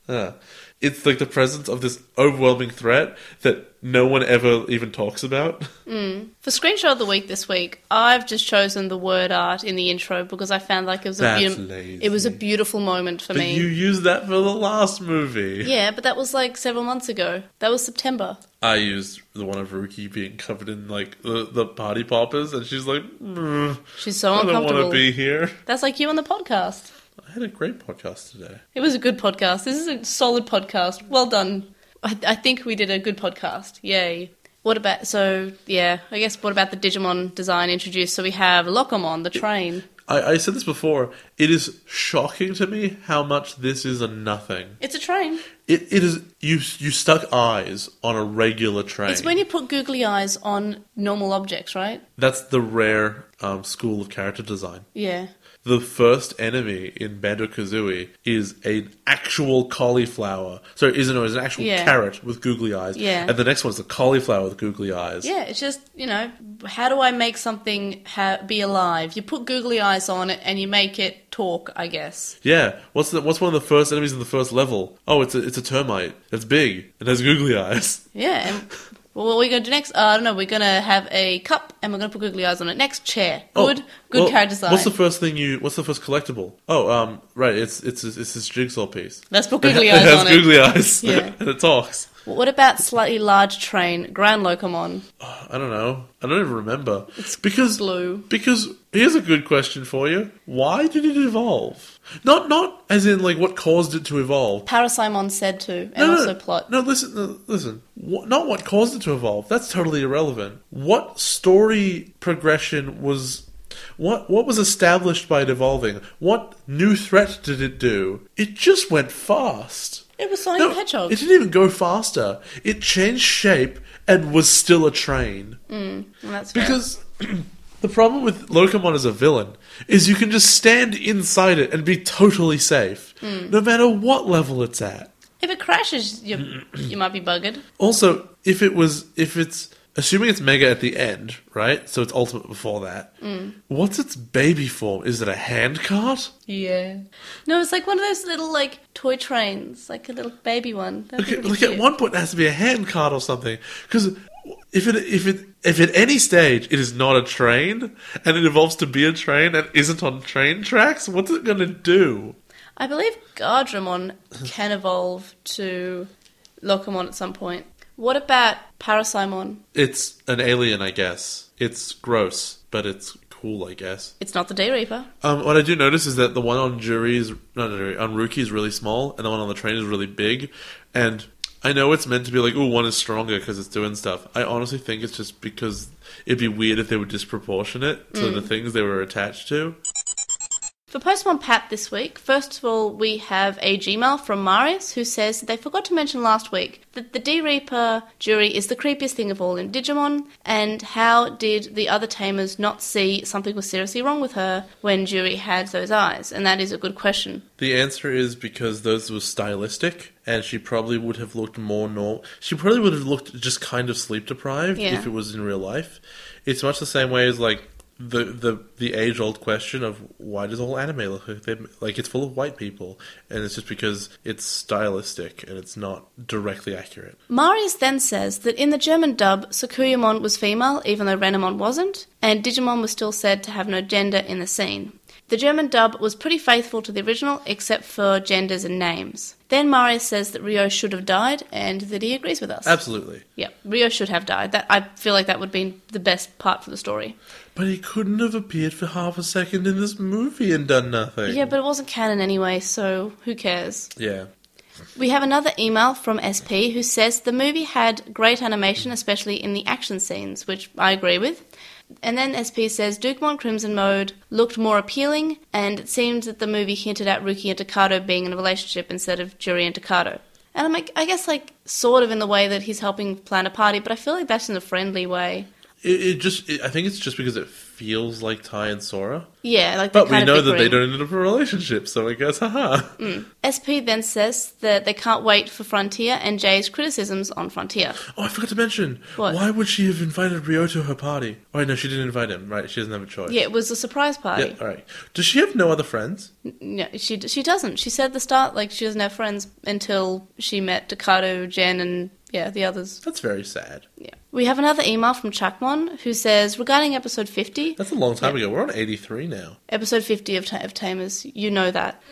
Speaker 3: Huh. It's like the presence of this overwhelming threat that no one ever even talks about.
Speaker 2: For screenshot of the week this week, I've just chosen the word art in the intro because I found like it was a
Speaker 3: That's
Speaker 2: beautiful
Speaker 3: lazy.
Speaker 2: it was a beautiful moment for
Speaker 3: But
Speaker 2: me.
Speaker 3: you used that for the last movie.
Speaker 2: yeah, but that was like several months ago. That was September.
Speaker 3: I used the one of Ruki being covered in like the, the party poppers, and she's like, "Mm,
Speaker 2: She's so
Speaker 3: "I don't want
Speaker 2: uncomfortable.
Speaker 3: to be here."
Speaker 2: That's like you on the podcast.
Speaker 3: I had a great podcast today.
Speaker 2: It was a good podcast. This is a solid podcast. Well done. I, I think we did a good podcast. Yay. What about, so, yeah, I guess what about the Digimon design introduced? So we have Locomon, the train.
Speaker 3: I, I said this before. It is shocking to me how much this is a nothing.
Speaker 2: It's a train.
Speaker 3: It it is you you stuck eyes on a regular train.
Speaker 2: It's when you put googly eyes on normal objects, right?
Speaker 3: That's the rare um, school of character design.
Speaker 2: Yeah.
Speaker 3: The first enemy in Banjo Kazooie is an actual cauliflower. So is no, is an actual
Speaker 2: Yeah.
Speaker 3: carrot with googly eyes.
Speaker 2: Yeah.
Speaker 3: And the next one's a cauliflower with googly eyes.
Speaker 2: Yeah, it's just, you know, how do I make something ha- be alive? You put googly eyes on it and you make it talk, I guess.
Speaker 3: Yeah. What's the, what's one of the first enemies in the first level? Oh, it's a it's a termite. It's big and has googly eyes.
Speaker 2: Yeah. And well, what are we going to do next? Uh, I don't know. We're going to have a cup and we're going to put googly eyes on it. Next, chair.
Speaker 3: Oh,
Speaker 2: Good. good
Speaker 3: well,
Speaker 2: character design.
Speaker 3: What's the first thing you? What's the first collectible? Oh, um, right. It's it's it's this jigsaw piece.
Speaker 2: Let's put googly
Speaker 3: it
Speaker 2: eyes
Speaker 3: has
Speaker 2: on
Speaker 3: googly
Speaker 2: it.
Speaker 3: eyes.
Speaker 2: Yeah.
Speaker 3: and it talks.
Speaker 2: What about slightly large train, Grand Locomon?
Speaker 3: I don't know. I don't even remember. because
Speaker 2: blue.
Speaker 3: Because here's a good question for you. Why did it evolve? Not not as in like what caused it to evolve.
Speaker 2: Parasimon said to, and
Speaker 3: no,
Speaker 2: also
Speaker 3: no,
Speaker 2: plot.
Speaker 3: No, listen, no, listen. Wh- not what caused it to evolve. That's totally irrelevant. What story progression was? What what was established by it evolving? What new threat did it do? It just went fast.
Speaker 2: It was Sonic
Speaker 3: No,
Speaker 2: the Hedgehog.
Speaker 3: It didn't even go faster. It changed shape and was still a train.
Speaker 2: Well, that's fair.
Speaker 3: Because the problem with Locomon as a villain is you can just stand inside it and be totally safe, no matter what level it's at.
Speaker 2: if it crashes, you you might be buggered.
Speaker 3: Also, if it was, if it's assuming it's Mega at the end, right? So it's Ultimate before that. What's its baby form? Is it a hand cart?
Speaker 2: Yeah. No, it's like one of those little like toy trains, like a little baby one. That'd be
Speaker 3: Okay,
Speaker 2: really
Speaker 3: like at
Speaker 2: cute.
Speaker 3: one point it has to be a hand cart or something because if it if it if at any stage it is not a train and it evolves to be a train and isn't on train tracks, what's it gonna do?
Speaker 2: I believe Gardramon can evolve to Locomon at some point. What about Parasimon?
Speaker 3: It's an alien, I guess. It's gross, but it's cool, I guess.
Speaker 2: It's not the Day Reaper.
Speaker 3: Um, what I do notice is that the one on Jury is no, no, no, on Rookie is really small, and the one on the train is really big. And I know it's meant to be like, oh, one is stronger because it's doing stuff. I honestly think it's just because it'd be weird if they were disproportionate to the things they were attached to.
Speaker 2: For Pokemon Pat this week, first of all, we have a Gmail from Marius who says that they forgot to mention last week that the D Reaper jury is the creepiest thing of all in Digimon, and how did the other tamers not see something was seriously wrong with her when Jury had those eyes? And that is a good question.
Speaker 3: The answer is because those were stylistic, and she probably would have looked more normal. She probably would have looked just kind of sleep deprived
Speaker 2: Yeah.
Speaker 3: if it was in real life. It's much the same way as like the the the age old question of why does all anime look like, they, like it's full of white people, and it's just because it's stylistic and it's not directly accurate.
Speaker 2: Marius then says that in the German dub, Sakuyamon was female even though Renamon wasn't, and Digimon was still said to have no gender in the scene. The German dub was pretty faithful to the original except for genders and names. Then Marius says that Rio should have died and that he agrees with us.
Speaker 3: Absolutely,
Speaker 2: Yeah, Rio should have died. That I feel like that would be the best part for the story.
Speaker 3: but he couldn't have appeared for half a second in this movie and done nothing.
Speaker 2: Yeah, but it wasn't canon anyway, so who cares?
Speaker 3: yeah.
Speaker 2: We have another email from SP who says the movie had great animation, especially in the action scenes, which I agree with. And then SP says Dukemon Crimson Mode looked more appealing, and it seemed that the movie hinted at Ruki and Takado being in a relationship instead of Juri and Takado. And I'm like, I guess like sort of in the way that he's helping plan a party, but I feel like that's in a friendly way.
Speaker 3: It, it just, it, I think it's just because it feels like Ty and Sora.
Speaker 2: Yeah, like they're
Speaker 3: But we
Speaker 2: kind of
Speaker 3: know that they
Speaker 2: bickering.
Speaker 3: don't end up in a relationship, so I guess, haha.
Speaker 2: SP then says that they can't wait for Frontier and Jay's criticisms on Frontier.
Speaker 3: Oh, I forgot to mention.
Speaker 2: What?
Speaker 3: Why would she have invited Rio to her party? Oh, wait, no, she didn't invite him, right? She doesn't have a choice.
Speaker 2: Yeah, it was a surprise party.
Speaker 3: Yeah, all right. Does she have no other friends?
Speaker 2: No, she she doesn't. She said at the start like she doesn't have friends until she met Ducato, Jen, and yeah, the others.
Speaker 3: That's very sad.
Speaker 2: Yeah. We have another email from Chuckmon who says regarding episode fifty,
Speaker 3: That's a long time ago. We're on 83 now.
Speaker 2: episode fifty of, Ta- of Tamers, you know that.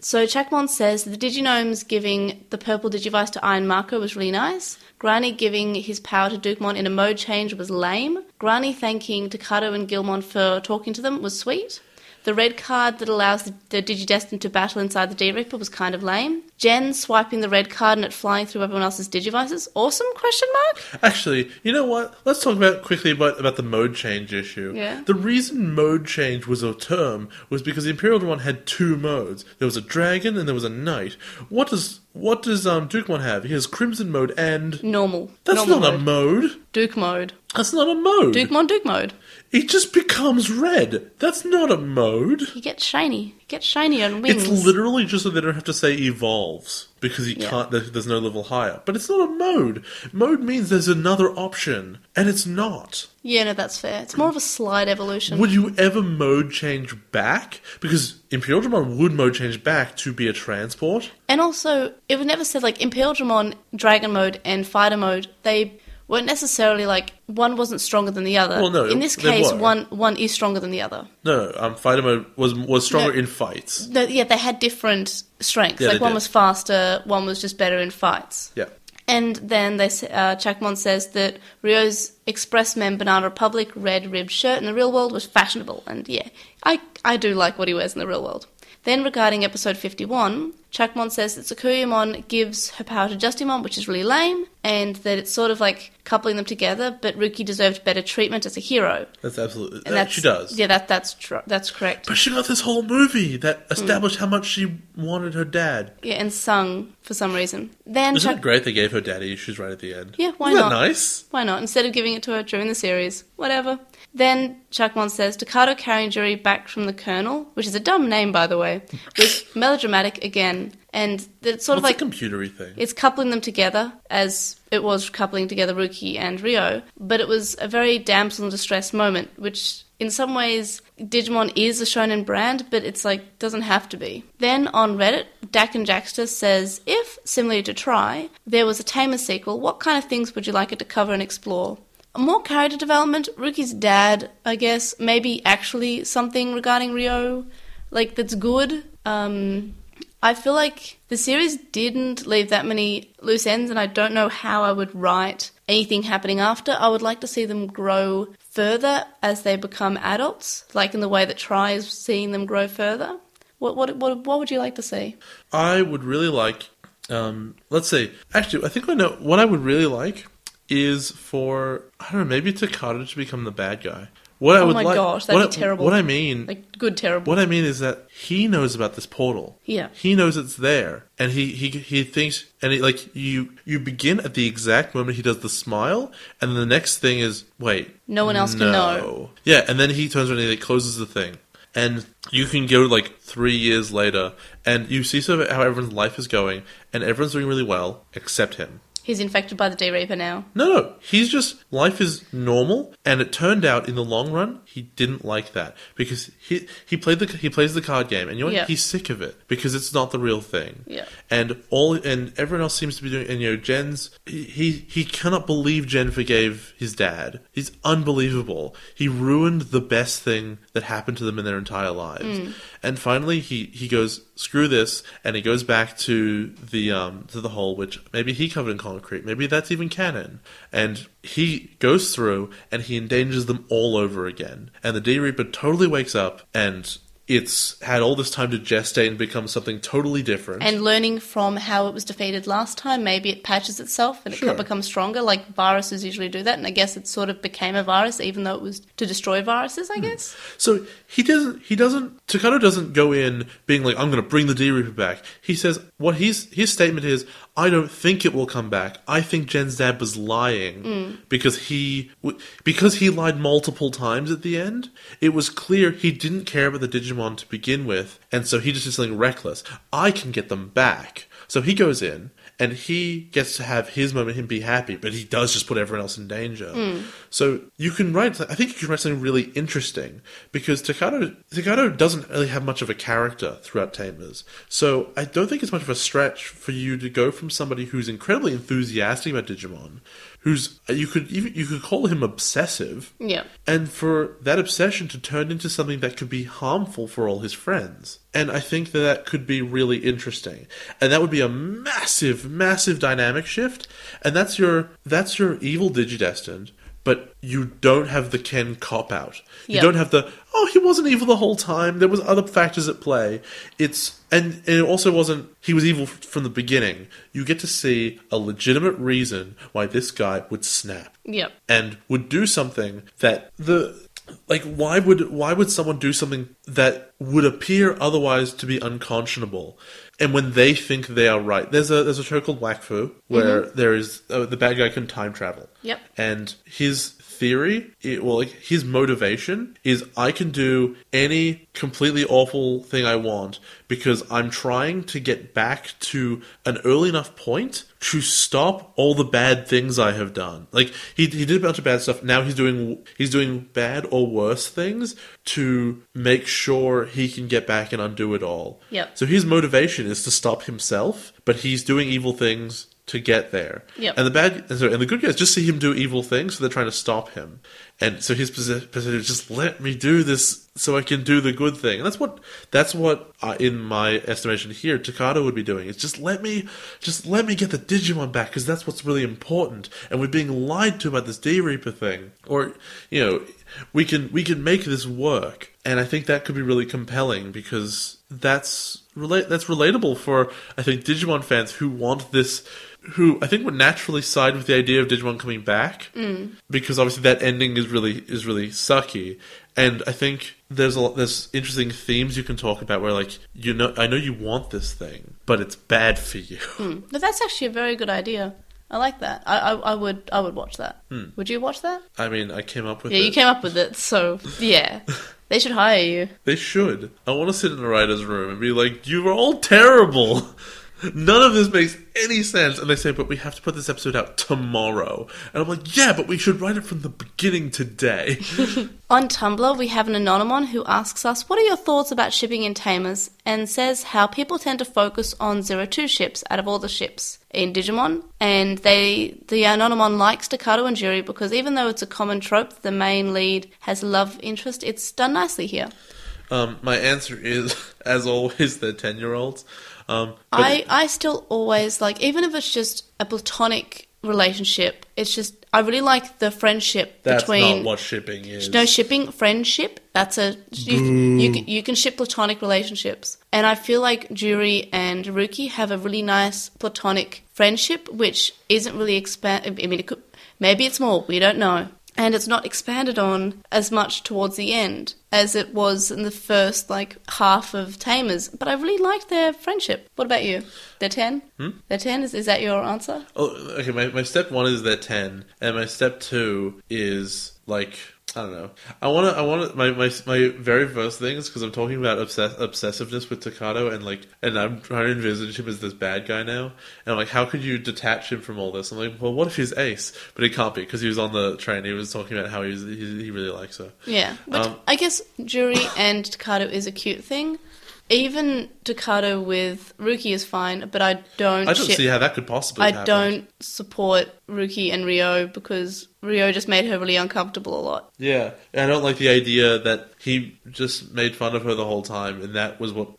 Speaker 2: So Chuckmon says the Diginomes giving the purple Digivice to Iron Marco was really nice. Grani giving his power to Dukemon in a mode change was lame. Grani thanking Ducato and Gilmon for talking to them was sweet. The red card that allows the, the Digidestin to battle inside the D-Reaper was kind of lame. Jen swiping the red card and it flying through everyone else's Digivices, awesome question mark?
Speaker 3: Actually, you know what? Let's talk about quickly about, about the mode change issue.
Speaker 2: Yeah.
Speaker 3: The reason mode change was a term was because the Imperial One had two modes. There was a dragon and there was a knight. What does what does um Dukemon have? He has crimson mode and
Speaker 2: Normal.
Speaker 3: that's
Speaker 2: Normal
Speaker 3: not
Speaker 2: mode.
Speaker 3: a mode.
Speaker 2: Duke mode.
Speaker 3: That's not a mode.
Speaker 2: Dukemon Duke mode.
Speaker 3: It just becomes red. That's not a mode.
Speaker 2: He gets shiny. He gets shiny on wings.
Speaker 3: It's literally just so they don't have to say evolves because he
Speaker 2: Yeah.
Speaker 3: can't. there- There's no level higher, but it's not a mode. Mode means there's another option, and it's not.
Speaker 2: Yeah, no, that's fair. It's more of a slide evolution.
Speaker 3: Would you ever mode change back? Because Imperial Dramon would mode change back to be a transport.
Speaker 2: and also, it was never said like Impel Dramon, Dragon Mode, and Fighter Mode. They weren't necessarily like one wasn't stronger than the other.
Speaker 3: Well, no,
Speaker 2: in this
Speaker 3: they
Speaker 2: case,
Speaker 3: were.
Speaker 2: one one is stronger than the other.
Speaker 3: No, um, fighter mode was was stronger
Speaker 2: No.
Speaker 3: in fights.
Speaker 2: No, yeah, they had different strengths.
Speaker 3: Yeah,
Speaker 2: like
Speaker 3: they
Speaker 2: one
Speaker 3: did.
Speaker 2: was faster, one was just better in fights.
Speaker 3: Yeah.
Speaker 2: And then they s- uh, Chakmon says that Rio's Expressman Banana Republic red ribbed shirt in the real world was fashionable, and yeah, I I do like what he wears in the real world. Then regarding episode fifty one, Chakmon says that Sakuyamon gives her power to Justimon, which is really lame, and that it's sort of like coupling them together. But Ruki deserved better treatment as a hero,
Speaker 3: That's absolutely.
Speaker 2: and
Speaker 3: that
Speaker 2: that's
Speaker 3: she does.
Speaker 2: Yeah, that that's tr- that's correct.
Speaker 3: But she got this whole movie that
Speaker 2: Hmm.
Speaker 3: established how much she wanted her dad.
Speaker 2: Yeah, and sung for some reason. Then
Speaker 3: Isn't
Speaker 2: Chak-
Speaker 3: it great they gave her daddy issues right at the end?
Speaker 2: Yeah, why
Speaker 3: Isn't that
Speaker 2: not?
Speaker 3: nice?
Speaker 2: Why not? Instead of giving it to her during the series, whatever. Then Chakmon says Takado carrying Jury back from the Colonel, which is a dumb name by the way, was melodramatic again, and it's sort
Speaker 3: What's
Speaker 2: of
Speaker 3: a
Speaker 2: like
Speaker 3: computery thing?
Speaker 2: it's coupling them together as it was coupling together Ruki and Rio, but it was a very damsel in distress moment, which in some ways Digimon is a shonen brand, but it's like doesn't have to be. Then on Reddit, Dak and Jackster says, if similarly to Try, there was a Tamer sequel, what kind of things would you like it to cover and explore? More character development, Ruki's dad, I guess, maybe actually something regarding Rio, like that's good. Um, I feel like the series didn't leave that many loose ends, and I don't know how I would write anything happening after. I would like to see them grow further as they become adults, like in the way that Try is seeing them grow further. What what what, what would you like to see?
Speaker 3: I would really like. Um, let's see. Actually, I think I know what I would really like is for I don't know maybe Takada to become the bad guy. What I
Speaker 2: oh
Speaker 3: would
Speaker 2: my
Speaker 3: like.
Speaker 2: gosh, that'd
Speaker 3: what
Speaker 2: be
Speaker 3: I-
Speaker 2: terrible.
Speaker 3: What I mean,
Speaker 2: like good terrible.
Speaker 3: what I mean is that he knows about this portal.
Speaker 2: Yeah.
Speaker 3: He knows it's there, and he he he thinks, and he, like you you begin at the exact moment he does the smile, and the next thing is wait,
Speaker 2: No one else can know.
Speaker 3: Yeah, and then he turns around and he closes the thing. And you can go like three years later, and you see sort of how everyone's life is going, and everyone's doing really well except him.
Speaker 2: He's infected by the D Reaper now.
Speaker 3: No, no. He's just life is normal, and it turned out in the long run he didn't like that because he he played the he plays the card game, and you know what?
Speaker 2: Yeah.
Speaker 3: he's sick of it because it's not the real thing.
Speaker 2: Yeah.
Speaker 3: And all and everyone else seems to be doing. And you know, Jen's he he, he cannot believe Jen forgave his dad. He's unbelievable. He ruined the best thing that happened to them in their entire lives. And finally, he he goes screw this, and he goes back to the um to the hole, which maybe he covered in concrete. Maybe that's even canon. And he goes through and he endangers them all over again. And the D Reaper totally wakes up and it's had all this time to gestate and become something totally different.
Speaker 2: And learning from how it was defeated last time, maybe it patches itself and it
Speaker 3: Sure.
Speaker 2: can becomes stronger, like viruses usually do that. And I guess it sort of became a virus, even though it was to destroy viruses,
Speaker 3: Hmm.
Speaker 2: I guess.
Speaker 3: So he doesn't. He doesn't. Takano doesn't go in being like, "I'm going to bring the D Reaper back." He says, "What his his statement is, I don't think it will come back. I think Jen's dad was lying because he w- because he lied multiple times at the end. It was clear he didn't care about the Digimon to begin with, and so he just did something reckless. I can get them back." So he goes in. And he gets to have his moment, him be happy, but he does just put everyone else in danger. So you can write. I think you can write something really interesting because Takano Takano doesn't really have much of a character throughout Tamers. So I don't think it's much of a stretch for you to go from somebody who's incredibly enthusiastic about Digimon, who's you could even you could call him obsessive,
Speaker 2: Yeah.
Speaker 3: and for that obsession to turn into something that could be harmful for all his friends. And I think that that could be really interesting. And that would be a massive, massive dynamic shift. And that's your that's your evil digidestined, but you don't have the Ken cop out. You
Speaker 2: Yeah.
Speaker 3: don't have the oh he wasn't evil the whole time. There was other factors at play. It's and, and it also wasn't he was evil f- from the beginning. You get to see a legitimate reason why this guy would snap
Speaker 2: Yep.
Speaker 3: and would do something that the like why would why would someone do something that would appear otherwise to be unconscionable and when they think they are right there's a there's a show called Wakfu where there is uh, the bad guy can time travel
Speaker 2: Yep.
Speaker 3: and his theory it, well like his motivation is i can do any completely awful thing i want because i'm trying to get back to an early enough point to stop all the bad things i have done like he, he did a bunch of bad stuff now he's doing he's doing bad or worse things to make sure he can get back and undo it all
Speaker 2: Yep.
Speaker 3: so his motivation is to stop himself but he's doing evil things to get there
Speaker 2: Yep.
Speaker 3: and the bad and, sorry, and the good guys just see him do evil things, so they're trying to stop him. And so his posi- position is just let me do this, so I can do the good thing. And that's what that's what uh, in my estimation here, Takada would be doing. It's just let me just let me get the Digimon back because that's what's really important. And we're being lied to about this D Reaper thing, or you know, we can we can make this work. And I think that could be really compelling because that's relate that's relatable for I think Digimon fans who want this who I think would naturally side with the idea of Digimon coming back because obviously that ending is really is really sucky, and I think there's a lot, there's interesting themes you can talk about where like you know I know you want this thing, but it's bad for you.
Speaker 2: No, that's actually a very good idea. I like that. I, I, I would I would watch that. Would you watch that?
Speaker 3: I mean, I came up with
Speaker 2: Yeah,
Speaker 3: it.
Speaker 2: you came up with it, so yeah. they should hire you.
Speaker 3: They should. I want to sit in the writer's room and be like, you are all terrible. None of this makes any sense. And they say, but we have to put this episode out tomorrow. And I'm like, yeah, but we should write it from the beginning today.
Speaker 2: On Tumblr, we have an anonymon who asks us, What are your thoughts about shipping in Tamers? and says how people tend to focus on Zero Two ships out of all the ships in Digimon. And they the anonymon likes Staccato and Jury because even though it's a common trope that the main lead has love interest, it's done nicely here.
Speaker 3: um, my answer is, as always, they're 10 year olds. Um, but
Speaker 2: I, I still always like, even if it's just a platonic relationship, it's just, I really like the friendship
Speaker 3: that's
Speaker 2: between.
Speaker 3: not what shipping is.
Speaker 2: No shipping, friendship. That's a you, you, can- you can ship platonic relationships, and I feel like Juri and Ruki have a really nice platonic friendship, which isn't really expand. I mean, it could, maybe it's more. We don't know, and it's not expanded on as much towards the end as it was in the first like half of Tamers. But I really liked their friendship. What about you? They're ten. Hmm? They're ten. Is is that your answer?
Speaker 3: Oh, okay. My, my step one is they're ten, and my step two is like I don't know. I want to. I want to. My, my my very first thing is because I'm talking about obsess- obsessiveness with Takato, and like, and I'm trying to envisage him as this bad guy now. And I'm like, how could you detach him from all this? I'm like, well, what if he's Ace? But he can't be because he was on the train. He was talking about how he's, he he really likes her.
Speaker 2: Yeah, but
Speaker 3: Um,
Speaker 2: I guess Juri and Takato is a cute thing. Even Takato with Ruki is fine, but I don't.
Speaker 3: I don't
Speaker 2: ship-
Speaker 3: see how that could possibly.
Speaker 2: I
Speaker 3: happen.
Speaker 2: don't support Ruki and Rio because Rio just made her really uncomfortable a lot.
Speaker 3: Yeah, and I don't like the idea that he just made fun of her the whole time, and that was what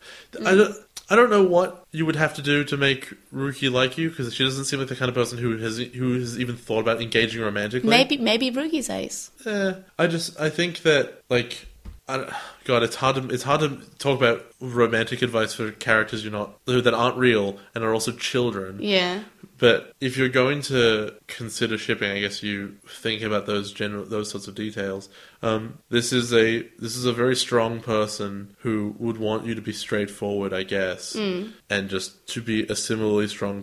Speaker 3: I don't. I don't know what you would have to do to make Ruki like you because she doesn't seem like the kind of person who has who has even thought about engaging romantically.
Speaker 2: Maybe maybe Ruki's ace.
Speaker 3: Eh, I just I think that like I don't- God, it's hard to it's hard to talk about romantic advice for characters you're not who- that aren't real and are also children.
Speaker 2: Yeah.
Speaker 3: But if you're going to consider shipping, I guess you think about those general those sorts of details. Um, this is a this is a very strong person who would want you to be straightforward, I guess, and just to be a similarly strong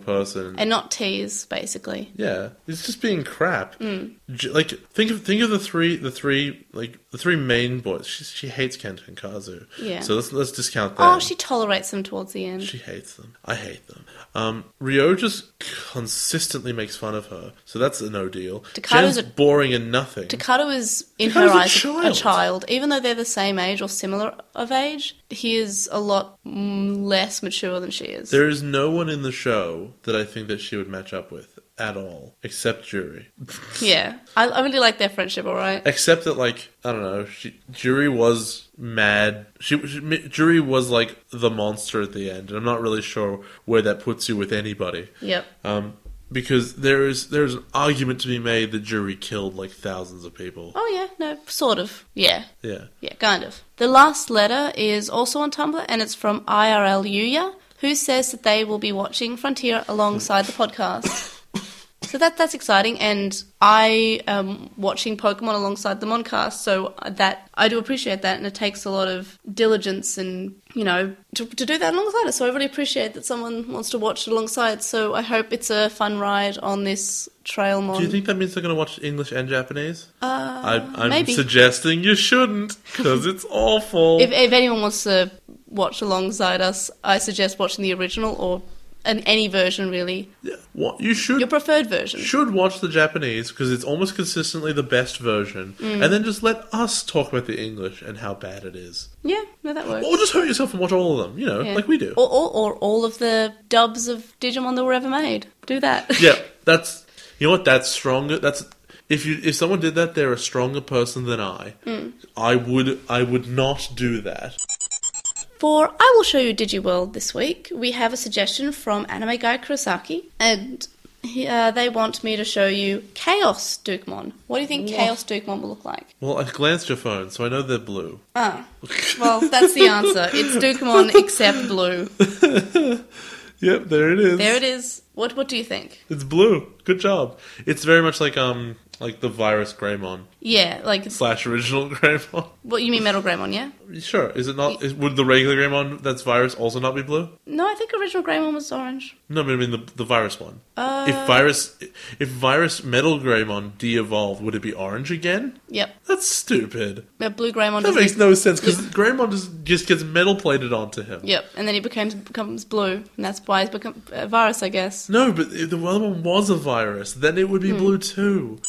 Speaker 2: Mm.
Speaker 3: person.
Speaker 2: And not tease, basically.
Speaker 3: yeah, it's just being crap.
Speaker 2: Mm.
Speaker 3: J- Like think of think of the three the three like the three main boys. She, she hates Kenta and Kazu.
Speaker 2: Yeah.
Speaker 3: So let's let's discount that.
Speaker 2: Oh, she tolerates them towards the end.
Speaker 3: She hates them. I hate them. Um, Rio just consistently makes fun of her, so that's a no deal.
Speaker 2: Dakota's
Speaker 3: Jen's
Speaker 2: a-
Speaker 3: boring and nothing.
Speaker 2: Takado is, in
Speaker 3: Takado's
Speaker 2: her
Speaker 3: a
Speaker 2: eyes, a child.
Speaker 3: child.
Speaker 2: Even though they're the same age or similar of age, he is a lot mm, less mature than she is.
Speaker 3: there is no one in the show that I think that she would match up with at all, except Jury.
Speaker 2: Yeah. I, I really like their friendship, alright?
Speaker 3: Except that, like, I don't know, she, Jury was mad. She, she Mi- Jury was like the monster at the end, and I'm not really sure where that puts you with anybody.
Speaker 2: Yep.
Speaker 3: Um, because there is there is an argument to be made that Jury killed like thousands of people.
Speaker 2: Oh, yeah. No, sort of. Yeah.
Speaker 3: Yeah.
Speaker 2: Yeah, kind of. The last letter is also on Tumblr and it's from IRL Yuya, who says that they will be watching Frontier alongside the podcast. So that that's exciting, and I am watching Pokemon alongside the Moncast, so that I do appreciate that, and it takes a lot of diligence and you know to, to do that alongside it. So I really appreciate that someone wants to watch it alongside. So I hope it's a fun ride on this trail. Mon.
Speaker 3: Do you think that means they're going to watch English and Japanese?
Speaker 2: Uh,
Speaker 3: I, I'm
Speaker 2: maybe.
Speaker 3: suggesting you shouldn't because it's awful.
Speaker 2: If, if anyone wants to watch alongside us, I suggest watching the original or an, any version, really.
Speaker 3: Yeah, what you should
Speaker 2: Your preferred version.
Speaker 3: should watch the Japanese because it's almost consistently the best version,
Speaker 2: Mm.
Speaker 3: and then just let us talk about the English and how bad it is,
Speaker 2: Yeah, no, that works.
Speaker 3: or just hurt yourself and watch all of them. You know,
Speaker 2: Yeah.
Speaker 3: like we do.
Speaker 2: Or, or, or all of the dubs of Digimon that were ever made. Do that.
Speaker 3: yeah, that's you know what that's stronger. That's if you if someone did that, they're a stronger person than I.
Speaker 2: Mm.
Speaker 3: I would I would not do that.
Speaker 2: For I Will Show You DigiWorld this week, we have a suggestion from anime guy Kurosaki, and he, uh, they want me to show you Chaos Dukemon. What do you think Chaos Dukemon will look like?
Speaker 3: Well, I glanced your phone, so I know they're blue.
Speaker 2: Oh, well, that's the answer. It's Dukemon except blue.
Speaker 3: Yep, there it is.
Speaker 2: There it is. What What do you think?
Speaker 3: It's blue. Good job. It's very much like um like the virus Greymon
Speaker 2: Yeah, like it's,
Speaker 3: slash original Greymon.
Speaker 2: what you mean, Metal Greymon? Yeah.
Speaker 3: Sure. Is it not? Is, would the regular Greymon that's virus also not be blue?
Speaker 2: No, I think original Greymon was orange.
Speaker 3: No, but I mean the the virus one.
Speaker 2: Uh,
Speaker 3: if virus if virus metal Greymon de-evolved, would it be orange again?
Speaker 2: Yep.
Speaker 3: That's stupid.
Speaker 2: But blue Greymon.
Speaker 3: That
Speaker 2: doesn't
Speaker 3: makes
Speaker 2: ex-
Speaker 3: no sense because Greymon just just gets metal plated onto him.
Speaker 2: Yep, and then he becomes becomes blue, and that's why he's become a virus, I guess.
Speaker 3: No, but if the other one was a virus, then it
Speaker 2: Hmm.
Speaker 3: would be blue too.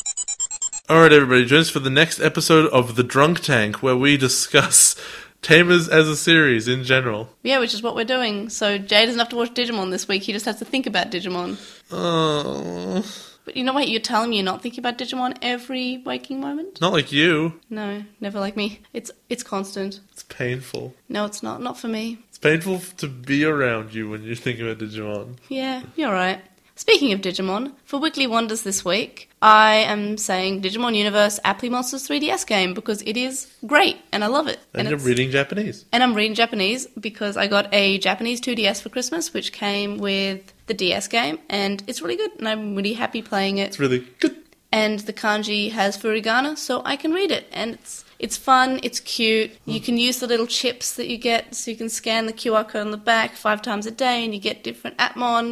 Speaker 3: All right, everybody, join us for the next episode of The Drunk Tank, where we discuss Tamers as a series in general.
Speaker 2: Yeah, which is what we're doing. So Jay doesn't have to watch Digimon this week. He just has to think about Digimon.
Speaker 3: Oh,
Speaker 2: But you know what? You're telling me you're not thinking about Digimon every waking moment.
Speaker 3: not like you.
Speaker 2: No, never like me. It's it's constant.
Speaker 3: It's painful.
Speaker 2: No, it's not. Not for me.
Speaker 3: It's painful f- to be around you when you think about Digimon.
Speaker 2: Yeah, you're right. Speaking of Digimon, for Weekly Wonders this week, I am saying Digimon Universe Aptly Monsters 3DS game because it is great and I love it.
Speaker 3: And, you're
Speaker 2: it's-
Speaker 3: reading Japanese.
Speaker 2: and I'm reading Japanese because I got a Japanese 2DS for Christmas, which came with the DS game, and it's really good, and I'm really happy playing it
Speaker 3: It's really good.
Speaker 2: and the kanji has furigana, so I can read it, and it's it's fun, it's cute. You can use the little chips that you get, so you can scan the QR code on the back five times a day, and you get different Atmon,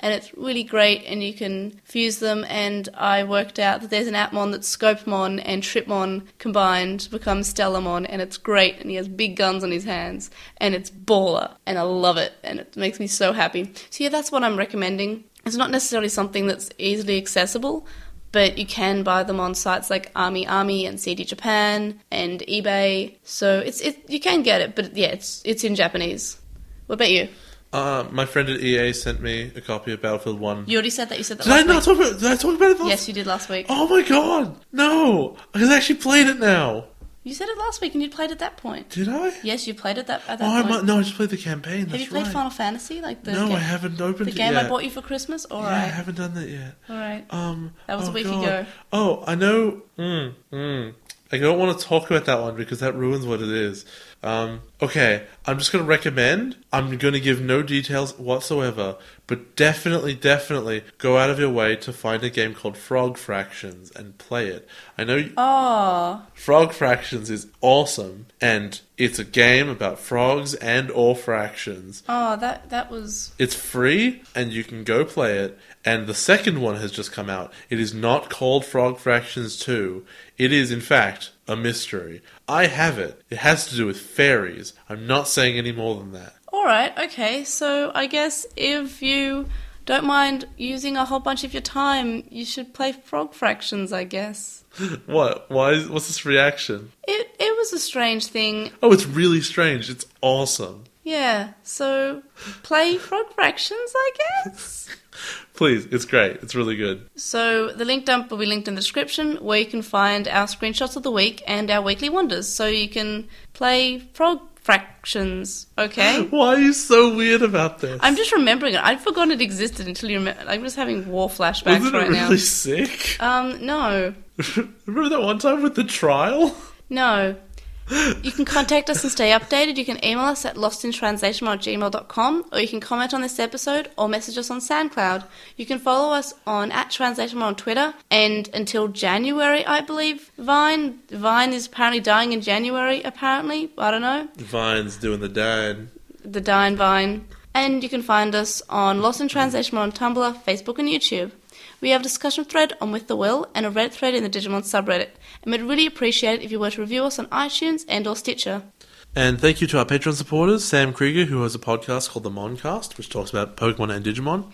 Speaker 2: and it's really great, and you can fuse them. And I worked out that there's an Atmon that's Scopemon and Tripmon combined becomes Stellamon, and it's great, and he has big guns on his hands, and it's baller, and I love it, and it makes me so happy. So yeah, that's what I'm recommending. It's not necessarily something that's easily accessible, but you can buy them on sites like Army Army and CD Japan and eBay. So it's it you can get it, but yeah, it's it's in Japanese. What about you?
Speaker 3: Uh, my friend at EA sent me a copy of Battlefield 1.
Speaker 2: You already said that you said that
Speaker 3: did I
Speaker 2: last
Speaker 3: not
Speaker 2: week.
Speaker 3: talk about, did I talk about it last
Speaker 2: Yes, you did last week.
Speaker 3: Oh my god! No! Because I actually played it now!
Speaker 2: You said it last week and you played at that point.
Speaker 3: Did I?
Speaker 2: Yes, you played at that at that
Speaker 3: Oh, I
Speaker 2: point.
Speaker 3: might, no, I just played the campaign. That's
Speaker 2: Have you played
Speaker 3: right.
Speaker 2: Final Fantasy? Like the
Speaker 3: no,
Speaker 2: ga-
Speaker 3: I haven't
Speaker 2: The
Speaker 3: opened it
Speaker 2: game
Speaker 3: yet.
Speaker 2: I bought you for Christmas?
Speaker 3: Yeah,
Speaker 2: Alright.
Speaker 3: I haven't done that yet.
Speaker 2: Alright.
Speaker 3: Um,
Speaker 2: That was
Speaker 3: oh
Speaker 2: a week
Speaker 3: God.
Speaker 2: ago.
Speaker 3: Oh, I know. Mm, mm. I don't want to talk about that one because that ruins what it is. Um, okay, I'm just going to recommend. I'm going to give no details whatsoever, but definitely, definitely go out of your way to find a game called Frog Fractions and play it. I know
Speaker 2: Oh,
Speaker 3: Frog Fractions is awesome, and it's a game about frogs and or fractions.
Speaker 2: oh, that that was
Speaker 3: It's free and you can go play it. And the second one has just come out. It is not called Frog Fractions 2. It is, in fact, a mystery. I have it. It has to do with fairies. I'm not saying any more than that.
Speaker 2: all right. Okay, so I guess if you don't mind using a whole bunch of your time, you should play Frog Fractions. I guess
Speaker 3: What? Why? Is, what's this reaction?
Speaker 2: it it was a strange thing.
Speaker 3: Oh, it's really strange. It's awesome.
Speaker 2: Yeah, so play Frog Fractions, I guess.
Speaker 3: Please, it's great. It's really good.
Speaker 2: So the link dump will be linked in the description, where you can find our screenshots of the week and our weekly wonders. So you can play Frog Fractions. Okay.
Speaker 3: Why are you so weird about this?
Speaker 2: I'm just remembering it. I'd forgotten it existed until you. Remember. I'm just having war flashbacks
Speaker 3: Wasn't it
Speaker 2: right
Speaker 3: really
Speaker 2: now.
Speaker 3: sick?
Speaker 2: Um, no,
Speaker 3: Remember that one time with the trial?
Speaker 2: no. You can contact us and stay updated. You can email us at lostintranslation@gmail.com, or you can comment on this episode or message us on SoundCloud. You can follow us on at translationmod on Twitter. And until January, I believe Vine Vine is apparently dying in January. Apparently, I don't know.
Speaker 3: Vine's doing the dine.
Speaker 2: the Dine Vine. And you can find us on Lost in Translation on Tumblr, Facebook, and YouTube. We have a discussion thread on With the Will and a Reddit thread in the Digimon subreddit. And we'd really appreciate it if you were to review us on iTunes and or Stitcher.
Speaker 3: And thank you to our Patreon supporters, Sam Krieger, who has a podcast called The Moncast, which talks about Pokemon and Digimon.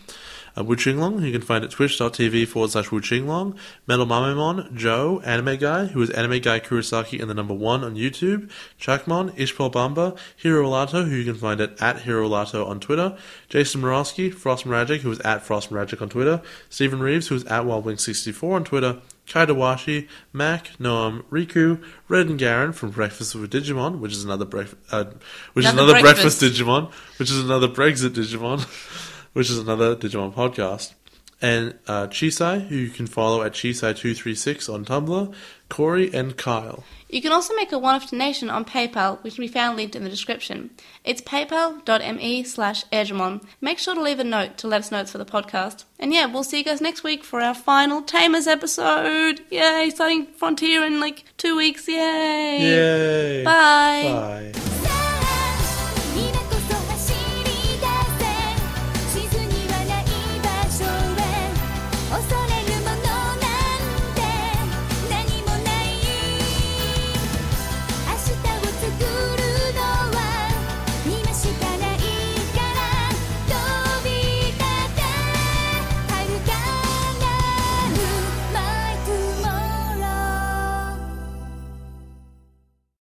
Speaker 3: Uh, Wu Qinglong, who you can find at twitch.tv forward slash Wu Qinglong. Metal Mamemon, Joe, Anime Guy, who is Anime Guy Kurosaki and the number one on YouTube. Chakmon, Ishpal Bamba, Hiro Lato, who you can find at, at Hiro Lato on Twitter. Jason Morosky, Frost Magic, who is at Frost Magic on Twitter. Stephen Reeves, who is at WildWing64 on Twitter. Kaidawashi, Mac, Noam, Riku, Red and Garen from Breakfast with Digimon, which is another bref- uh, which is
Speaker 2: Another
Speaker 3: another breakfast.
Speaker 2: breakfast.
Speaker 3: Digimon, which is another Brexit Digimon, which is another Digimon podcast, and uh, Chisai, who you can follow at Chisai236 on Tumblr, Corey and Kyle.
Speaker 2: You can also make a one-off donation on PayPal, which can be found linked in the description. It's paypal.me slash Edgemon. Make sure to leave a note to let us know it's for the podcast. And yeah, we'll see you guys next week for our final Tamers episode. Yay, starting Frontier in like two weeks. Yay!
Speaker 3: Yay!